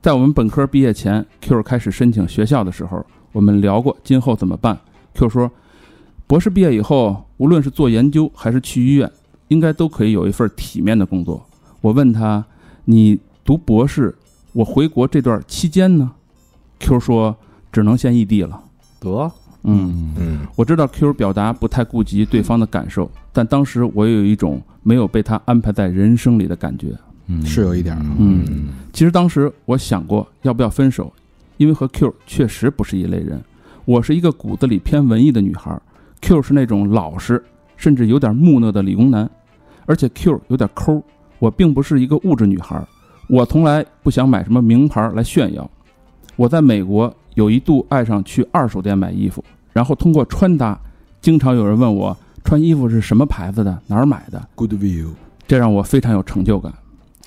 [SPEAKER 5] 在我们本科毕业前，Q 开始申请学校的时候，我们聊过今后怎么办。Q 说，博士毕业以后，无论是做研究还是去医院，应该都可以有一份体面的工作。我问他，你读博士，我回国这段期间呢？Q 说，只能先异地了。
[SPEAKER 2] 得，
[SPEAKER 5] 嗯。
[SPEAKER 2] 嗯
[SPEAKER 5] 我知道 Q 表达不太顾及对方的感受，但当时我也有一种没有被他安排在人生里的感觉。
[SPEAKER 4] 嗯
[SPEAKER 3] 是有一点儿啊，
[SPEAKER 5] 嗯，其实当时我想过要不要分手，因为和 Q 确实不是一类人。我是一个骨子里偏文艺的女孩，Q 是那种老实甚至有点木讷的理工男，而且 Q 有点抠。我并不是一个物质女孩，我从来不想买什么名牌来炫耀。我在美国有一度爱上去二手店买衣服，然后通过穿搭，经常有人问我穿衣服是什么牌子的，哪儿买的，
[SPEAKER 3] ，Good View，
[SPEAKER 5] 这让我非常有成就感。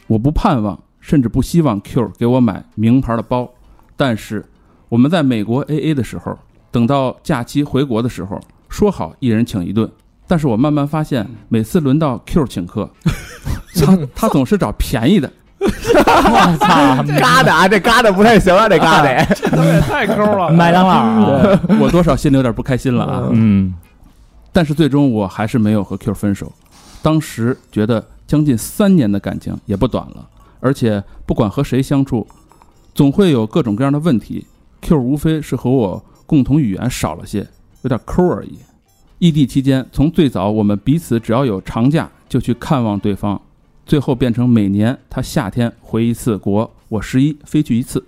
[SPEAKER 5] 我不盼望，甚至不希望 Q 给我买名牌的包，但是我们在美国 AA 的时候，等到假期回国的时候，说好一人请一顿。但是我慢慢发现，每次轮到 Q 请客，他他总是找便宜的，
[SPEAKER 4] 我 操，
[SPEAKER 2] 嘎的啊，这嘎的不太行啊，这嘎的，
[SPEAKER 4] 麦当劳啊，
[SPEAKER 5] 我多少心里有点不开心了啊。
[SPEAKER 4] 嗯，
[SPEAKER 5] 但是最终我还是没有和 Q 分手。当时觉得将近三年的感情也不短了，而且不管和谁相处，总会有各种各样的问题。Q 无非是和我共同语言少了些，有点抠而已。异地期间，从最早我们彼此只要有长假就去看望对方，最后变成每年他夏天回一次国，我十一飞去一次。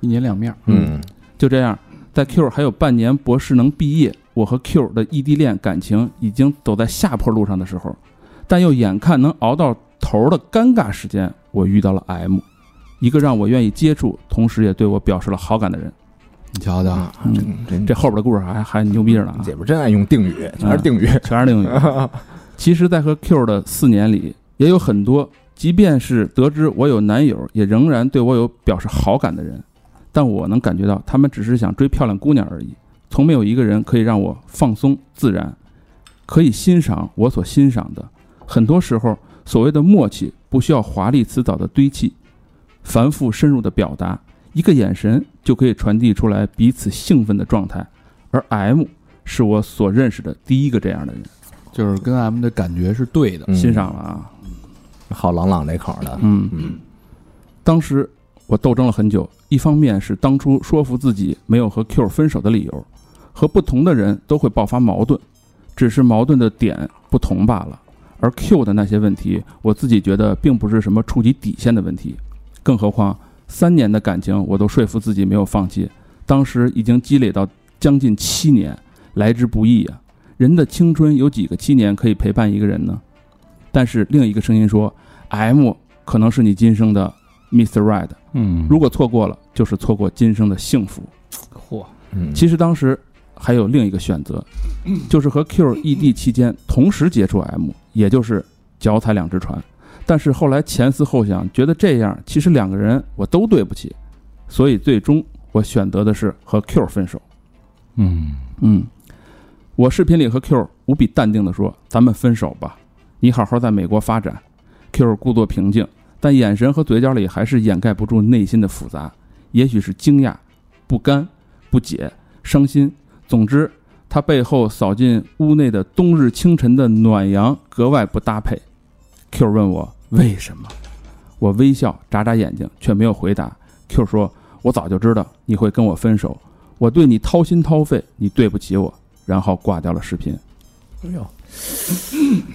[SPEAKER 3] 一年两面儿，
[SPEAKER 2] 嗯
[SPEAKER 5] 就这样，在 Q 还有半年博士能毕业，我和 Q 的异地恋感情已经走在下坡路上的时候，但又眼看能熬到头的尴尬时间，我遇到了 M，一个让我愿意接触，同时也对我表示了好感的人。
[SPEAKER 3] 你瞧瞧，
[SPEAKER 2] 真
[SPEAKER 5] 啊嗯这后边的故事还还牛逼着呢啊！
[SPEAKER 2] 嗯姐夫真爱用定语，全是定语，
[SPEAKER 5] 全是另一个。其实，在和 Q 的四年里，也有很多，即便是得知我有男友，也仍然对我有表示好感的人，但我能感觉到他们只是想追漂亮姑娘而已，从没有一个人可以让我放松自然，可以欣赏我所欣赏的。很多时候，所谓的默契不需要华丽辞藻的堆砌，繁复深入的表达，一个眼神就可以传递出来彼此兴奋的状态。而 M 是我所认识的第一个这样的人。
[SPEAKER 3] 就是跟 M 的感觉是对的，
[SPEAKER 2] 嗯
[SPEAKER 5] 欣赏了啊。
[SPEAKER 2] 好朗朗这口的，
[SPEAKER 5] 嗯，
[SPEAKER 2] 嗯
[SPEAKER 5] 当时我斗争了很久，一方面是当初说服自己没有和 Q 分手的理由，和不同的人都会爆发矛盾，只是矛盾的点不同罢了。而 Q 的那些问题，我自己觉得并不是什么触及底线的问题，更何况三年的感情，我都说服自己没有放弃。当时已经积累到将近七年，来之不易呀、人的青春有几个七年可以陪伴一个人呢？但是另一个声音说，M 可能是你今生的 Mr. Right，
[SPEAKER 3] 嗯
[SPEAKER 5] 如果错过了，就是错过今生的幸福。
[SPEAKER 4] 嚯，
[SPEAKER 2] 嗯，
[SPEAKER 5] 其实当时还有另一个选择，就是和 Q 异地期间同时接触 M，也就是脚踩两只船。但是后来前思后想，觉得这样其实两个人我都对不起，所以最终我选择的是和 Q 分手。
[SPEAKER 3] 嗯，
[SPEAKER 5] 嗯，我视频里和 Q 无比淡定地说：“咱们分手吧，你好好在美国发展。”Q 故作平静，但眼神和嘴角里还是掩盖不住内心的复杂，也许是惊讶、不甘、不解、伤心。总之，他背后扫进屋内的冬日清晨的暖阳格外不搭配。Q 问我为什么，我微笑，眨眨眼睛，却没有回答。Q 说：“我早就知道你会跟我分手，我对你掏心掏肺，你对不起我，然后挂掉了视频。
[SPEAKER 2] 哎呦，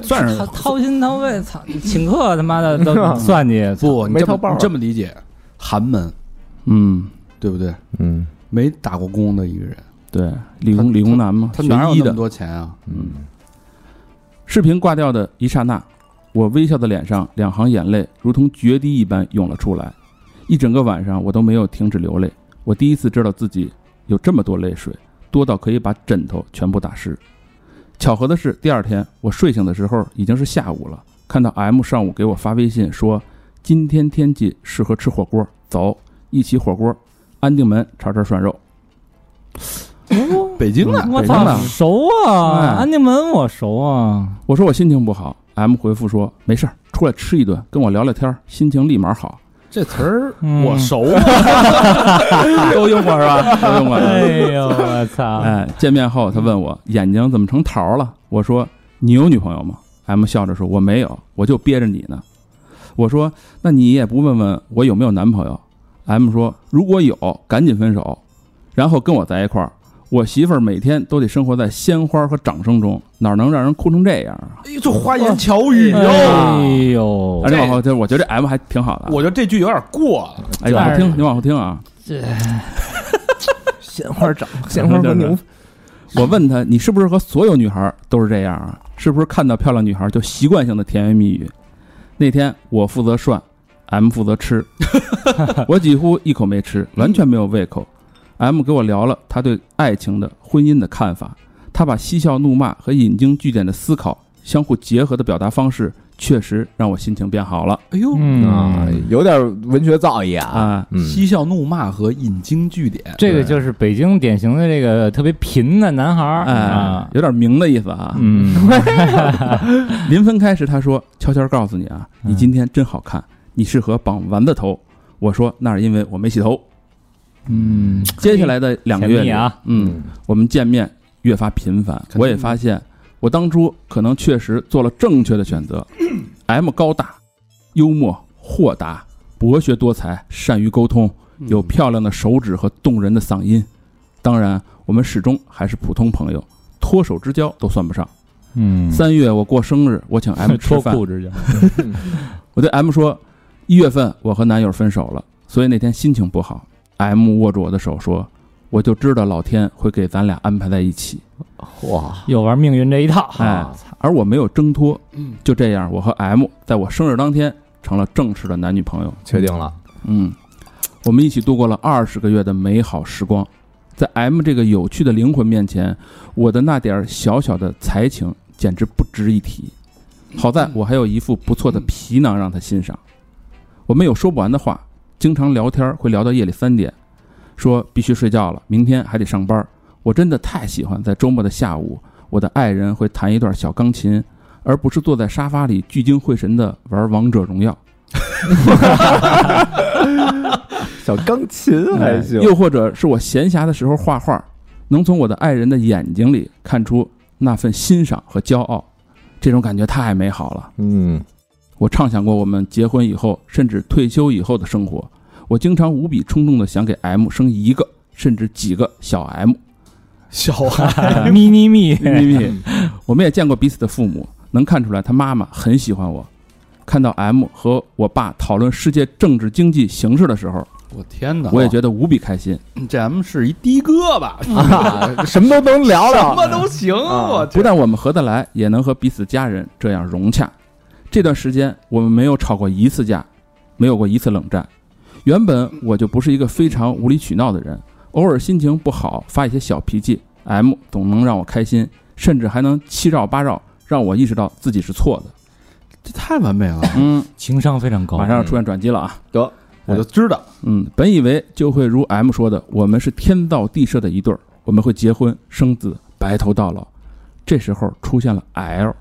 [SPEAKER 2] 算
[SPEAKER 6] 掏
[SPEAKER 2] 是
[SPEAKER 6] 掏心掏肺，操，请客他妈的 都算计，
[SPEAKER 3] 不，你
[SPEAKER 2] 没
[SPEAKER 3] 这
[SPEAKER 2] 掏
[SPEAKER 3] 么
[SPEAKER 2] 包啊
[SPEAKER 3] 你这么理解，寒门
[SPEAKER 5] 嗯，
[SPEAKER 3] 对不对？
[SPEAKER 2] 嗯
[SPEAKER 3] 没打过工的一个人，
[SPEAKER 5] 对，理工理工男嘛，
[SPEAKER 3] 他
[SPEAKER 5] 学
[SPEAKER 3] 哪有
[SPEAKER 5] 医
[SPEAKER 3] 那
[SPEAKER 5] 的
[SPEAKER 3] 么。多钱啊？
[SPEAKER 2] 嗯
[SPEAKER 5] 视频挂掉的一刹那，我微笑的脸上两行眼泪如同决堤一般涌了出来。一整个晚上我都没有停止流泪。我第一次知道自己有这么多泪水，多到可以把枕头全部打湿。巧合的是，第二天我睡醒的时候已经是下午了，看到 M 上午给我发微信说今天天气适合吃火锅，走，一起火锅，安定门叉叉涮肉。
[SPEAKER 3] 北京的，
[SPEAKER 6] 我
[SPEAKER 5] 北京
[SPEAKER 6] 操
[SPEAKER 5] 的，
[SPEAKER 6] 熟啊！
[SPEAKER 5] 哎
[SPEAKER 6] 安定门我熟啊，
[SPEAKER 5] 我说我心情不好，M 回复说没事儿，出来吃一顿，跟我聊聊天儿，心情立马好。
[SPEAKER 3] 这词儿
[SPEAKER 6] 嗯
[SPEAKER 3] 我熟啊，
[SPEAKER 5] 都用过是吧？都用过。
[SPEAKER 6] 哎呦，我操！
[SPEAKER 5] 哎，见面后他问我眼睛怎么成桃了？我说你有女朋友吗？M 笑着说我没有，我就憋着你呢。我说那你也不问问我有没有男朋友？M 说如果有，赶紧分手，然后跟我在一块儿。我媳妇儿每天都得生活在鲜花和掌声中，哪能让人哭成这样啊？
[SPEAKER 3] 哎呦这花言巧语
[SPEAKER 6] 哎
[SPEAKER 3] 哟。
[SPEAKER 6] 呦
[SPEAKER 5] 而，且往后，这我觉得这 M 还挺好的啊。
[SPEAKER 3] 我觉得这句有点过了，
[SPEAKER 5] 哎，你往后听，你往后听啊！
[SPEAKER 2] 鲜花掌，鲜花和牛，
[SPEAKER 5] 我问他，你是不是和所有女孩都是这样啊？是不是看到漂亮女孩就习惯性的甜言蜜语？那天我负责涮，M 负责吃， 我几乎一口没吃，完全没有胃口。M 给我聊了他对爱情的、婚姻的看法，他把嬉笑怒骂和引经据典的思考相互结合的表达方式，确实让我心情变好了
[SPEAKER 3] 哎呦，
[SPEAKER 2] 啊
[SPEAKER 4] 嗯，，
[SPEAKER 2] 有点文学造诣啊。
[SPEAKER 5] 啊！
[SPEAKER 2] 嗯，
[SPEAKER 3] 嬉笑怒骂和引经据典，
[SPEAKER 4] 这个就是北京典型的这个特别贫的男孩儿
[SPEAKER 5] 哎
[SPEAKER 4] 啊，，
[SPEAKER 5] 有点明的意思啊。
[SPEAKER 4] 嗯，
[SPEAKER 5] 临分开时，他说：“悄悄告诉你啊，
[SPEAKER 4] 嗯
[SPEAKER 5] 你今天真好看，你适合绑丸子头。”我说：“那是因为我没洗头。
[SPEAKER 4] 嗯，”
[SPEAKER 5] 接下来的两个月
[SPEAKER 4] 哎甜
[SPEAKER 5] 里
[SPEAKER 4] 蜜啊，
[SPEAKER 5] 嗯，我们见面越发频繁，
[SPEAKER 3] 定的
[SPEAKER 5] 我也发现我当初可能确实做了正确的选 择。M 高大、幽默、豁达、博学多才，善于沟通，
[SPEAKER 4] 嗯
[SPEAKER 5] 有漂亮的手指和动人的嗓音。当然，我们始终还是普通朋友，脱手之交都算不上。
[SPEAKER 4] 嗯，
[SPEAKER 5] 三月我过生日， 我请 M 吃
[SPEAKER 4] 脱
[SPEAKER 5] 饭，
[SPEAKER 4] 裤子去，
[SPEAKER 5] 我对 M 说，一月份我和男友分手了，所以那天心情不好。M 握住我的手说，我就知道老天会给咱俩安排在一起，嗯
[SPEAKER 2] 哇，
[SPEAKER 4] 又玩命运这一套，
[SPEAKER 5] 哎
[SPEAKER 4] 我操，
[SPEAKER 5] 而我没有挣脱。
[SPEAKER 3] 嗯，
[SPEAKER 5] 就这样，我和 M 在我生日当天成了正式的男女朋友。
[SPEAKER 2] 确定了，
[SPEAKER 5] 嗯，我们一起度过了二十个月的美好时光。在 M 这个有趣的灵魂面前，我的那点儿小小的才情简直不值一提。好在我还有一副不错的皮囊让他欣赏。我们有说不完的话，经常聊天儿会聊到夜里三点，说必须睡觉了，明天还得上班儿。我真的太喜欢在周末的下午，我的爱人会弹一段小钢琴，而不是坐在沙发里聚精会神地玩王者荣耀。
[SPEAKER 2] 小钢琴还行
[SPEAKER 5] 哎，又或者是我闲暇的时候画画，能从我的爱人的眼睛里看出那份欣赏和骄傲，这种感觉太美好了。
[SPEAKER 2] 嗯，
[SPEAKER 5] 我畅想过我们结婚以后，甚至退休以后的生活。我经常无比冲动的想给 M 生一个甚至几个小 M，
[SPEAKER 3] 小孩，
[SPEAKER 4] 迷你蜜，
[SPEAKER 5] 因为我们也见过彼此的父母，能看出来他妈妈很喜欢我。看到 M 和我爸讨论世界政治经济形势的时候，
[SPEAKER 3] 我天哪！
[SPEAKER 5] 我也觉的无比开心。
[SPEAKER 3] 得这 M 是一的哥 吧，什
[SPEAKER 2] 啊什么都能聊聊，
[SPEAKER 3] 么都行，我
[SPEAKER 5] 啊不
[SPEAKER 3] 天。
[SPEAKER 5] 但我们合得来，也能和彼此家人这样融洽。这段时间我们没有吵过一次架，没有过一次冷战。原本我就不是一个非常无理取闹的人，偶尔心情不好发一些小脾气，M 总能让我开心，甚至还能七绕八绕让我意识到自己是错的。
[SPEAKER 3] 这太完美了，
[SPEAKER 5] 嗯，
[SPEAKER 4] 情商非常高
[SPEAKER 5] 马，上要出现转机了啊！
[SPEAKER 2] 得
[SPEAKER 3] 我就知道，
[SPEAKER 5] 嗯，本以为就会如 M 说的，我们是天造地设的一对儿，我们会结婚生子，白头到老。这时候出现了 L，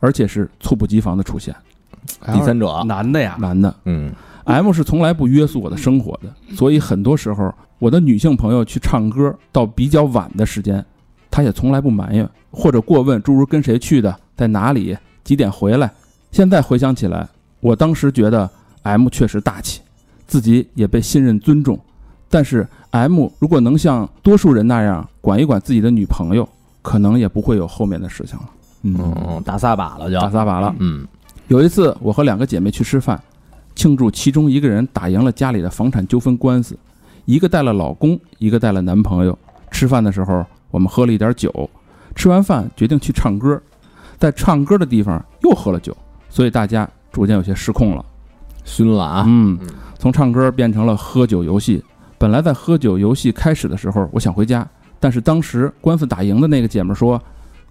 [SPEAKER 5] 而且是猝不及防的出现。
[SPEAKER 2] 第三者，
[SPEAKER 5] 哎
[SPEAKER 3] 男的呀，
[SPEAKER 5] 男的
[SPEAKER 2] 嗯
[SPEAKER 5] M 是从来不约束我的生活的，所以很多时候我的女性朋友去唱歌到比较晚的时间，她也从来不埋怨或者过问诸如跟谁去的、在哪里、几点回来。现在回想起来，我当时觉得 M 确实大气，自己也被信任尊重。但是 M 如果能像多数人那样管一管自己的女朋友，可能也不会有后面的事情了。
[SPEAKER 3] 嗯，
[SPEAKER 2] 嗯，打撒把了就，
[SPEAKER 5] 打撒把了。
[SPEAKER 2] 嗯
[SPEAKER 5] 有一次，我和两个姐妹去吃饭，庆祝其中一个人打赢了家里的房产纠纷官司，一个带了老公，一个带了男朋友。吃饭的时候，我们喝了一点酒，吃完饭决定去唱歌，在唱歌的地方又喝了酒，所以大家逐渐有些失控了。
[SPEAKER 2] 熏了啊，
[SPEAKER 5] 嗯
[SPEAKER 2] 嗯，
[SPEAKER 5] 从唱歌变成了喝酒游戏。本来在喝酒游戏开始的时候，我想回家，但是当时官司打赢的那个姐们说，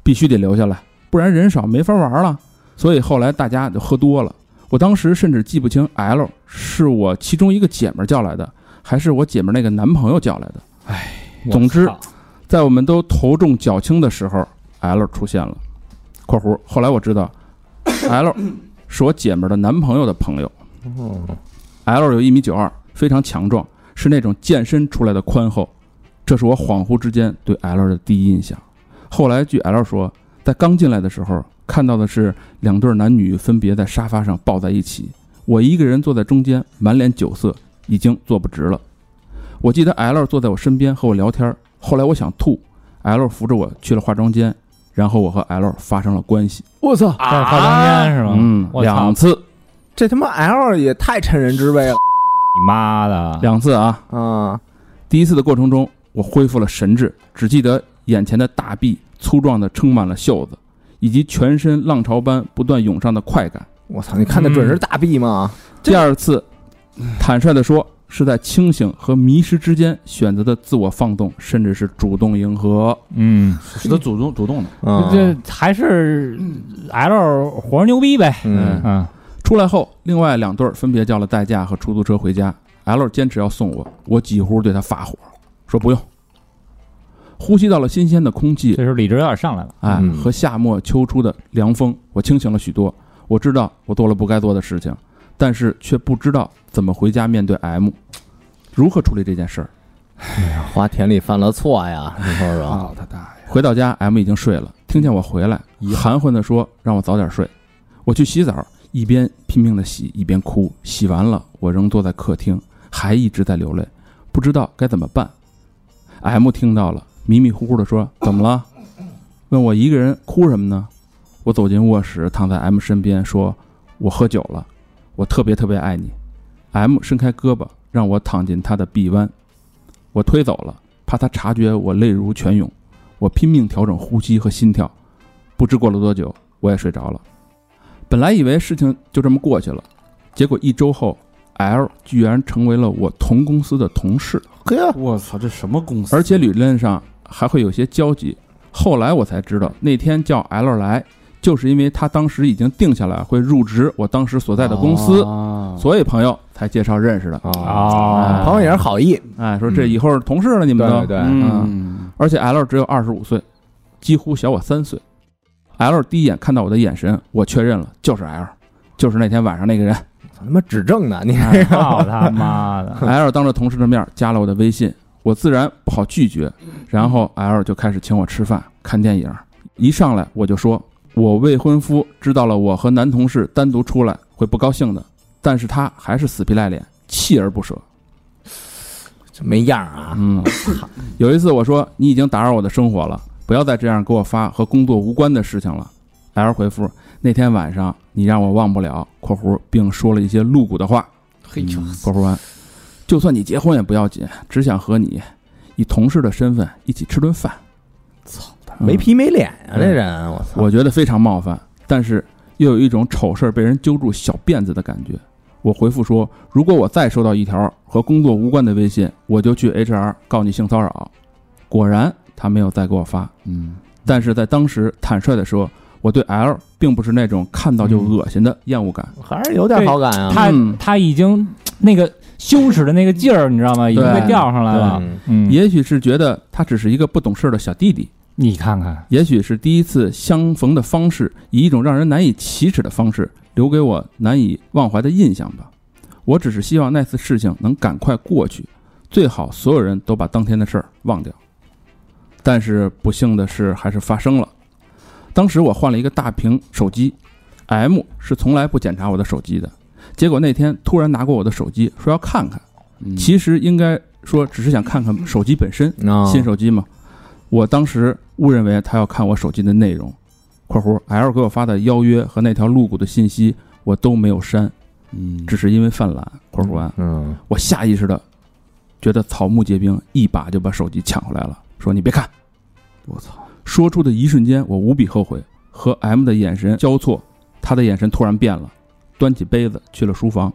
[SPEAKER 5] 必须得留下来，不然人少没法玩了。所以后来大家就喝多了。我当时甚至记不清 L 是我其中一个姐们儿叫来的，还是我姐们儿那个男朋友叫来的。
[SPEAKER 4] 我
[SPEAKER 5] 嗯总之
[SPEAKER 4] 操
[SPEAKER 5] 在我们都头重脚轻的时候，L 出现了。（括弧）后来我知道 ，L 是我姐们儿的男朋友的朋友。L 有一米九二，非常强壮，是那种健身出来的宽厚。这是我恍惚之间对 L 的第一印象。后来据 L 说，在刚进来的时候看到的是两对男女分别在沙发上抱在一起，我一个人坐在中间，满脸酒色，已经坐不直了。我记得 L 坐在我身边和我聊天，后来我想吐，L 扶着我去了化妆间，然后我和 L 发生了关系，
[SPEAKER 2] 我操，
[SPEAKER 5] 啊
[SPEAKER 4] 在化妆间是吗？
[SPEAKER 5] 嗯，
[SPEAKER 4] 我操
[SPEAKER 5] 两次，
[SPEAKER 2] 这他妈 L 也太趁人之危了
[SPEAKER 4] 你妈的！
[SPEAKER 5] 两次啊，
[SPEAKER 2] 啊！
[SPEAKER 5] 第一次的过程中，我恢复了神智，只记得眼前的大臂粗壮的撑满了袖子，以及全身浪潮般不断涌上的快感。
[SPEAKER 2] 我操，你看的准是大 B 吗？
[SPEAKER 5] 第二次，坦率地说，是在清醒和迷失之间选择的自我放纵，甚至是主动迎合。
[SPEAKER 4] 嗯，
[SPEAKER 3] 是他主动主动的，
[SPEAKER 2] 嗯，
[SPEAKER 4] 这还是 L 活儿牛逼呗。
[SPEAKER 2] 嗯
[SPEAKER 4] 嗯，
[SPEAKER 5] 出来后，另外两对儿分别叫了代驾和出租车回家。L 坚持要送我，我几乎对他发火，说不用。呼吸到了新鲜的空气，
[SPEAKER 4] 这时候理智有点上来了。
[SPEAKER 5] 哎，
[SPEAKER 2] 嗯
[SPEAKER 5] 和夏末秋初的凉风，我清醒了许多。我知道我做了不该做的事情，但是却不知道怎么回家面对 M，如何处理这件事儿。
[SPEAKER 2] 花田里犯了错呀，你说
[SPEAKER 5] 啊
[SPEAKER 2] 说，
[SPEAKER 3] 哦操他大爷！
[SPEAKER 5] 回到家，M 已经睡了，听见我回来，含混的说让我早点睡。我去洗澡，一边拼命的洗，一边哭。洗完了，我仍坐在客厅，还一直在流泪，不知道该怎么办。M 听到了，迷迷糊糊的说：“怎么了？”问我一个人哭什么呢？我走进卧室，躺在 M 身边，说：“我喝酒了，我特别特别爱你。”M 伸开胳膊，让我躺进他的臂弯，我推走了，怕他察觉我泪如泉涌。我拼命调整呼吸和心跳，不知过了多久，我也睡着了。本来以为事情就这么过去了，结果一周后，L 居然成为了我同公司的同事，
[SPEAKER 2] 嘿，
[SPEAKER 3] 我操，这什么公司？
[SPEAKER 5] 而且理论上还会有些交集。后来我才知道，那天叫 L 来，就是因为他当时已经定下来会入职我当时所在的公司，
[SPEAKER 2] 哦
[SPEAKER 3] 啊
[SPEAKER 5] 所以朋友才介绍认识的。
[SPEAKER 4] 哦
[SPEAKER 2] 朋友也是好意，
[SPEAKER 5] 哎，说这以后是同事了，你们都。
[SPEAKER 2] 嗯对
[SPEAKER 3] 嗯，
[SPEAKER 5] 而且 L 只有二十五岁，几乎小我三岁。L 第一眼看到我的眼神，我确认了，就是 L，就是那天晚上那个人。
[SPEAKER 2] 他妈指正呢，你
[SPEAKER 4] 操他妈 的！
[SPEAKER 5] L 当着同事的面加了我的微信，我自然不好拒绝。然后 L 就开始请我吃饭、看电影。一上来我就说，我未婚夫知道了我和男同事单独出来会不高兴的，但是他还是死皮赖脸，锲而不舍。
[SPEAKER 2] 这没样儿啊，
[SPEAKER 5] 嗯，有一次我说你已经打扰我的生活了，不要再这样给我发和工作无关的事情了。L 回复：那天晚上你让我忘不了（括弧），并说了一些露骨的话。
[SPEAKER 2] 哎
[SPEAKER 5] 嗯
[SPEAKER 6] 嘿呦，
[SPEAKER 2] 嗯
[SPEAKER 5] 括弧完，就算你结婚也不要紧，只想和你以同事的身份一起吃顿饭。操，
[SPEAKER 2] 没皮没脸啊，
[SPEAKER 5] 嗯
[SPEAKER 2] 这人，我操，
[SPEAKER 5] 我觉得非常冒犯，但是又有一种丑事儿被人揪住小辫子的感觉。我回复说，如果我再收到一条和工作无关的微信，我就去 HR 告你性骚扰。果然，他没有再给我发。
[SPEAKER 3] 嗯，
[SPEAKER 5] 但是在当时，坦率的说，我对 L 并不是那种看到就恶心的厌恶感。
[SPEAKER 2] 还是有点好感啊，
[SPEAKER 4] 他
[SPEAKER 5] 嗯
[SPEAKER 4] 他已经那个羞耻的那个劲儿，你知道吗？已经被
[SPEAKER 5] 对
[SPEAKER 4] 吊上来了。
[SPEAKER 2] 嗯
[SPEAKER 4] 嗯，
[SPEAKER 5] 也许是觉得他只是一个不懂事儿的小弟弟，
[SPEAKER 4] 你看看，
[SPEAKER 5] 也许是第一次相逢的方式，以一种让人难以启齿的方式，留给我难以忘怀的印象吧。我只是希望那次事情能赶快过去，最好所有人都把当天的事儿忘掉。但是不幸的是，还是发生了。当时我换了一个大屏手机，M 是从来不检查我的手机的，结果那天突然拿过我的手机，说要看看。
[SPEAKER 3] 嗯
[SPEAKER 5] 其实应该说，只是想看看手
[SPEAKER 3] 嗯
[SPEAKER 5] 机本身。
[SPEAKER 2] 啊
[SPEAKER 5] 新手机嘛，我当时误认为他要看我手机的内容。（括弧 L 给我发的邀约和那条露骨的信息我都没有删，
[SPEAKER 3] 嗯，
[SPEAKER 5] 只是因为犯懒。括弧完，
[SPEAKER 2] 嗯，
[SPEAKER 5] 我下意识的觉得草木皆兵，一把就把手机抢回来了，说你别看。
[SPEAKER 3] 我操，
[SPEAKER 5] 说出的一瞬间，我无比后悔。和 M 的眼神交错，他的眼神突然变了，端起杯子去了书房。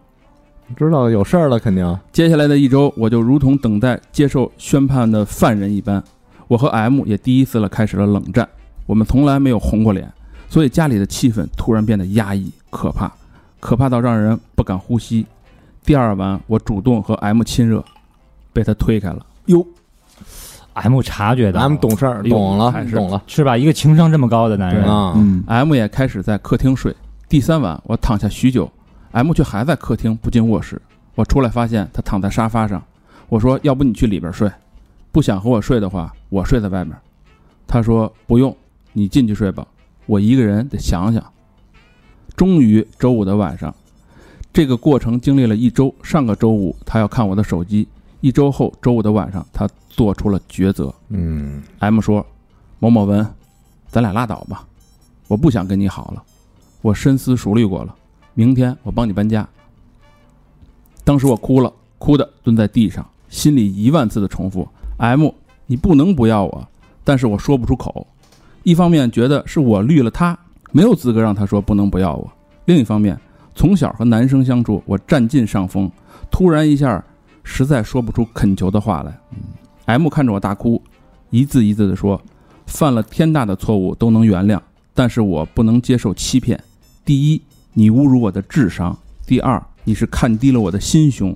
[SPEAKER 2] 知道有事儿了，肯定。
[SPEAKER 5] 接下来的一周，我就如同等待接受宣判的犯人一般，我和 M 也第一次了开始了冷战。我们从来没有红过脸，所以家里的气氛突然变得压抑、可怕，可怕到让人不敢呼吸。第二晚，我主动和 M 亲热，被他推开了。
[SPEAKER 4] M 察觉到了
[SPEAKER 2] 咱们懂事儿，
[SPEAKER 5] 哎呦
[SPEAKER 2] 懂了
[SPEAKER 5] 还，是
[SPEAKER 2] 懂了
[SPEAKER 4] 是哎吧？一个情商这么高的男人，
[SPEAKER 2] 啊。
[SPEAKER 3] 嗯，
[SPEAKER 5] M 也开始在客厅睡。第三晚，我躺下许久，M 却还在客厅，不进卧室。我出来发现他躺在沙发上，我说：“要不你去里边睡，不想和我睡的话，我睡在外面。”他说：“不用，你进去睡吧，我一个人得想想。”终于，周五的晚上，这个过程经历了一周。上个周五，他要看我的手机；一周后，周五的晚上，他做出了抉择。
[SPEAKER 2] 嗯，
[SPEAKER 5] M 说：“某某文，咱俩拉倒吧，我不想跟你好了，我深思熟虑过了，明天我帮你搬家。”当时我哭了，哭的蹲在地上，心里一万次的重复：“M，你不能不要我。”但是我说不出口，一方面觉得是我绿了他，没有资格让他说不能不要我；另一方面，从小和男生相处，我占尽上风，突然一下，实在说不出恳求的话来。M 嗯看着我大哭，一字一字地说：“犯了天大的错误都能原谅，但是我不能接受欺骗。第一，你侮辱我的智商；第二，你是看低了我的心胸。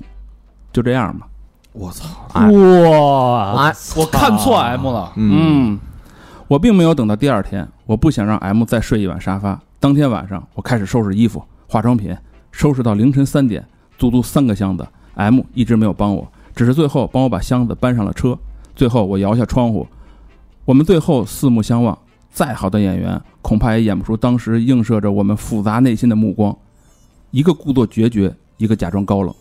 [SPEAKER 5] 就这样吧。
[SPEAKER 3] 我操，
[SPEAKER 2] 哎
[SPEAKER 4] 哇
[SPEAKER 2] 哎，
[SPEAKER 3] 我看错 M 了，
[SPEAKER 2] 嗯，
[SPEAKER 5] 我并没有等到第二天，我不想让 M 再睡一晚沙发。当天晚上，我开始收拾衣服、化妆品，收拾到凌晨三点，足足三个箱子。M 一直没有帮我，只是最后帮我把箱子搬上了车。最后我摇下窗户，我们最后四目相望。再好的演员，恐怕也演不出当时映射着我们复杂内心的目光。一个故作决绝，一个假装高冷。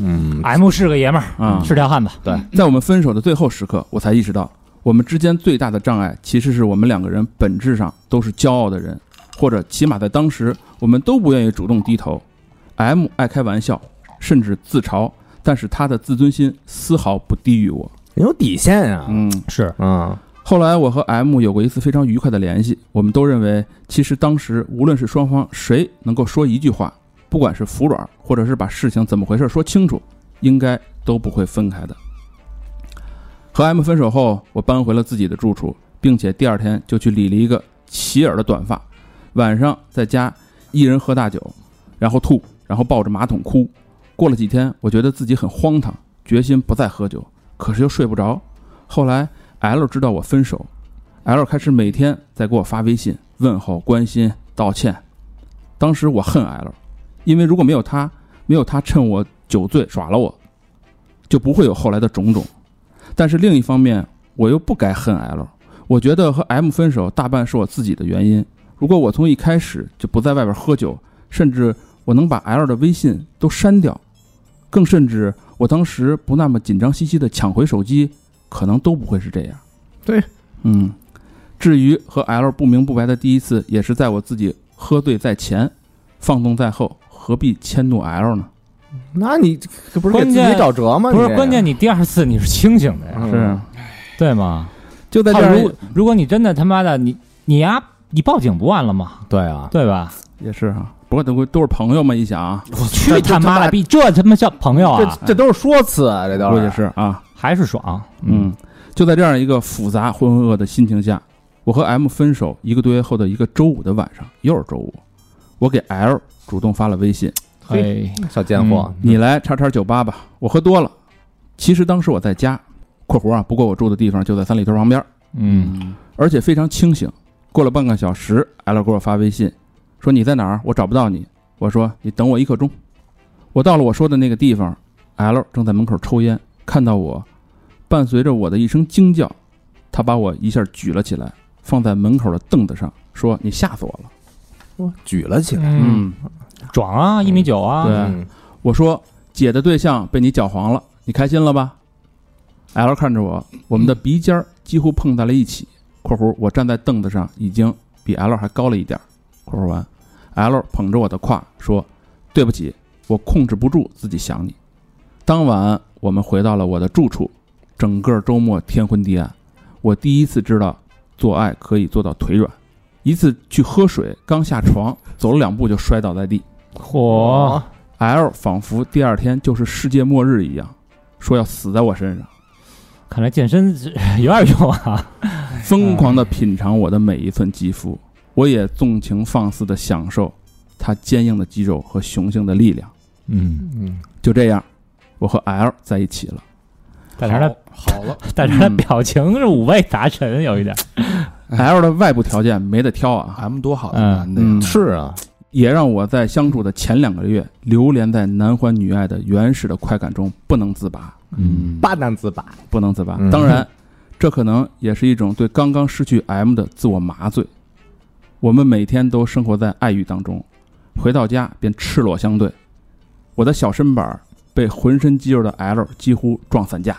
[SPEAKER 2] 嗯，
[SPEAKER 4] ，M 是个爷们儿，
[SPEAKER 5] 啊
[SPEAKER 4] 是条汉子，
[SPEAKER 5] 对，在我们分手的最后时刻，我才意识到，我们之间最大的障碍其实是我们两个人本质上都是骄傲的人，或者起码在当时，我们都不愿意主动低头。M 爱开玩笑，甚至自嘲，但是他的自尊心丝毫不低于我。
[SPEAKER 2] 你有底线啊。
[SPEAKER 5] 嗯，
[SPEAKER 4] 是
[SPEAKER 2] 嗯
[SPEAKER 5] 后来我和 M 有过一次非常愉快的联系，我们都认为，其实当时无论是双方谁能够说一句话，不管是服软，或者是把事情怎么回事说清楚，应该都不会分开的。和 M 分手后，我搬回了自己的住处，并且第二天就去理了一个齐耳的短发，晚上在家一人喝大酒，然后吐，然后抱着马桶哭。过了几天，我觉得自己很荒唐，决心不再喝酒，可是又睡不着。后来 L 知道我分手，L 开始每天在给我发微信问候、关心、道歉。当时我恨 L，因为如果没有他，没有他趁我酒醉耍了我，就不会有后来的种种。但是另一方面，我又不该恨 L。我觉得和 M 分手大半是我自己的原因。如果我从一开始就不在外边喝酒，甚至我能把 L 的微信都删掉，更甚至我当时不那么紧张兮兮的抢回手机，可能都不会是这样。
[SPEAKER 2] 对，
[SPEAKER 5] 嗯。至于和 L 不明不白的第一次，也是在我自己喝醉在前，放纵在后，何必迁怒 L 呢？
[SPEAKER 2] 那你这不是给
[SPEAKER 4] 关
[SPEAKER 2] 自
[SPEAKER 4] 键
[SPEAKER 2] 己找辙吗？
[SPEAKER 4] 不是
[SPEAKER 2] 你
[SPEAKER 4] 关键？你第二次你是清醒的呀，
[SPEAKER 2] 嗯
[SPEAKER 5] 是，
[SPEAKER 4] 对吗？
[SPEAKER 5] 就在这
[SPEAKER 4] 他如
[SPEAKER 5] 儿
[SPEAKER 4] 果如果你真的他妈的你你呀，你报警不完了吗？
[SPEAKER 2] 对啊，
[SPEAKER 4] 对吧？
[SPEAKER 5] 也是哈、不过都都是朋友嘛，一想啊，
[SPEAKER 4] 我去他妈了逼，这他妈叫朋友啊，
[SPEAKER 2] 这这都是说辞啊，这都
[SPEAKER 5] 估计
[SPEAKER 2] 是
[SPEAKER 5] 是啊，
[SPEAKER 4] 还是爽？
[SPEAKER 5] 嗯，就在这样一个复杂浑浑噩噩的心情下，我和 M 分手一个多月后的一个周五的晚上，又是周五，我给 L 主动发了微信，
[SPEAKER 4] 哎，
[SPEAKER 2] 小贱货。
[SPEAKER 5] 你来叉叉酒吧吧，我喝多了。其实当时我在家（括弧啊），不过我住的地方就在三里屯旁边，
[SPEAKER 4] 嗯，
[SPEAKER 5] 而且非常清醒。过了半个小时，L 给我发微信说你在哪儿？我找不到你。我说你等我一刻钟。我到了我说的那个地方，L 正在门口抽烟，看到我，伴随着我的一声惊叫，他把我一下举了起来，放在门口的凳子上，说你吓死我了。
[SPEAKER 2] 举了起来。
[SPEAKER 4] 嗯，，壮啊，一米九啊，
[SPEAKER 5] 对
[SPEAKER 2] 嗯
[SPEAKER 5] 我说：“姐的对象被你搅黄了，你开心了吧？”L 看着我，我们的鼻尖儿几乎碰在了一起。（括弧我站在凳子上，已经比 L 还高了一点儿。括弧完，L 捧着我的胯说：“对不起，我控制不住自己想你。”当晚我们回到了我的住处，整个周末天昏地暗。我第一次知道做爱可以做到腿软。一次去喝水，刚下床走了两步就摔倒在地。
[SPEAKER 4] 嚯，
[SPEAKER 5] L 仿佛第二天就是世界末日一样，说要死在我身上，
[SPEAKER 4] 看来健身是有点用啊。
[SPEAKER 5] 疯狂地品尝我的每一寸肌肤。我也纵情放肆地享受他坚硬的肌肉和雄性的力量。
[SPEAKER 4] 嗯，
[SPEAKER 2] 嗯，
[SPEAKER 5] 就这样，我和 L 在一起了。
[SPEAKER 4] 但是他
[SPEAKER 3] 好了，
[SPEAKER 4] 但是他
[SPEAKER 5] 嗯
[SPEAKER 4] 表情是五味杂陈，有一点。
[SPEAKER 5] L 的外部条件没得挑啊，
[SPEAKER 3] M 多好的男的呀，
[SPEAKER 5] 嗯
[SPEAKER 2] 是啊，
[SPEAKER 5] 也让我在相处的前两个月流连在男欢女爱的原始的快感中不能自拔。
[SPEAKER 4] 嗯，
[SPEAKER 2] 八男 子吧，
[SPEAKER 5] 不能自拔。
[SPEAKER 2] 嗯
[SPEAKER 5] 当然，这可能也是一种对刚刚失去 M 的自我麻醉。我们每天都生活在爱欲当中，回到家便赤裸相对。我的小身板儿被浑身肌肉的 L 几乎撞散架，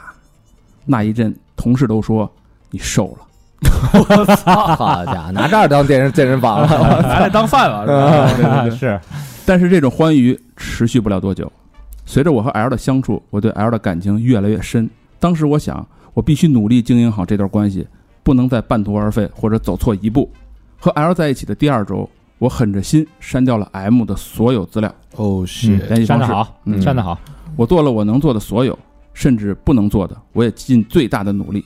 [SPEAKER 5] 那一阵同事都说你瘦了。
[SPEAKER 2] 好家伙，拿这儿当健身健身房了，
[SPEAKER 4] 哦 拿来当饭了，是吧？ 是，
[SPEAKER 5] 但是这种欢愉持续不了多久。随着我和 L 的相处，我对 L 的感情越来越深。当时我想，我必须努力经营好这段关系，不能再半途而废或者走错一步。和 L 在一起的第二周，我狠着心删掉了 M 的所有资料、
[SPEAKER 3] 哦
[SPEAKER 4] 嗯
[SPEAKER 3] 是，
[SPEAKER 5] 联系
[SPEAKER 4] 删的
[SPEAKER 5] 方式。
[SPEAKER 4] 好，
[SPEAKER 5] 嗯
[SPEAKER 4] 删的好。
[SPEAKER 5] 我做了我能做的所有，甚至不能做的，我也尽最大的努力。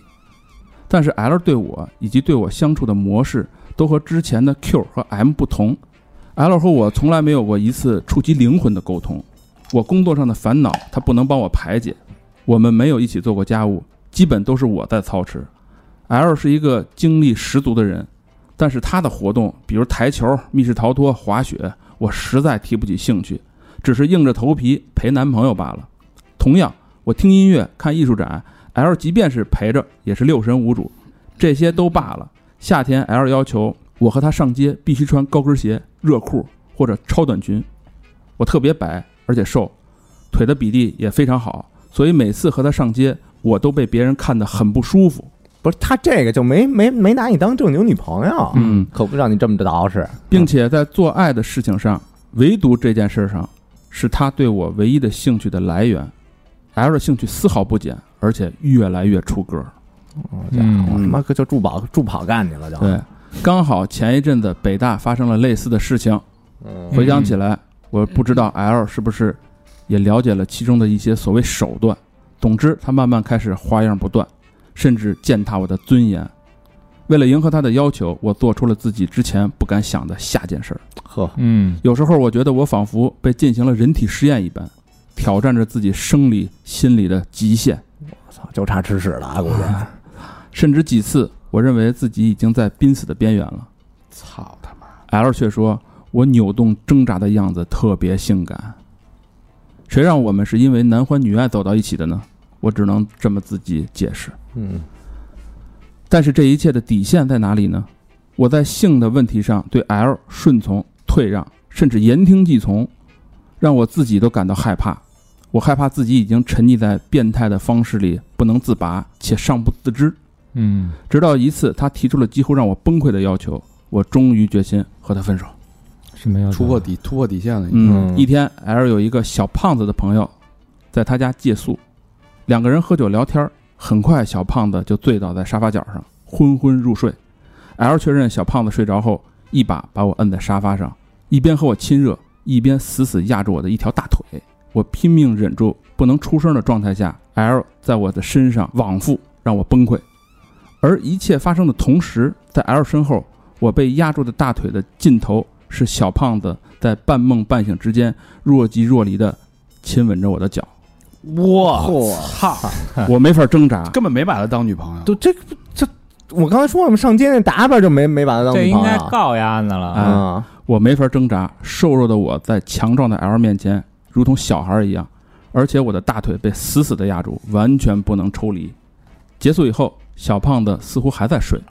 [SPEAKER 5] 但是 L 对我以及对我相处的模式都和之前的 Q 和 M 不同。L 和我从来没有过一次触及灵魂的沟通。我工作上的烦恼，他不能帮我排解。我们没有一起做过家务，基本都是我在操持。L 是一个精力十足的人，但是他的活动，比如台球、密室逃脱、滑雪，我实在提不起兴趣。只是硬着头皮陪男朋友罢了。同样，我听音乐、看艺术展，L 即便是陪着，也是六神无主，这些都罢了。夏天，L 要求我和他上街必须穿高跟鞋、热裤或者超短裙。我特别白，而且瘦，腿的比例也非常好，所以每次和他上街，我都被别人看得很不舒服。
[SPEAKER 2] 不是他这个就没没没拿你当正经女朋友，
[SPEAKER 5] 嗯
[SPEAKER 2] 可不让你这么嗯捯饬，
[SPEAKER 5] 并且在做爱的事情上，唯独这件事上，是他对我唯一的兴趣的来源。L 的兴趣丝毫不减，而且越来越出格。
[SPEAKER 2] 我他
[SPEAKER 4] 嗯，
[SPEAKER 2] 妈可就助跑助跑干去了，就
[SPEAKER 5] 对，刚好前一阵子北大发生了类似的事情，
[SPEAKER 2] 嗯
[SPEAKER 5] 回想起来，我不知道 L 是不是也了解了其中的一些所谓手段。总之，他慢慢开始花样不断，甚至践踏我的尊严。为了迎合他的要求，我做出了自己之前不敢想的下件事儿。
[SPEAKER 2] 呵，
[SPEAKER 4] 嗯，
[SPEAKER 5] 有时候我觉得我仿佛被进行了人体实验一般，挑战着自己生理、心理的极限。
[SPEAKER 2] 操，就差吃屎了啊，估计。
[SPEAKER 5] 甚至几次，我认为自己已经在濒死的边缘了。
[SPEAKER 3] 操他妈，
[SPEAKER 5] L 却说我扭动挣扎的样子特别性感。谁让我们是因为男欢女爱走到一起的呢？我只能这么自己解释。
[SPEAKER 2] 嗯，
[SPEAKER 5] 但是这一切的底线在哪里呢？我在性的问题上对 L 顺从、退让，甚至言听计从，让我自己都感到害怕。我害怕自己已经沉溺在变态的方式里不能自拔，且尚不自知。
[SPEAKER 4] 嗯，
[SPEAKER 5] 直到一次，他提出了几乎让我崩溃的要求，我终于决心和他分手。
[SPEAKER 4] 是没有
[SPEAKER 3] 突破底突破底线了，
[SPEAKER 5] 嗯，
[SPEAKER 2] 嗯
[SPEAKER 5] 一天，L 有一个小胖子的朋友，在他家借宿，两个人喝酒聊天儿，很快小胖子就醉倒在沙发角上，昏昏入睡。L 确认小胖子睡着后，一把把我摁在沙发上，一边和我亲热，一边死死压住我的一条大腿。我拼命忍住不能出声的状态下，L 在我的身上往复，让我崩溃。而一切发生的同时，在 L 身后，我被压住的大腿的尽头是小胖子在半梦半醒之间若即若离的亲吻着我的脚，
[SPEAKER 2] 哇，
[SPEAKER 3] 操，
[SPEAKER 5] 我没法挣扎。
[SPEAKER 3] 根本没把他当女朋友，
[SPEAKER 2] 都这这，我刚才说我们上街那打扮就没没把他当
[SPEAKER 4] 这
[SPEAKER 2] 女
[SPEAKER 4] 应
[SPEAKER 2] 朋
[SPEAKER 4] 该
[SPEAKER 2] 友
[SPEAKER 4] 告丫子了。
[SPEAKER 5] 哎
[SPEAKER 2] 啊，
[SPEAKER 5] 我没法挣扎，瘦弱的我在强壮的 L 面前如同小孩一样，而且我的大腿被死死的压住，完全不能抽离。结束以后，小胖子似乎还在睡。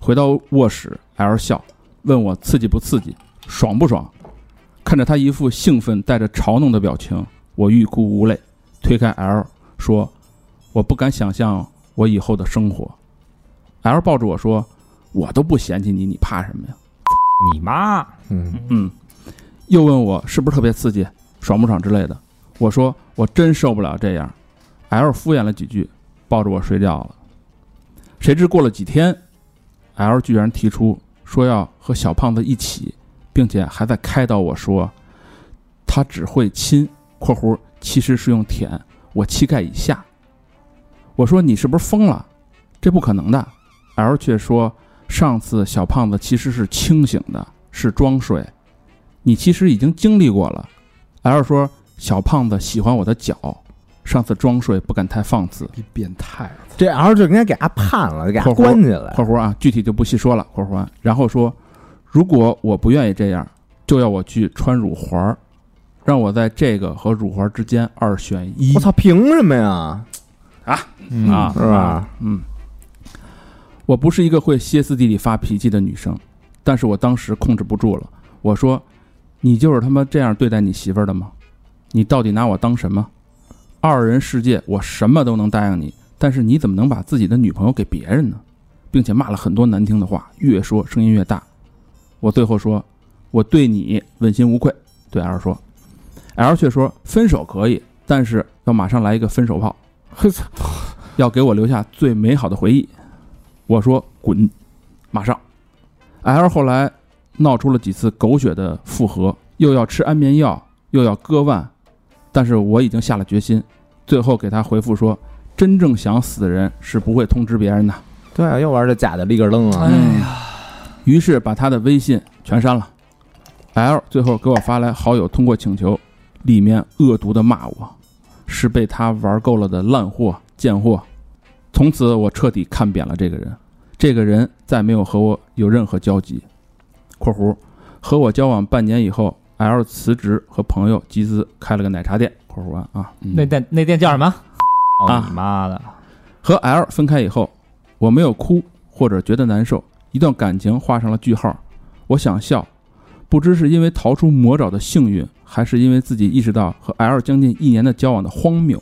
[SPEAKER 5] 回到卧室，L 笑，问我刺激不刺激，爽不爽？看着他一副兴奋带着嘲弄的表情，我欲哭无泪，推开 L 说：“我不敢想象我以后的生活。”L 抱着我说：“我都不嫌弃你，你怕什么呀？”
[SPEAKER 4] 你妈！
[SPEAKER 2] 嗯，
[SPEAKER 5] 嗯，又问我是不是特别刺激，爽不爽之类的。我说我真受不了这样。L 敷衍了几句，抱着我睡觉了。谁知过了几天，L 居然提出说要和小胖子一起，并且还在开导我说，他只会亲（括弧其实是用舔我膝盖以下）。我说你是不是疯了？这不可能的。L 却说上次小胖子其实是清醒的，是装睡。你其实已经经历过了。L 说小胖子喜欢我的脚，上次装睡不敢太放肆。
[SPEAKER 3] 比变态啊，
[SPEAKER 2] 这 L 就应该给他判了，给他
[SPEAKER 5] 括弧
[SPEAKER 2] 关起来。
[SPEAKER 5] 括弧啊，具体就不细说了。括弧啊，然后说，如果我不愿意这样，就要我去穿乳环儿，让我在这个和乳环儿之间二选一
[SPEAKER 2] 我操，凭什么呀？
[SPEAKER 5] 啊，
[SPEAKER 2] 是吧？
[SPEAKER 5] 嗯，我不是一个会歇斯底里发脾气的女生，但是我当时控制不住了，我说：“你就是他妈这样对待你媳妇儿的吗？你到底拿我当什么？二人世界，我什么都能答应你，但是你怎么能把自己的女朋友给别人呢？”并且骂了很多难听的话，越说声音越大。我最后说：“我对你问心无愧。”对 L 说，L 却说：“分手可以，但是要马上来一个分手炮。”
[SPEAKER 2] 嘿操，
[SPEAKER 5] 要给我留下最美好的回忆。我说滚，马上。L 后来闹出了几次狗血的复合，又要吃安眠药，又要割腕，但是我已经下了决心。最后给他回复说，真正想死的人是不会通知别人的。
[SPEAKER 2] 对啊，又玩这假的立个灯啊
[SPEAKER 6] 哎！呀，
[SPEAKER 5] 于是把他的微信全删了。L 最后给我发来好友通过请求，里面恶毒的骂我，是被他玩够了的烂货、贱货。从此我彻底看扁了这个人，这个人再没有和我有任何交集。（括弧和我交往半年以后，L 辞职和朋友集资开了个奶茶店。）（括弧完啊）
[SPEAKER 4] 那店那店叫什么？
[SPEAKER 5] 啊
[SPEAKER 4] 哦你妈的！
[SPEAKER 5] 和 L 分开以后，我没有哭或者觉得难受，一段感情画上了句号。我想笑，不知是因为逃出魔爪的幸运，还是因为自己意识到和 L 将近一年的交往的荒谬。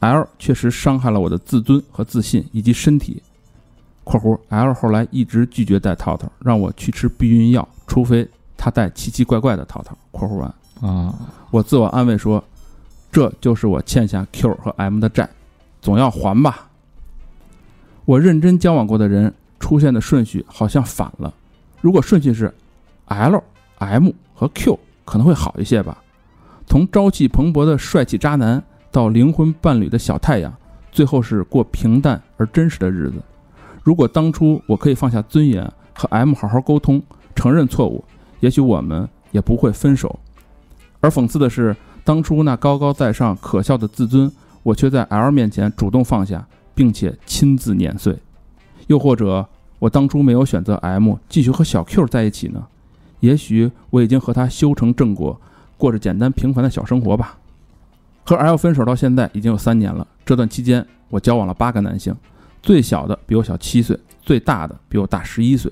[SPEAKER 5] L 确实伤害了我的自尊和自信以及身体。（括弧 L 后来一直拒绝戴套套，让我去吃避孕药，除非他戴奇奇怪怪的套套。）（括弧完）
[SPEAKER 4] 啊，
[SPEAKER 5] 我自我安慰说，这就是我欠下 Q 和 M 的债，总要还吧。我认真交往过的人出现的顺序好像反了，如果顺序是 L、M 和 Q，可能会好一些吧。从朝气蓬勃的帅气渣男到灵魂伴侣的小太阳，最后是过平淡而真实的日子。如果当初我可以放下尊严，和 M 好好沟通，承认错误，也许我们也不会分手。而讽刺的是，当初那高高在上、可笑的自尊，我却在 L 面前主动放下，并且亲自碾碎。又或者，我当初没有选择 M 继续和小 Q 在一起呢？也许我已经和他修成正果，过着简单平凡的小生活吧。和 L 分手到现在已经有三年了，这段期间我交往了八个男性，最小的比我小七岁，最大的比我大十一岁。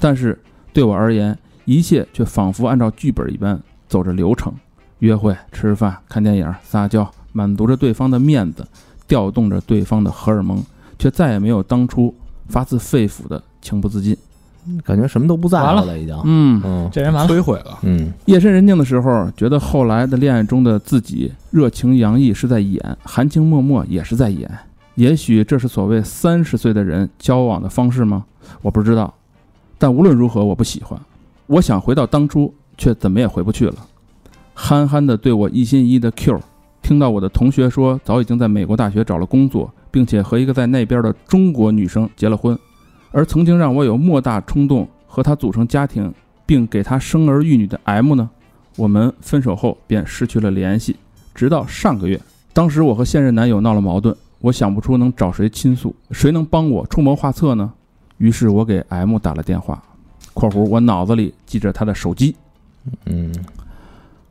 [SPEAKER 5] 但是对我而言，一切却仿佛按照剧本一般走着流程，约会、吃饭、看电影、撒娇，满足着对方的面子，调动着对方的荷尔蒙，却再也没有当初发自肺腑的情不自禁。
[SPEAKER 2] 感觉什么都不在乎
[SPEAKER 6] 完
[SPEAKER 2] 了，已经。
[SPEAKER 5] 嗯
[SPEAKER 2] 嗯
[SPEAKER 6] 这人完了，
[SPEAKER 3] 摧毁了。
[SPEAKER 2] 嗯，
[SPEAKER 5] 夜深人静的时候，觉得后来的恋爱中的自己热情洋溢是在演，含情脉脉也是在演。也许这是所谓三十岁的人交往的方式吗？我不知道，但无论如何，我不喜欢。我想回到当初，却怎么也回不去了。憨憨的对我一心一意的 Q，听到我的同学说早已经在美国大学找了工作，并且和一个在那边的中国女生结了婚，而曾经让我有莫大冲动和她组成家庭并给他生儿育女的 M 呢，我们分手后便失去了联系，直到上个月。当时我和现任男友闹了矛盾，我想不出能找谁倾诉，谁能帮我出谋划策呢？于是我给 M 打了电话（括弧我脑子里记着他的手机），
[SPEAKER 2] 嗯，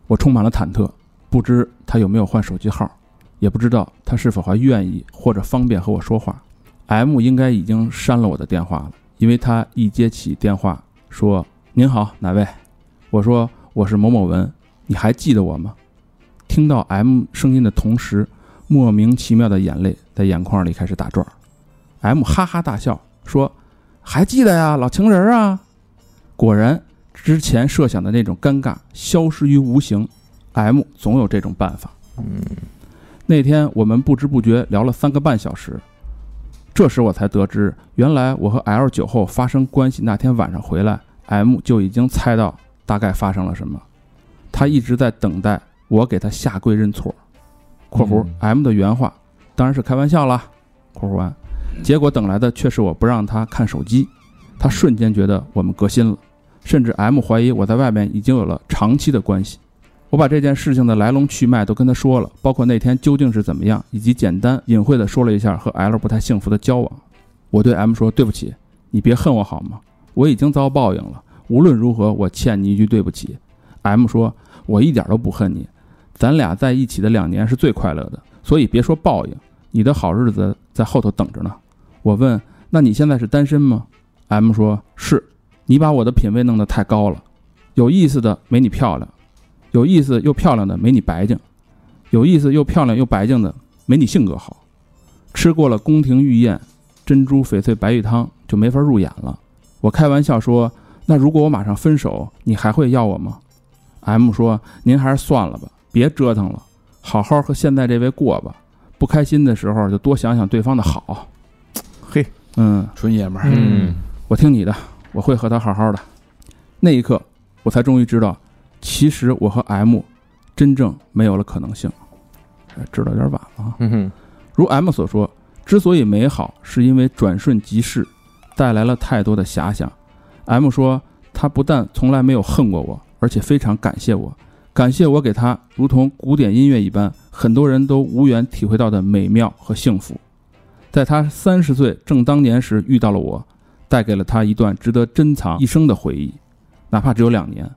[SPEAKER 5] 我充满了忐忑，不知他有没有换手机号，也不知道他是否还愿意或者方便和我说话。M 应该已经删了我的电话了，因为他一接起电话说：“您好，哪位？”我说：“我是某某文，你还记得我吗？”听到 M 声音的同时，莫名其妙的眼泪在眼眶里开始打转儿。M 哈哈大笑说：“还记得呀，老情人啊！”果然，之前设想的那种尴尬消失于无形。M 总有这种办法。
[SPEAKER 2] 嗯，
[SPEAKER 5] 那天我们不知不觉聊了三个半小时，这时我才得知，原来我和 L 酒后发生关系那天晚上回来，M 就已经猜到大概发生了什么。他一直在等待我给他下跪认错。（括弧 M 的原话当然是开玩笑啦。）（括弧完）结果等来的却是我不让他看手机，他瞬间觉得我们革新了，甚至 M 怀疑我在外面已经有了长期的关系。我把这件事情的来龙去脉都跟他说了，包括那天究竟是怎么样，以及简单隐晦的说了一下和 L 不太幸福的交往。我对 M 说：“对不起，你别恨我好吗？我已经遭报应了，无论如何我欠你一句对不起。”M 说：“我一点都不恨你，咱俩在一起的两年是最快乐的，所以别说报应，你的好日子在后头等着呢。”我问：“那你现在是单身吗？”M 说：“是，你把我的品味弄得太高了，有意思的没你漂亮。”有意思又漂亮的没你白净，有意思又漂亮又白净的没你性格好。吃过了宫廷御宴珍珠翡翠白玉汤，就没法入眼了。我开玩笑说：“那如果我马上分手，你还会要我吗？”M 说：“您还是算了吧，别折腾了，好好和现在这位过吧。不开心的时候就多想想对方的好。”
[SPEAKER 2] 嘿，
[SPEAKER 5] 嗯，
[SPEAKER 3] 纯爷们儿，
[SPEAKER 4] 嗯，
[SPEAKER 5] 我听你的，我会和他好好的。那一刻，我才终于知道，其实我和 M 真正没有了可能性。哎知道有点晚了啊。
[SPEAKER 2] 嗯哼，
[SPEAKER 5] 如 M 所说，之所以美好，是因为转瞬即逝，带来了太多的遐想。M 说，他不但从来没有恨过我，而且非常感谢我，感谢我给他如同古典音乐一般，很多人都无缘体会到的美妙和幸福。在他三十岁正当年时遇到了我，带给了他一段值得珍藏一生的回忆，哪怕只有两年。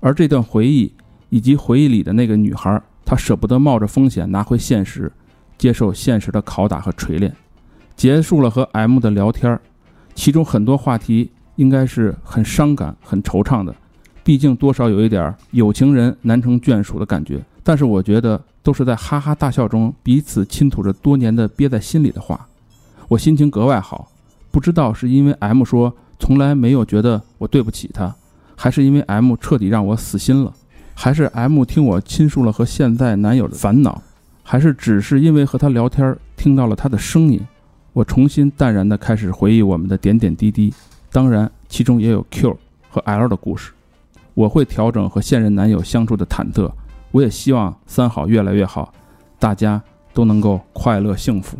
[SPEAKER 5] 而这段回忆以及回忆里的那个女孩，他舍不得冒着风险拿回现实，接受现实的拷打和锤炼。结束了和 M 的聊天儿，其中很多话题应该是很伤感、很惆怅的，毕竟多少有一点儿有情人难成眷属的感觉。但是我觉得都是在哈哈大笑中彼此倾吐着多年的憋在心里的话，我心情格外好。不知道是因为 M 说从来没有觉得我对不起他，还是因为 M 彻底让我死心了，还是 M 听我倾诉了和现在男友的烦恼，还是只是因为和他聊天儿听到了他的声音，我重新淡然地开始回忆我们的点点滴滴。当然，其中也有 Q 和 L 的故事。我会调整和现任男友相处的忐忑，我也希望三好越来越好，大家都能够快乐幸福。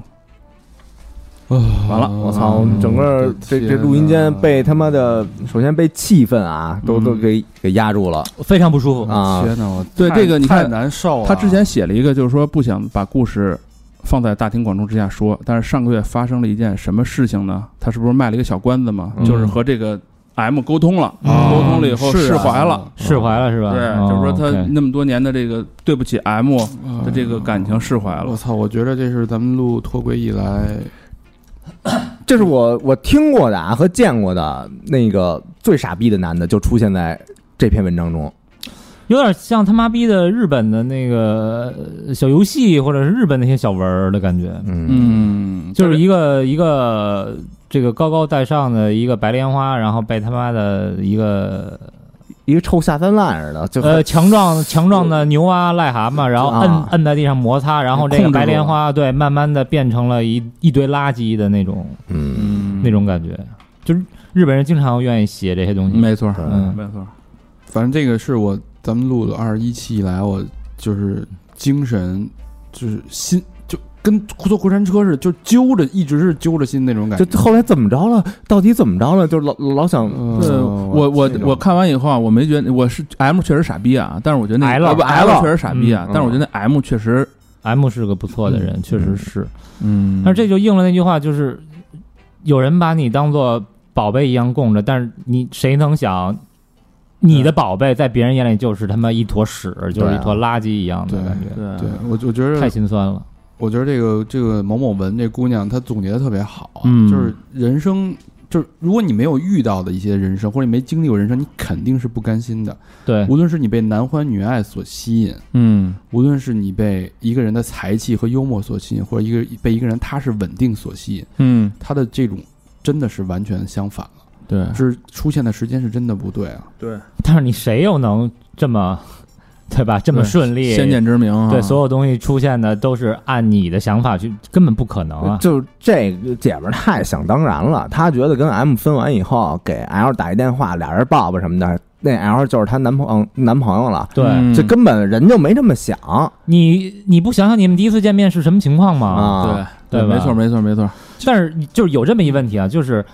[SPEAKER 3] 哦
[SPEAKER 2] 完了，我操！整个这
[SPEAKER 3] 天
[SPEAKER 2] 这录音间
[SPEAKER 3] 哪
[SPEAKER 2] 被他妈的，首先被气氛啊，都都
[SPEAKER 4] 嗯
[SPEAKER 2] 给给压住了
[SPEAKER 4] 非常不舒服。
[SPEAKER 2] 啊！
[SPEAKER 3] 天哪，我
[SPEAKER 5] 对
[SPEAKER 3] 太
[SPEAKER 5] 这个你看
[SPEAKER 3] 太难受了。
[SPEAKER 5] 他之前写了一个，就是说不想把故事放在大庭广众之下说，但是上个月发生了一件什么事情呢？他是不是卖了一个小关子嘛？
[SPEAKER 2] 嗯
[SPEAKER 5] 就是和这个 M 沟通了，
[SPEAKER 4] 嗯
[SPEAKER 5] 沟通了以后
[SPEAKER 3] 是啊
[SPEAKER 5] 释怀了，
[SPEAKER 4] 释怀了是吧？
[SPEAKER 5] 对，
[SPEAKER 4] 哦
[SPEAKER 5] 就是说他
[SPEAKER 4] OK
[SPEAKER 5] 那么多年的这个对不起 M
[SPEAKER 4] 啊
[SPEAKER 5] 的这个感情释怀
[SPEAKER 3] 我
[SPEAKER 5] 了。
[SPEAKER 3] 操！我觉得这是咱们录脱轨以来，
[SPEAKER 2] 这是我我听过的啊和见过的那个最傻逼的男的，就出现在这篇文章中。
[SPEAKER 4] 有点像他妈逼的日本的那个呃小游戏，或者是日本那些小文儿的感觉，
[SPEAKER 2] 嗯
[SPEAKER 5] 嗯，
[SPEAKER 4] 就是一个一个这个高高在上的一个白莲花，然后被他妈的一个
[SPEAKER 2] 一个臭下三滥似的，就
[SPEAKER 4] 呃强壮强壮的牛蛙癞蛤蟆，然后摁、
[SPEAKER 2] 啊
[SPEAKER 4] 摁在地上摩擦，然后这个
[SPEAKER 5] 控制住
[SPEAKER 4] 白莲花对慢慢的变成了一一堆垃圾的那种、
[SPEAKER 2] 嗯，
[SPEAKER 4] 那种感觉，就是日本人经常愿意写这些东西。
[SPEAKER 5] 没错，
[SPEAKER 4] 嗯
[SPEAKER 5] 没错，
[SPEAKER 3] 反正这个是我咱们录了二十一期以来，我就是精神就是心就跟坐过山车似的，就揪着一直是揪着心那种感觉。
[SPEAKER 2] 就后来怎么着了？到底怎么着了？就老老想
[SPEAKER 3] 嗯
[SPEAKER 5] 呃，我我
[SPEAKER 3] 这种
[SPEAKER 5] 我看完以后啊，我没觉得我是 M 确实傻逼啊，但是我觉得那
[SPEAKER 4] L
[SPEAKER 5] 啊不
[SPEAKER 4] L
[SPEAKER 5] L 确实傻逼啊
[SPEAKER 2] 嗯，
[SPEAKER 5] 但是我觉得那 M 确实，
[SPEAKER 4] M 是个不错的人，确实是。
[SPEAKER 5] 嗯
[SPEAKER 4] 但是这就应了那句话，就是有人把你当做宝贝一样供着，但是你谁能想，你的宝贝在别人眼里就是他妈一坨屎，就是一坨垃圾一样的
[SPEAKER 3] 对
[SPEAKER 4] 感觉，
[SPEAKER 5] 啊对
[SPEAKER 3] 对我我觉
[SPEAKER 4] 太
[SPEAKER 3] 得
[SPEAKER 4] 心酸了。
[SPEAKER 3] 我觉得这个这个某某文这姑娘她总结的特别好啊、
[SPEAKER 5] 嗯
[SPEAKER 3] 就是人生。就是如果你没有遇到的一些人生，或者你没经历过人生，你肯定是不甘心的。
[SPEAKER 4] 对，
[SPEAKER 3] 无论是你被男欢女爱所吸引，
[SPEAKER 5] 嗯
[SPEAKER 3] 无论是你被一个人的才气和幽默所吸引，或者一个被一个人踏实稳定所吸引，
[SPEAKER 5] 嗯
[SPEAKER 3] 他的这种真的是完全相反了。
[SPEAKER 5] 对，
[SPEAKER 4] 嗯
[SPEAKER 3] 是出现的时间是真的不对啊。
[SPEAKER 7] 对，
[SPEAKER 4] 但是你谁又能这么，对吧？这么
[SPEAKER 5] 对
[SPEAKER 4] 顺利？
[SPEAKER 5] 先见之明啊，
[SPEAKER 4] 对，所有东西出现的都是按你的想法去，根本不可能啊！
[SPEAKER 2] 就这个姐们儿太想当然了，她觉得跟 M 分完以后给 L 打一电话，俩人抱抱什么的，那 L 就是她男朋友男朋友了，
[SPEAKER 4] 对、
[SPEAKER 5] 嗯
[SPEAKER 2] 这根本人就没这么想
[SPEAKER 4] 你，你不想想你们第一次见面是什么情况吗？
[SPEAKER 2] 啊。
[SPEAKER 5] 对
[SPEAKER 4] 对
[SPEAKER 5] 对，
[SPEAKER 4] 吧
[SPEAKER 5] 没错没错没错，
[SPEAKER 4] 但是就是有这么一问题啊，就是，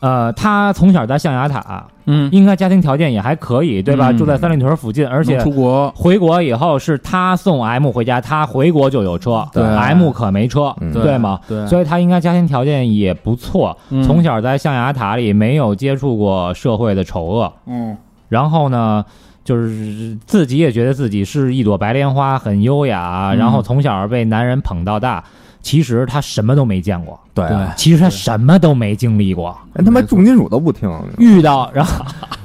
[SPEAKER 4] 呃，他从小在象牙塔，
[SPEAKER 5] 嗯，
[SPEAKER 4] 应该家庭条件也还可以，对吧？
[SPEAKER 5] 嗯
[SPEAKER 4] 住在三里屯附近，而且
[SPEAKER 5] 能出国，
[SPEAKER 4] 回国以后是他送 M 回家，他回国就有车，
[SPEAKER 5] 对
[SPEAKER 4] m 可没车，
[SPEAKER 2] 嗯
[SPEAKER 4] 对吗？
[SPEAKER 5] 对，
[SPEAKER 4] 所以他应该家庭条件也不错，
[SPEAKER 5] 嗯
[SPEAKER 4] 从小在象牙塔里没有接触过社会的丑恶，
[SPEAKER 7] 嗯，
[SPEAKER 4] 然后呢，就是自己也觉得自己是一朵白莲花，很优雅，啊
[SPEAKER 5] 嗯
[SPEAKER 4] 然后从小被男人捧到大。其实他什么都没见过，
[SPEAKER 2] 对
[SPEAKER 5] 对
[SPEAKER 2] 啊，
[SPEAKER 4] 其实他什么都没经历过。
[SPEAKER 2] 哎人他妈
[SPEAKER 5] 没错
[SPEAKER 2] 重金属都不听，
[SPEAKER 4] 遇到，然后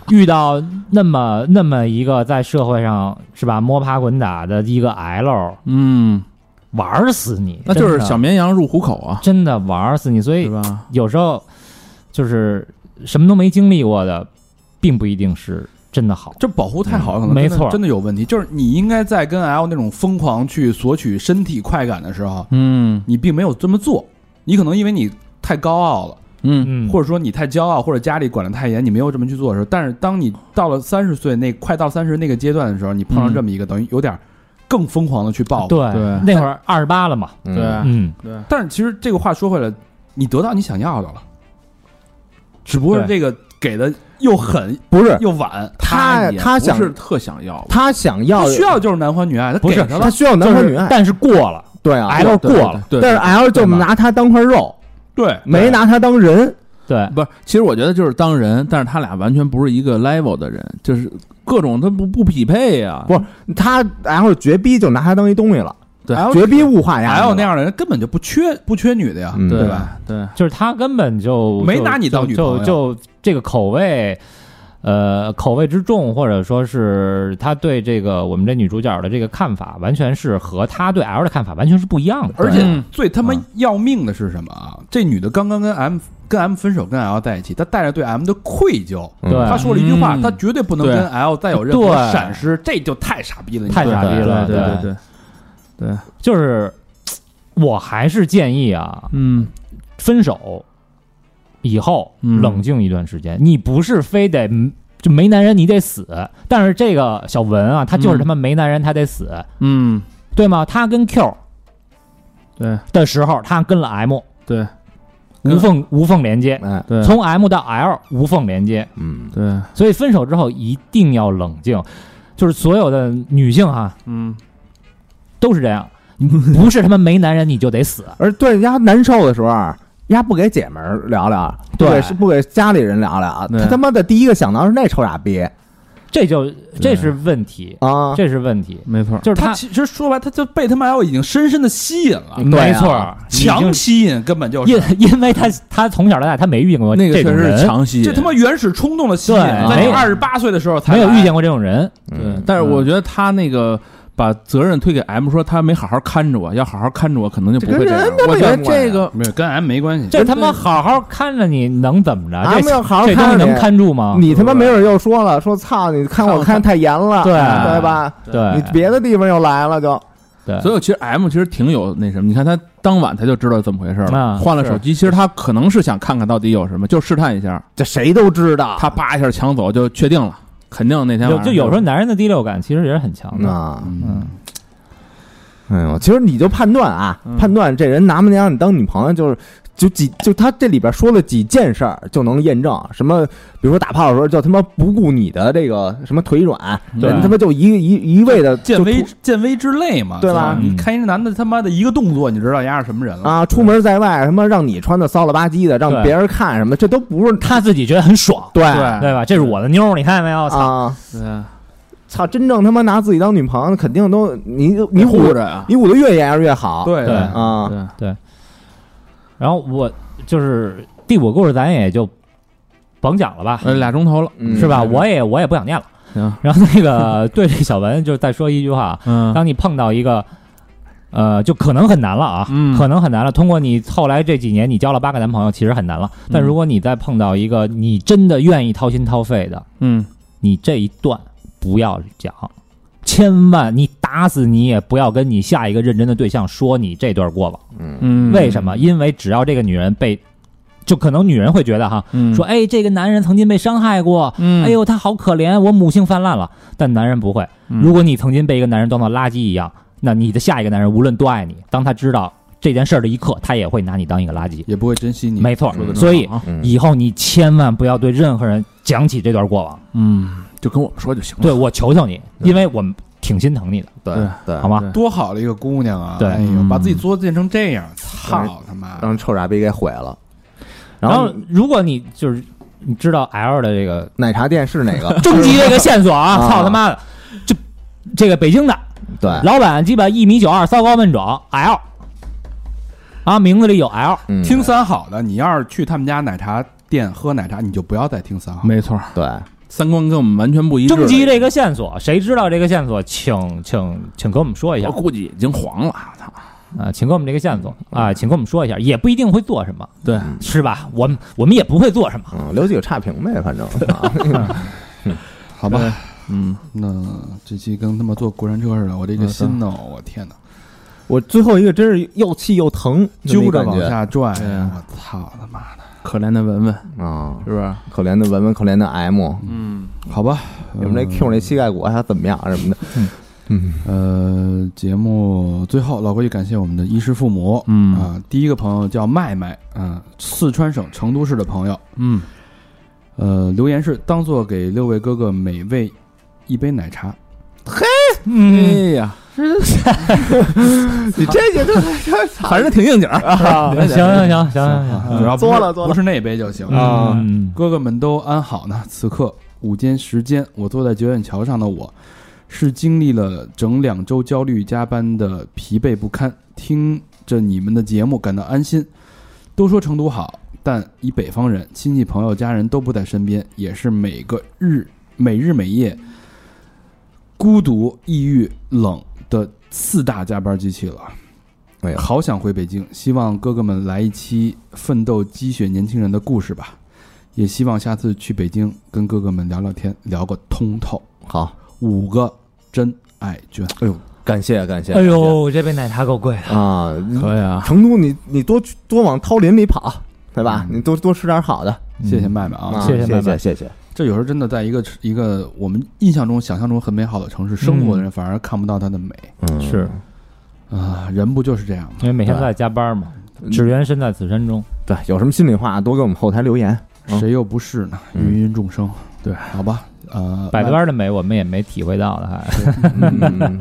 [SPEAKER 4] 遇到那么那么一个在社会上是吧摸爬滚打的一个 L，
[SPEAKER 5] 嗯，
[SPEAKER 4] 玩死你！
[SPEAKER 5] 那就是
[SPEAKER 4] 真的
[SPEAKER 5] 小绵羊入虎口啊，
[SPEAKER 4] 真的玩死你，所
[SPEAKER 5] 对
[SPEAKER 4] 以
[SPEAKER 5] 吧？
[SPEAKER 4] 有时候就是什么都没经历过的，并不一定是真的好。
[SPEAKER 3] 这保护太好，可能
[SPEAKER 4] 没
[SPEAKER 3] 真的
[SPEAKER 4] 错
[SPEAKER 3] 真的有问题。就是你应该在跟 L 那种疯狂去索取身体快感的时候，
[SPEAKER 5] 嗯
[SPEAKER 3] 你并没有这么做。你可能因为你太高傲了，
[SPEAKER 5] 嗯，
[SPEAKER 4] 嗯，
[SPEAKER 3] 或者说你太骄傲，或者家里管得太严，你没有这么去做的时候。但是当你到了三十岁那快到三十那个阶段的时候，你
[SPEAKER 2] 嗯
[SPEAKER 3] 碰上这么一个，等于有点更疯狂的去报复。
[SPEAKER 4] 对
[SPEAKER 5] 对
[SPEAKER 4] 那会儿二十八了嘛，
[SPEAKER 2] 嗯
[SPEAKER 5] 对，
[SPEAKER 4] 嗯，
[SPEAKER 7] 对，
[SPEAKER 3] 但是其实这个话说回来，你得到你想要的了，只不过
[SPEAKER 4] 对
[SPEAKER 3] 这个给的又狠
[SPEAKER 2] 不是
[SPEAKER 3] 又晚，
[SPEAKER 2] 他
[SPEAKER 5] 也
[SPEAKER 2] 他
[SPEAKER 5] 不
[SPEAKER 2] 想
[SPEAKER 5] 是特想要，
[SPEAKER 2] 他想要
[SPEAKER 3] 他需要就是男欢女爱，他
[SPEAKER 4] 不
[SPEAKER 3] 给
[SPEAKER 4] 是
[SPEAKER 3] 他
[SPEAKER 2] 他
[SPEAKER 3] 了，
[SPEAKER 2] 需要男
[SPEAKER 4] 就
[SPEAKER 2] 欢
[SPEAKER 4] 是
[SPEAKER 2] 女爱，
[SPEAKER 4] 但是过了
[SPEAKER 2] 对啊
[SPEAKER 4] ，L 过
[SPEAKER 5] 对
[SPEAKER 4] 了，，
[SPEAKER 5] 对对
[SPEAKER 2] 但是 L 就
[SPEAKER 5] 对吧
[SPEAKER 2] 拿他当块肉，
[SPEAKER 3] 对，
[SPEAKER 2] 没拿他当人，嗯
[SPEAKER 4] 对，
[SPEAKER 5] 不是，其实我觉得就是当人，但是他俩完全不是一个 level 的人，就是各种他不不匹配啊呀、
[SPEAKER 2] 不他 L 绝逼就拿他当一东西了，
[SPEAKER 5] 对
[SPEAKER 3] L
[SPEAKER 2] 绝逼物化呀
[SPEAKER 3] L 那样的人根本就不缺不缺女的呀，
[SPEAKER 2] 嗯
[SPEAKER 5] 对
[SPEAKER 3] 对吧？？
[SPEAKER 5] 对，
[SPEAKER 4] 就是他根本就
[SPEAKER 3] 没
[SPEAKER 4] 就
[SPEAKER 3] 拿你当女
[SPEAKER 4] 就
[SPEAKER 3] 朋友
[SPEAKER 4] 就就这个口味，呃，口味之重，或者说是他对这个我们这女主角的这个看法，完全是和他对 L 的看法完全是不一样的。
[SPEAKER 3] 而且
[SPEAKER 5] 嗯
[SPEAKER 3] 最他妈
[SPEAKER 4] 啊
[SPEAKER 3] 要命的是什么啊？这女的刚刚跟 M 跟 M 分手，跟 L 在一起，她带着对 M 的愧疚，
[SPEAKER 2] 嗯
[SPEAKER 4] 对
[SPEAKER 3] 她说了一句话，
[SPEAKER 5] 嗯
[SPEAKER 3] 她绝对不能
[SPEAKER 5] 对
[SPEAKER 3] 跟 L 再有任何
[SPEAKER 4] 对
[SPEAKER 3] 闪失，这就太傻逼了，你
[SPEAKER 4] 太傻逼了
[SPEAKER 5] 对
[SPEAKER 4] 对
[SPEAKER 5] 对对，
[SPEAKER 4] 就是我还是建议啊，
[SPEAKER 5] 嗯，
[SPEAKER 4] 分手以后
[SPEAKER 5] 嗯
[SPEAKER 4] 冷静一段时间，你不是非得嗯就没男人你得死，但是这个小文啊，他就是
[SPEAKER 5] 嗯
[SPEAKER 4] 他妈没男人他得死，
[SPEAKER 5] 嗯，
[SPEAKER 4] 对吗？他跟 Q
[SPEAKER 5] 对
[SPEAKER 4] 的时候，他跟了 M，
[SPEAKER 5] 对嗯
[SPEAKER 4] 无缝无缝连接，
[SPEAKER 2] 哎，
[SPEAKER 5] 对，
[SPEAKER 4] 从 M 到 L 无缝连接，
[SPEAKER 2] 嗯，
[SPEAKER 5] 对，
[SPEAKER 4] 所以分手之后一定要冷静，就是所有的女性哈
[SPEAKER 5] 嗯，
[SPEAKER 4] 都是这样。不是他妈没男人你就得死，
[SPEAKER 2] 而对丫难受的时候啊，丫不给姐们儿聊聊，不
[SPEAKER 4] 对
[SPEAKER 2] 给不给家里人聊聊，
[SPEAKER 5] 对
[SPEAKER 2] 他他妈的第一个想到是那臭傻逼
[SPEAKER 4] 这就这是问 题，
[SPEAKER 2] 啊，
[SPEAKER 4] 这是问题，
[SPEAKER 5] 没错，
[SPEAKER 4] 就是
[SPEAKER 3] 她其实说白，她就被他妈 L 已经深深的吸引了，
[SPEAKER 4] 没
[SPEAKER 2] 对啊
[SPEAKER 4] 错儿，嗯已经
[SPEAKER 3] 强吸引，根本就是
[SPEAKER 4] 因 因为他他从小到大他没遇见过
[SPEAKER 5] 那个
[SPEAKER 4] 这
[SPEAKER 5] 确
[SPEAKER 4] 种
[SPEAKER 5] 实是
[SPEAKER 4] 人，
[SPEAKER 5] 强吸引，
[SPEAKER 3] 这他妈原始冲动的吸引，
[SPEAKER 4] 对
[SPEAKER 3] 在
[SPEAKER 4] 没
[SPEAKER 3] 你
[SPEAKER 4] 有
[SPEAKER 3] 二十八岁的时候才
[SPEAKER 4] 没有
[SPEAKER 3] 来
[SPEAKER 4] 遇见过这种人，
[SPEAKER 5] 对
[SPEAKER 2] 嗯，，
[SPEAKER 5] 但是我觉得他那个。把责任推给 M，说他没好好看着我，要好好看着我，可能就不会这样
[SPEAKER 2] 这跟人。
[SPEAKER 5] 我觉
[SPEAKER 2] 他妈
[SPEAKER 5] 得
[SPEAKER 2] 有关系
[SPEAKER 5] 这个
[SPEAKER 3] 没有跟 M 没关系，
[SPEAKER 4] 这他妈好好看着你能怎么着？
[SPEAKER 2] 咱们
[SPEAKER 4] 这
[SPEAKER 2] 要好好
[SPEAKER 4] 这东西
[SPEAKER 2] 看着
[SPEAKER 4] 能
[SPEAKER 2] 你
[SPEAKER 4] 看住吗？
[SPEAKER 2] 你他妈没准又说了，说操，你看我看太严了，
[SPEAKER 4] 对
[SPEAKER 2] 对吧？你
[SPEAKER 4] 对
[SPEAKER 2] 别的地方又来了，就
[SPEAKER 4] 对，
[SPEAKER 5] 所以其实 M 其实挺有那什么，你看他当晚他就知道怎么回事了，
[SPEAKER 4] 啊
[SPEAKER 5] 换了手机，其实他可能是想看看到底有什么，就试探一下。
[SPEAKER 2] 这谁都知道。
[SPEAKER 5] 他叭一下抢走就确定了，肯定那天
[SPEAKER 4] 有
[SPEAKER 5] 晚上
[SPEAKER 4] 就有时候男人的第六感其实也是很强的，
[SPEAKER 2] 啊，
[SPEAKER 4] 嗯，
[SPEAKER 2] 哎呦，其实你就判断啊，判断这人拿不拿你当女朋友，就是就几就他这里边说了几件事儿就能验证，什么比如说打炮的时候就他妈不顾你的这个什么腿软，
[SPEAKER 5] 对
[SPEAKER 2] 人他妈就一一一味的
[SPEAKER 3] 见微见微知类嘛，
[SPEAKER 2] 对吧
[SPEAKER 4] 嗯
[SPEAKER 3] 你看一男的他妈的一个动作，你知道丫是什么人了？
[SPEAKER 2] 啊，出门在外他妈让你穿的骚了吧唧的，让
[SPEAKER 4] 对
[SPEAKER 2] 别人看什么的，这都不是
[SPEAKER 4] 他自己觉得很爽，
[SPEAKER 2] 对
[SPEAKER 4] 对吧？这是我的妞儿，你看见没有？操，
[SPEAKER 2] 啊，
[SPEAKER 5] 对
[SPEAKER 2] 操，真正他妈拿自己当女朋友，肯定都你你
[SPEAKER 5] 护
[SPEAKER 2] 捂
[SPEAKER 5] 着呀，
[SPEAKER 2] 你捂的越严越好，
[SPEAKER 3] 对
[SPEAKER 4] 对
[SPEAKER 2] 啊，
[SPEAKER 5] 对，
[SPEAKER 4] 然后我就是第五故事，咱也就甭讲了吧，
[SPEAKER 5] 呃，俩钟头了，
[SPEAKER 2] 嗯
[SPEAKER 4] 是吧？我也我也不想念了。
[SPEAKER 5] 行，
[SPEAKER 4] 然后那个对这小文就是再说一句话，啊
[SPEAKER 5] 嗯，
[SPEAKER 4] 当你碰到一个呃，就可能很难了啊，
[SPEAKER 3] 嗯
[SPEAKER 4] 可能很难了。通过你后来这几年，你交了八个男朋友，其实很难了。
[SPEAKER 3] 嗯
[SPEAKER 4] 但如果你再碰到一个你真的愿意掏心掏肺的，
[SPEAKER 3] 嗯，
[SPEAKER 4] 你这一段不要讲，千万你打死你也不要跟你下一个认真的对象说你这段过往。
[SPEAKER 2] 嗯
[SPEAKER 3] 嗯
[SPEAKER 4] 为什么？？因为只要这个女人被，就可能女人会觉得哈，
[SPEAKER 3] 嗯
[SPEAKER 4] 说哎，这个男人曾经被伤害过，
[SPEAKER 3] 嗯
[SPEAKER 4] 哎，呦，他好可怜，我母性泛滥了。但男人不会，
[SPEAKER 3] 嗯
[SPEAKER 4] 如果你曾经被一个男人当做垃圾一样，那你的下一个男人无论多爱你，当他知道这件事儿的一刻，他也会拿你当一个垃圾。
[SPEAKER 3] 也不会珍
[SPEAKER 5] 嗯
[SPEAKER 3] 惜你。
[SPEAKER 4] 没错
[SPEAKER 3] 说得，真
[SPEAKER 4] 所以
[SPEAKER 3] 好啊
[SPEAKER 2] 嗯，
[SPEAKER 4] 以后你千万不要对任何人讲起这段过往。
[SPEAKER 3] 嗯，
[SPEAKER 2] 就跟我们说就行了。
[SPEAKER 4] 对我求求你，因为我们挺心疼你的，
[SPEAKER 2] 对对
[SPEAKER 4] 好吗？
[SPEAKER 3] 多好的一个姑娘啊！
[SPEAKER 4] 对
[SPEAKER 3] 哎呦，
[SPEAKER 5] 嗯
[SPEAKER 3] 把自己作践成这样，操他妈！
[SPEAKER 2] 让臭傻逼给毁了。
[SPEAKER 4] 然
[SPEAKER 2] 然
[SPEAKER 4] 后
[SPEAKER 2] 后
[SPEAKER 4] 如果你就是你知道 L 的这个
[SPEAKER 2] 奶茶店是哪个？
[SPEAKER 4] 终极 这个线索啊，
[SPEAKER 2] 啊
[SPEAKER 4] 操他妈的，就这个北京的
[SPEAKER 2] 对，
[SPEAKER 4] 老板鸡巴一米九二，骚高问种 L，啊，名字里有 L，
[SPEAKER 2] 嗯
[SPEAKER 3] 听三好的，你要是去他们家奶茶店喝奶茶，你就不要再听三好。
[SPEAKER 5] 没错，
[SPEAKER 2] 对，
[SPEAKER 5] 三观跟我们完全不一致。
[SPEAKER 4] 征集这个线索，谁知道这个线索，请请请给我们说一下
[SPEAKER 5] 我估计已经黄了，操！
[SPEAKER 4] 啊，请给我们这个线索啊，请给我们说一下，也不一定会做什么，
[SPEAKER 5] 对，
[SPEAKER 4] 是吧？我们我们也不会做什么，
[SPEAKER 2] 嗯，留几个差评呗，反正啊
[SPEAKER 3] 好吧，
[SPEAKER 5] 嗯，
[SPEAKER 3] 那这期跟他妈坐过山车似的，我这个心呢，我天哪，
[SPEAKER 2] 我最后一个真是又气又疼，
[SPEAKER 3] 揪着往
[SPEAKER 2] 那种感
[SPEAKER 3] 下拽，
[SPEAKER 5] 对啊
[SPEAKER 3] 我操他妈的！
[SPEAKER 5] 可怜的文文
[SPEAKER 2] 觉啊，
[SPEAKER 5] 是不是？
[SPEAKER 2] 可怜的文文，可怜的 M，
[SPEAKER 5] 嗯，
[SPEAKER 3] 好吧，
[SPEAKER 2] 你们这 Q 那膝盖骨还怎么样啊什么的？
[SPEAKER 3] 呃，节目最后老规矩，感谢我们的衣食父母。
[SPEAKER 5] 嗯
[SPEAKER 3] 啊、第一个朋友叫麦麦，嗯、四川省成都市的朋友，
[SPEAKER 5] 嗯，
[SPEAKER 3] 呃，留言是当做给六位哥哥每位一杯奶茶，
[SPEAKER 4] 嗯，
[SPEAKER 5] 哎 呀，
[SPEAKER 2] 你这也这
[SPEAKER 5] 还是挺应景儿。
[SPEAKER 4] 啊行行行行行
[SPEAKER 3] 只要不
[SPEAKER 2] 作
[SPEAKER 3] 是
[SPEAKER 2] 了作了
[SPEAKER 3] 不是那杯就行
[SPEAKER 4] 行啊，嗯
[SPEAKER 3] 哥哥们都安好呢。此刻午间时间，我坐在九眼桥上的我，是经历了整两周焦虑加班的疲惫不堪，听着你们的节目感到安心。都说成都好，但以北方人，亲戚朋友家人都不在身边，也是每个日每日每夜孤独、抑郁、冷的四大加班机器了。
[SPEAKER 2] 哎呀，
[SPEAKER 3] 好想回北京，希望哥哥们来一期奋斗积雪年轻人的故事吧，也希望下次去北京跟哥哥们聊聊天，聊个通透。
[SPEAKER 2] 好，
[SPEAKER 3] 五个真爱券，
[SPEAKER 2] 感谢感谢，
[SPEAKER 4] 哎呦，这杯奶茶够贵的，
[SPEAKER 2] 感谢啊，
[SPEAKER 5] 可以啊，
[SPEAKER 2] 成都你你多去多往涛林里跑，对吧？你多多吃点好的
[SPEAKER 3] 谢谢麦麦啊！
[SPEAKER 2] 啊，
[SPEAKER 4] 谢谢
[SPEAKER 2] 谢
[SPEAKER 4] 拜拜
[SPEAKER 2] 谢谢谢，
[SPEAKER 3] 这有时候真的在一个一个我们印象中、想象中很美好的城市生活的人，反而看不到它的美
[SPEAKER 2] 嗯
[SPEAKER 4] 是
[SPEAKER 3] 啊！人不就是这样吗？
[SPEAKER 4] 因为每天都在加班嘛，
[SPEAKER 3] 嗯
[SPEAKER 4] 只缘身在此山中。
[SPEAKER 2] 对，有什么心里话多给我们后台留言，嗯
[SPEAKER 3] 谁又不是呢？
[SPEAKER 2] 嗯
[SPEAKER 3] 芸芸众生，
[SPEAKER 5] 对
[SPEAKER 3] 好吧，呃，
[SPEAKER 4] 百端的美我们也没体会到的，还
[SPEAKER 2] 嗯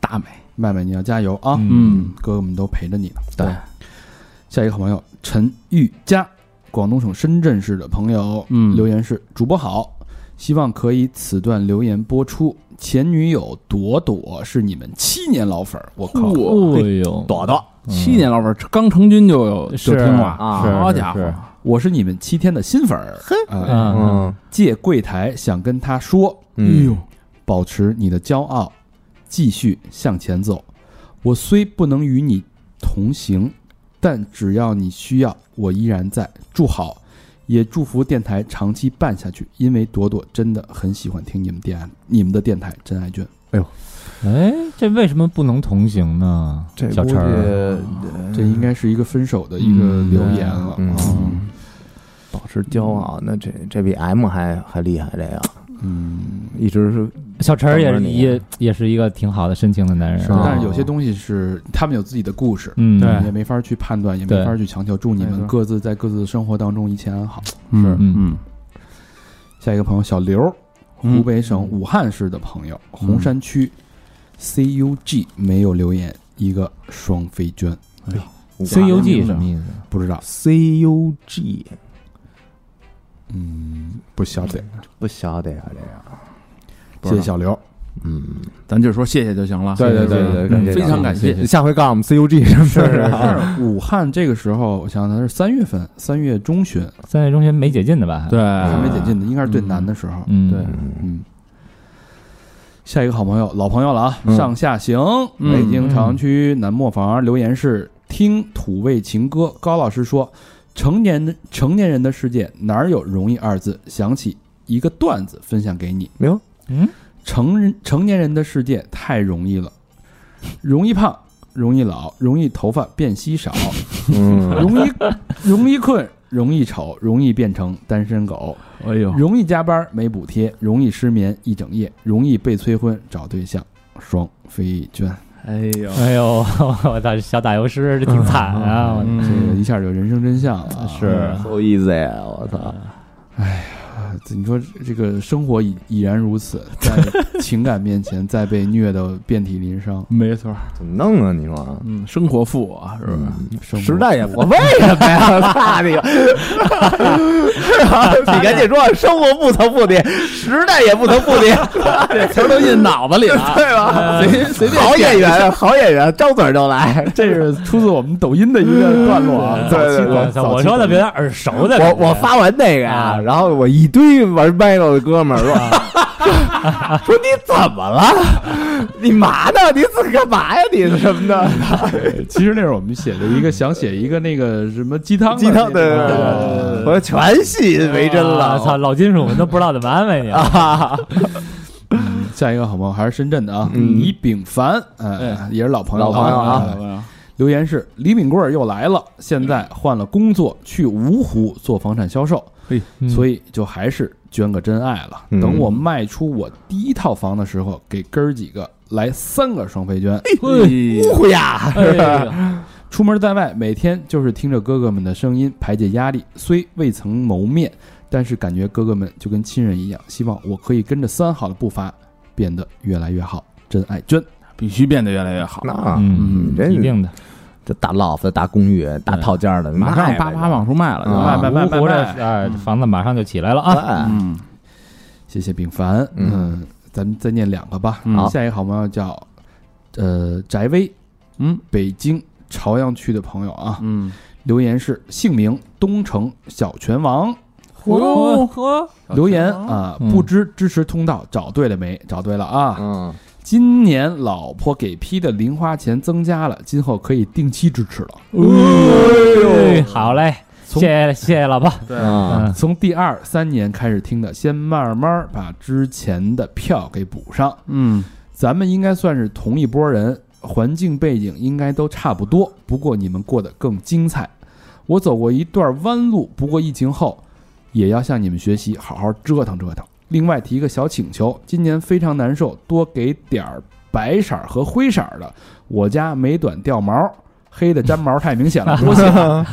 [SPEAKER 5] 大美，
[SPEAKER 3] 麦麦，你要加油啊！
[SPEAKER 4] 嗯，
[SPEAKER 3] 哥哥们都陪着你呢。
[SPEAKER 2] 对，
[SPEAKER 3] 下一个好朋友陈玉佳，广东省深圳市的朋友，
[SPEAKER 5] 嗯
[SPEAKER 3] 留言是主播好，希望可以此段留言播出。前女友朵朵是你们七年老粉儿，我靠，
[SPEAKER 4] 哦呦，
[SPEAKER 2] 朵朵
[SPEAKER 5] 七年老板刚成军就有
[SPEAKER 4] 是
[SPEAKER 5] 就听了，
[SPEAKER 2] 啊
[SPEAKER 4] 是
[SPEAKER 5] 好家
[SPEAKER 4] 是
[SPEAKER 5] 伙，
[SPEAKER 3] 我是你们七天的新粉儿，呃
[SPEAKER 4] 嗯，
[SPEAKER 2] 嗯
[SPEAKER 3] 借柜台想跟他说，哎
[SPEAKER 2] 嗯，
[SPEAKER 3] 保持你的骄傲，继续向前走。我虽不能与你同行，但只要你需要，我依然在。祝好，也祝福电台长期办下去，因为朵朵真的很喜欢听你们电你们的电台，真爱卷。
[SPEAKER 4] 哎，这为什么不能同行呢？小陈儿，
[SPEAKER 3] 这应该是一个分手的一个留言了。
[SPEAKER 2] 嗯
[SPEAKER 3] 啊嗯
[SPEAKER 2] 保持骄傲，那这这比 M 还还厉害，这个
[SPEAKER 3] 嗯，
[SPEAKER 2] 一直是
[SPEAKER 4] 小陈儿也是
[SPEAKER 2] 等着你啊
[SPEAKER 4] 也也是一个挺好的深情的男人
[SPEAKER 3] 是，
[SPEAKER 2] 吧
[SPEAKER 4] 啊
[SPEAKER 3] 但是有些东西是他们有自己的故事。
[SPEAKER 4] 嗯，
[SPEAKER 5] 对
[SPEAKER 3] 你也没法去判断，也没
[SPEAKER 4] 对
[SPEAKER 3] 法去强求。祝你
[SPEAKER 5] 没
[SPEAKER 3] 们
[SPEAKER 5] 错
[SPEAKER 3] 各自在各自的生活当中一切安好。
[SPEAKER 5] 嗯嗯
[SPEAKER 3] 下一个朋友小刘，
[SPEAKER 5] 嗯
[SPEAKER 3] 湖北省武汉市的朋友，红山区 CUG 没有留言，一个双飞娟，
[SPEAKER 4] C U G 什么意思？
[SPEAKER 3] 不知道，
[SPEAKER 2] C U G
[SPEAKER 3] 嗯，不晓得。
[SPEAKER 2] 不晓得呀，这个
[SPEAKER 3] 谢谢小刘，
[SPEAKER 2] 嗯，
[SPEAKER 5] 咱就说谢谢就行了。
[SPEAKER 2] 对对对对
[SPEAKER 5] 嗯
[SPEAKER 2] 对
[SPEAKER 5] 非常感谢。
[SPEAKER 2] 下回告诉我们 C U G 什么事儿啊？
[SPEAKER 3] 但是 武汉这个时候，我想想，是三月份，三月中旬
[SPEAKER 4] 三月中旬
[SPEAKER 2] 啊
[SPEAKER 4] 没解禁的吧？
[SPEAKER 5] 对，
[SPEAKER 3] 还没解禁的，应该是最难的时候。
[SPEAKER 4] 嗯，
[SPEAKER 5] 对
[SPEAKER 2] 嗯
[SPEAKER 3] 嗯，下一个好朋友，老朋友了啊，
[SPEAKER 2] 嗯
[SPEAKER 3] 上下行，
[SPEAKER 4] 嗯
[SPEAKER 3] 北京朝阳区南磨房留言是听土味情歌，高老师说，成年的成年人的世界哪有容易二字？想起一个段子分享给你，
[SPEAKER 2] 没有，
[SPEAKER 4] 嗯，
[SPEAKER 3] 成人成年人的世界太容易了，容易胖，容易老，容易头发变稀 少，
[SPEAKER 2] 嗯，
[SPEAKER 3] 容易容易困，容易丑，容易变成单身狗。
[SPEAKER 5] 哎呦，
[SPEAKER 3] 容易加班没补贴，容易失眠一整夜，容易被催婚找对象，双飞娟，
[SPEAKER 4] 哎呦，哎呦， 我操，小打油诗这挺惨啊！我
[SPEAKER 2] 嗯
[SPEAKER 3] 这个一下就人生真相了啊。
[SPEAKER 4] 是
[SPEAKER 2] ，so easy，啊我操，
[SPEAKER 3] 啊你说这个生活已已然如此，在情感面前再被虐得遍体鳞伤，
[SPEAKER 5] 没错，
[SPEAKER 2] 怎么弄啊？你说，
[SPEAKER 5] 嗯，生活富我是不啊是？
[SPEAKER 3] 生活
[SPEAKER 2] 时代也不为什么呀？操你个！ 你赶紧说，生活不曾不迭，时代也不曾不迭，
[SPEAKER 5] 这词儿都印脑子里了， 哎
[SPEAKER 2] 对吧？
[SPEAKER 5] 随随便
[SPEAKER 2] 好演员，好演员，张嘴就来。。
[SPEAKER 3] 这是出自我们抖音的一个段落啊早
[SPEAKER 2] 对
[SPEAKER 3] 期
[SPEAKER 2] 对
[SPEAKER 4] 我
[SPEAKER 3] 的
[SPEAKER 4] 操，
[SPEAKER 3] 早
[SPEAKER 4] 我
[SPEAKER 3] 期
[SPEAKER 4] 说
[SPEAKER 3] 的
[SPEAKER 4] 怎么有点耳熟的感啊
[SPEAKER 2] 我
[SPEAKER 4] 觉？
[SPEAKER 2] 我发完那个呀，然后我一堆玩 battle 的哥们儿说说你怎么了？你嘛呢？你自己干嘛呀？你什么的？
[SPEAKER 3] 其实那是我们写的一个想写一个那个什么鸡汤
[SPEAKER 2] 鸡汤
[SPEAKER 3] 的
[SPEAKER 2] 的
[SPEAKER 3] 那个，
[SPEAKER 2] 我说全信为真
[SPEAKER 4] 啊
[SPEAKER 2] 了。
[SPEAKER 4] 操，老金属们都不知道怎么安慰你了。
[SPEAKER 2] 啊！
[SPEAKER 3] 下一个好朋友还是深圳的啊，
[SPEAKER 2] 嗯
[SPEAKER 3] 李炳凡，哎，也是老朋友了，
[SPEAKER 2] 老朋友啊
[SPEAKER 3] 哎留言是李炳贵儿又来了，现在换了工作，去芜湖做房产销售，所
[SPEAKER 4] 以
[SPEAKER 3] 以就还是捐个真爱了。
[SPEAKER 2] 嗯
[SPEAKER 3] 等我卖出我第一套房的时候，给哥儿几个来三个双飞捐。
[SPEAKER 2] 呜呼呀！
[SPEAKER 4] 哎
[SPEAKER 2] 啊
[SPEAKER 3] 出门在外，每天就是听着哥哥们的声音排解压力，虽未曾谋面，但是感觉哥哥们就跟亲人一样。希望我可以跟着三好的步伐，变得越来越好。真爱捐，
[SPEAKER 5] 必须变得越来越好。
[SPEAKER 2] 那
[SPEAKER 4] 嗯，
[SPEAKER 2] 真
[SPEAKER 4] 一定的。
[SPEAKER 2] 这大 loft、大公寓、大套间儿的，
[SPEAKER 5] 马上
[SPEAKER 2] 卖
[SPEAKER 5] 叭
[SPEAKER 2] 吧
[SPEAKER 5] 叭往出卖了，就
[SPEAKER 2] 啊
[SPEAKER 5] 卖
[SPEAKER 3] 卖
[SPEAKER 5] 吧
[SPEAKER 3] 卖卖
[SPEAKER 4] 芜湖这
[SPEAKER 3] 卖
[SPEAKER 4] 哎房子马上就起来了啊！
[SPEAKER 2] 嗯哎
[SPEAKER 5] 嗯，
[SPEAKER 3] 谢谢秉凡。
[SPEAKER 2] 嗯
[SPEAKER 3] 嗯，咱们再念两个吧。
[SPEAKER 5] 嗯
[SPEAKER 2] 好
[SPEAKER 3] 下一个好朋友叫呃翟威，
[SPEAKER 5] 嗯，
[SPEAKER 3] 北京朝阳区的朋友啊，
[SPEAKER 5] 嗯，
[SPEAKER 3] 留言是姓名东城小拳王。
[SPEAKER 5] 嚯
[SPEAKER 6] 呵，
[SPEAKER 3] 留言啊，
[SPEAKER 4] 嗯
[SPEAKER 3] 不知支持通道找对了没？找对了啊！
[SPEAKER 2] 嗯，
[SPEAKER 3] 今年老婆给批的零花钱增加了，今后可以定期支持了。
[SPEAKER 4] 哎好嘞，谢
[SPEAKER 3] 从
[SPEAKER 4] 谢谢谢老婆。
[SPEAKER 2] 啊，
[SPEAKER 4] 嗯
[SPEAKER 3] 从第二三年开始听的，先慢慢把之前的票给补上。
[SPEAKER 5] 嗯，
[SPEAKER 3] 咱们应该算是同一波人，环境背景应该都差不多，不过你们过得更精彩。我走过一段弯路，不过疫情后，也要向你们学习，好好折腾折腾。另外提一个小请求，今年非常难受，多给点儿白色儿和灰色儿的。我家美短掉毛，黑的粘毛太明显了，多写了。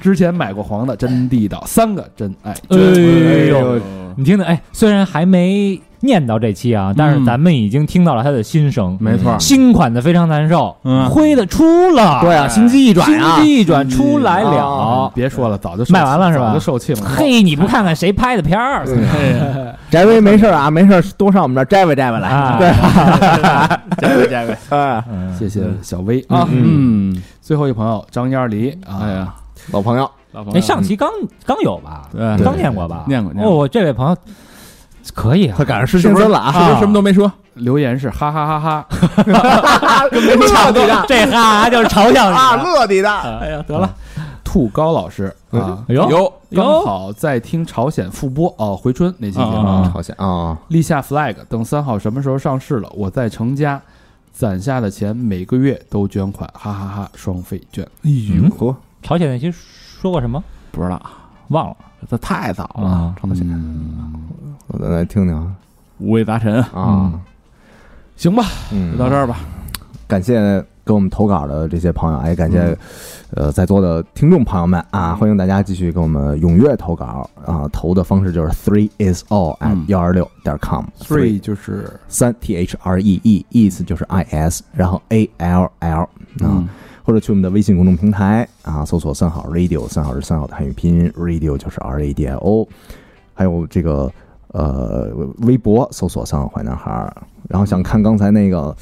[SPEAKER 3] 之前买过黄的，真地道，三个真爱
[SPEAKER 4] 哎
[SPEAKER 3] 真
[SPEAKER 4] 呦，你听听，哎，虽然还没念到这期啊，但是
[SPEAKER 5] 嗯
[SPEAKER 4] 咱们已经听到了他的心声。
[SPEAKER 5] 没错，
[SPEAKER 4] 新款的非常难受，
[SPEAKER 5] 嗯
[SPEAKER 4] 灰的出了，
[SPEAKER 2] 对啊，心机一转
[SPEAKER 4] 新
[SPEAKER 2] 啊，
[SPEAKER 4] 地一转出来
[SPEAKER 2] 啊
[SPEAKER 4] 了。
[SPEAKER 3] 别说了，早就
[SPEAKER 4] 卖完了是吧
[SPEAKER 3] 早就售罄了。
[SPEAKER 4] 嘿，你不看看谁拍的片儿？
[SPEAKER 2] 翟威没事儿啊，没事儿多上我们这儿摘吧摘吧来，
[SPEAKER 4] 啊
[SPEAKER 2] 对，摘吧摘吧，哎，
[SPEAKER 4] 嗯
[SPEAKER 3] 谢谢小薇啊，
[SPEAKER 5] 嗯，
[SPEAKER 3] 最后一朋友张燕梨啊，
[SPEAKER 5] 哎呀，
[SPEAKER 2] 老朋友，
[SPEAKER 5] 老朋
[SPEAKER 4] 哎，
[SPEAKER 5] 友，
[SPEAKER 4] 上期刚刚有吧？
[SPEAKER 5] 对
[SPEAKER 4] 刚念过吧？
[SPEAKER 5] 念过念
[SPEAKER 4] 哦，
[SPEAKER 5] 过
[SPEAKER 4] 我这位朋友可以啊
[SPEAKER 2] 他，赶上失
[SPEAKER 5] 是
[SPEAKER 2] 心
[SPEAKER 5] 不是
[SPEAKER 2] 森了啊，
[SPEAKER 5] 是不是什么都没说？
[SPEAKER 3] 留言是哈哈哈 哈，
[SPEAKER 2] 根本抢你的
[SPEAKER 4] 这哈就是嘲笑你
[SPEAKER 2] 啊，
[SPEAKER 4] 了。
[SPEAKER 2] 乐你的，
[SPEAKER 4] 哎呀，得了，
[SPEAKER 3] 兔高老师
[SPEAKER 5] 嗯
[SPEAKER 3] 啊，
[SPEAKER 4] 哎呦，
[SPEAKER 5] 有，
[SPEAKER 3] 刚好在听朝鲜复播哦，回春那期节
[SPEAKER 5] 啊
[SPEAKER 3] 目
[SPEAKER 5] 啊，
[SPEAKER 2] 好像啊，
[SPEAKER 3] 立下 flag，等三好什么时候上市了，我再成家，攒下的钱每个月都捐款，哈哈哈，双费捐。
[SPEAKER 5] 哎呦，
[SPEAKER 2] 嚯，
[SPEAKER 4] 朝鲜那期说过什么？
[SPEAKER 5] 不知道，啊
[SPEAKER 4] 忘了
[SPEAKER 5] 这太早了，
[SPEAKER 4] 啊。
[SPEAKER 5] 唱的现
[SPEAKER 2] 我再来听听啊
[SPEAKER 5] 五味杂陈，
[SPEAKER 2] 啊，
[SPEAKER 3] 行吧，
[SPEAKER 5] 就
[SPEAKER 2] 嗯
[SPEAKER 5] 到这儿吧。
[SPEAKER 2] 感谢给我们投稿的这些朋友，也感谢呃在座的听众朋友们啊，欢迎大家继续给我们踊跃投稿啊，投的方式就是 three is all at
[SPEAKER 5] 嗯
[SPEAKER 2] 幺二六点 com
[SPEAKER 3] three 就是
[SPEAKER 2] 三 t h r e e 意思就是 i s，然后 a l l 啊
[SPEAKER 5] 嗯，，
[SPEAKER 2] 或者去我们的微信公众平台啊，搜索“三好 radio”，三好是三好的汉语拼音，radio 就是 R A D I O，还有这个呃微博搜索“三好坏男孩儿”，然后想看刚才那个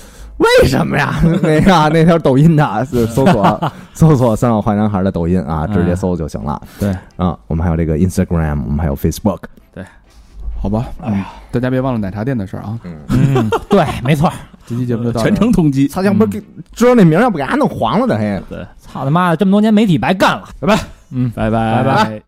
[SPEAKER 2] 为什么呀？ 那个啊那条抖音的搜 索搜索“三好坏男孩”的抖音啊，直接搜就行了。
[SPEAKER 5] 对
[SPEAKER 2] 啊，我们还有这个 Instagram，我们还有 Facebook。
[SPEAKER 5] 对，
[SPEAKER 3] 好吧，
[SPEAKER 5] 哎
[SPEAKER 3] 嗯，大家别忘了奶茶店的事儿啊。
[SPEAKER 4] 嗯，对，没错，
[SPEAKER 3] 这期节目就到这儿
[SPEAKER 5] 全程通缉。
[SPEAKER 2] 操，要不给知道那名儿，要不给他弄黄了的，嘿。
[SPEAKER 4] 操他妈的，这么多年媒体白干了。
[SPEAKER 5] 拜
[SPEAKER 4] 拜
[SPEAKER 5] 拜。
[SPEAKER 4] 拜。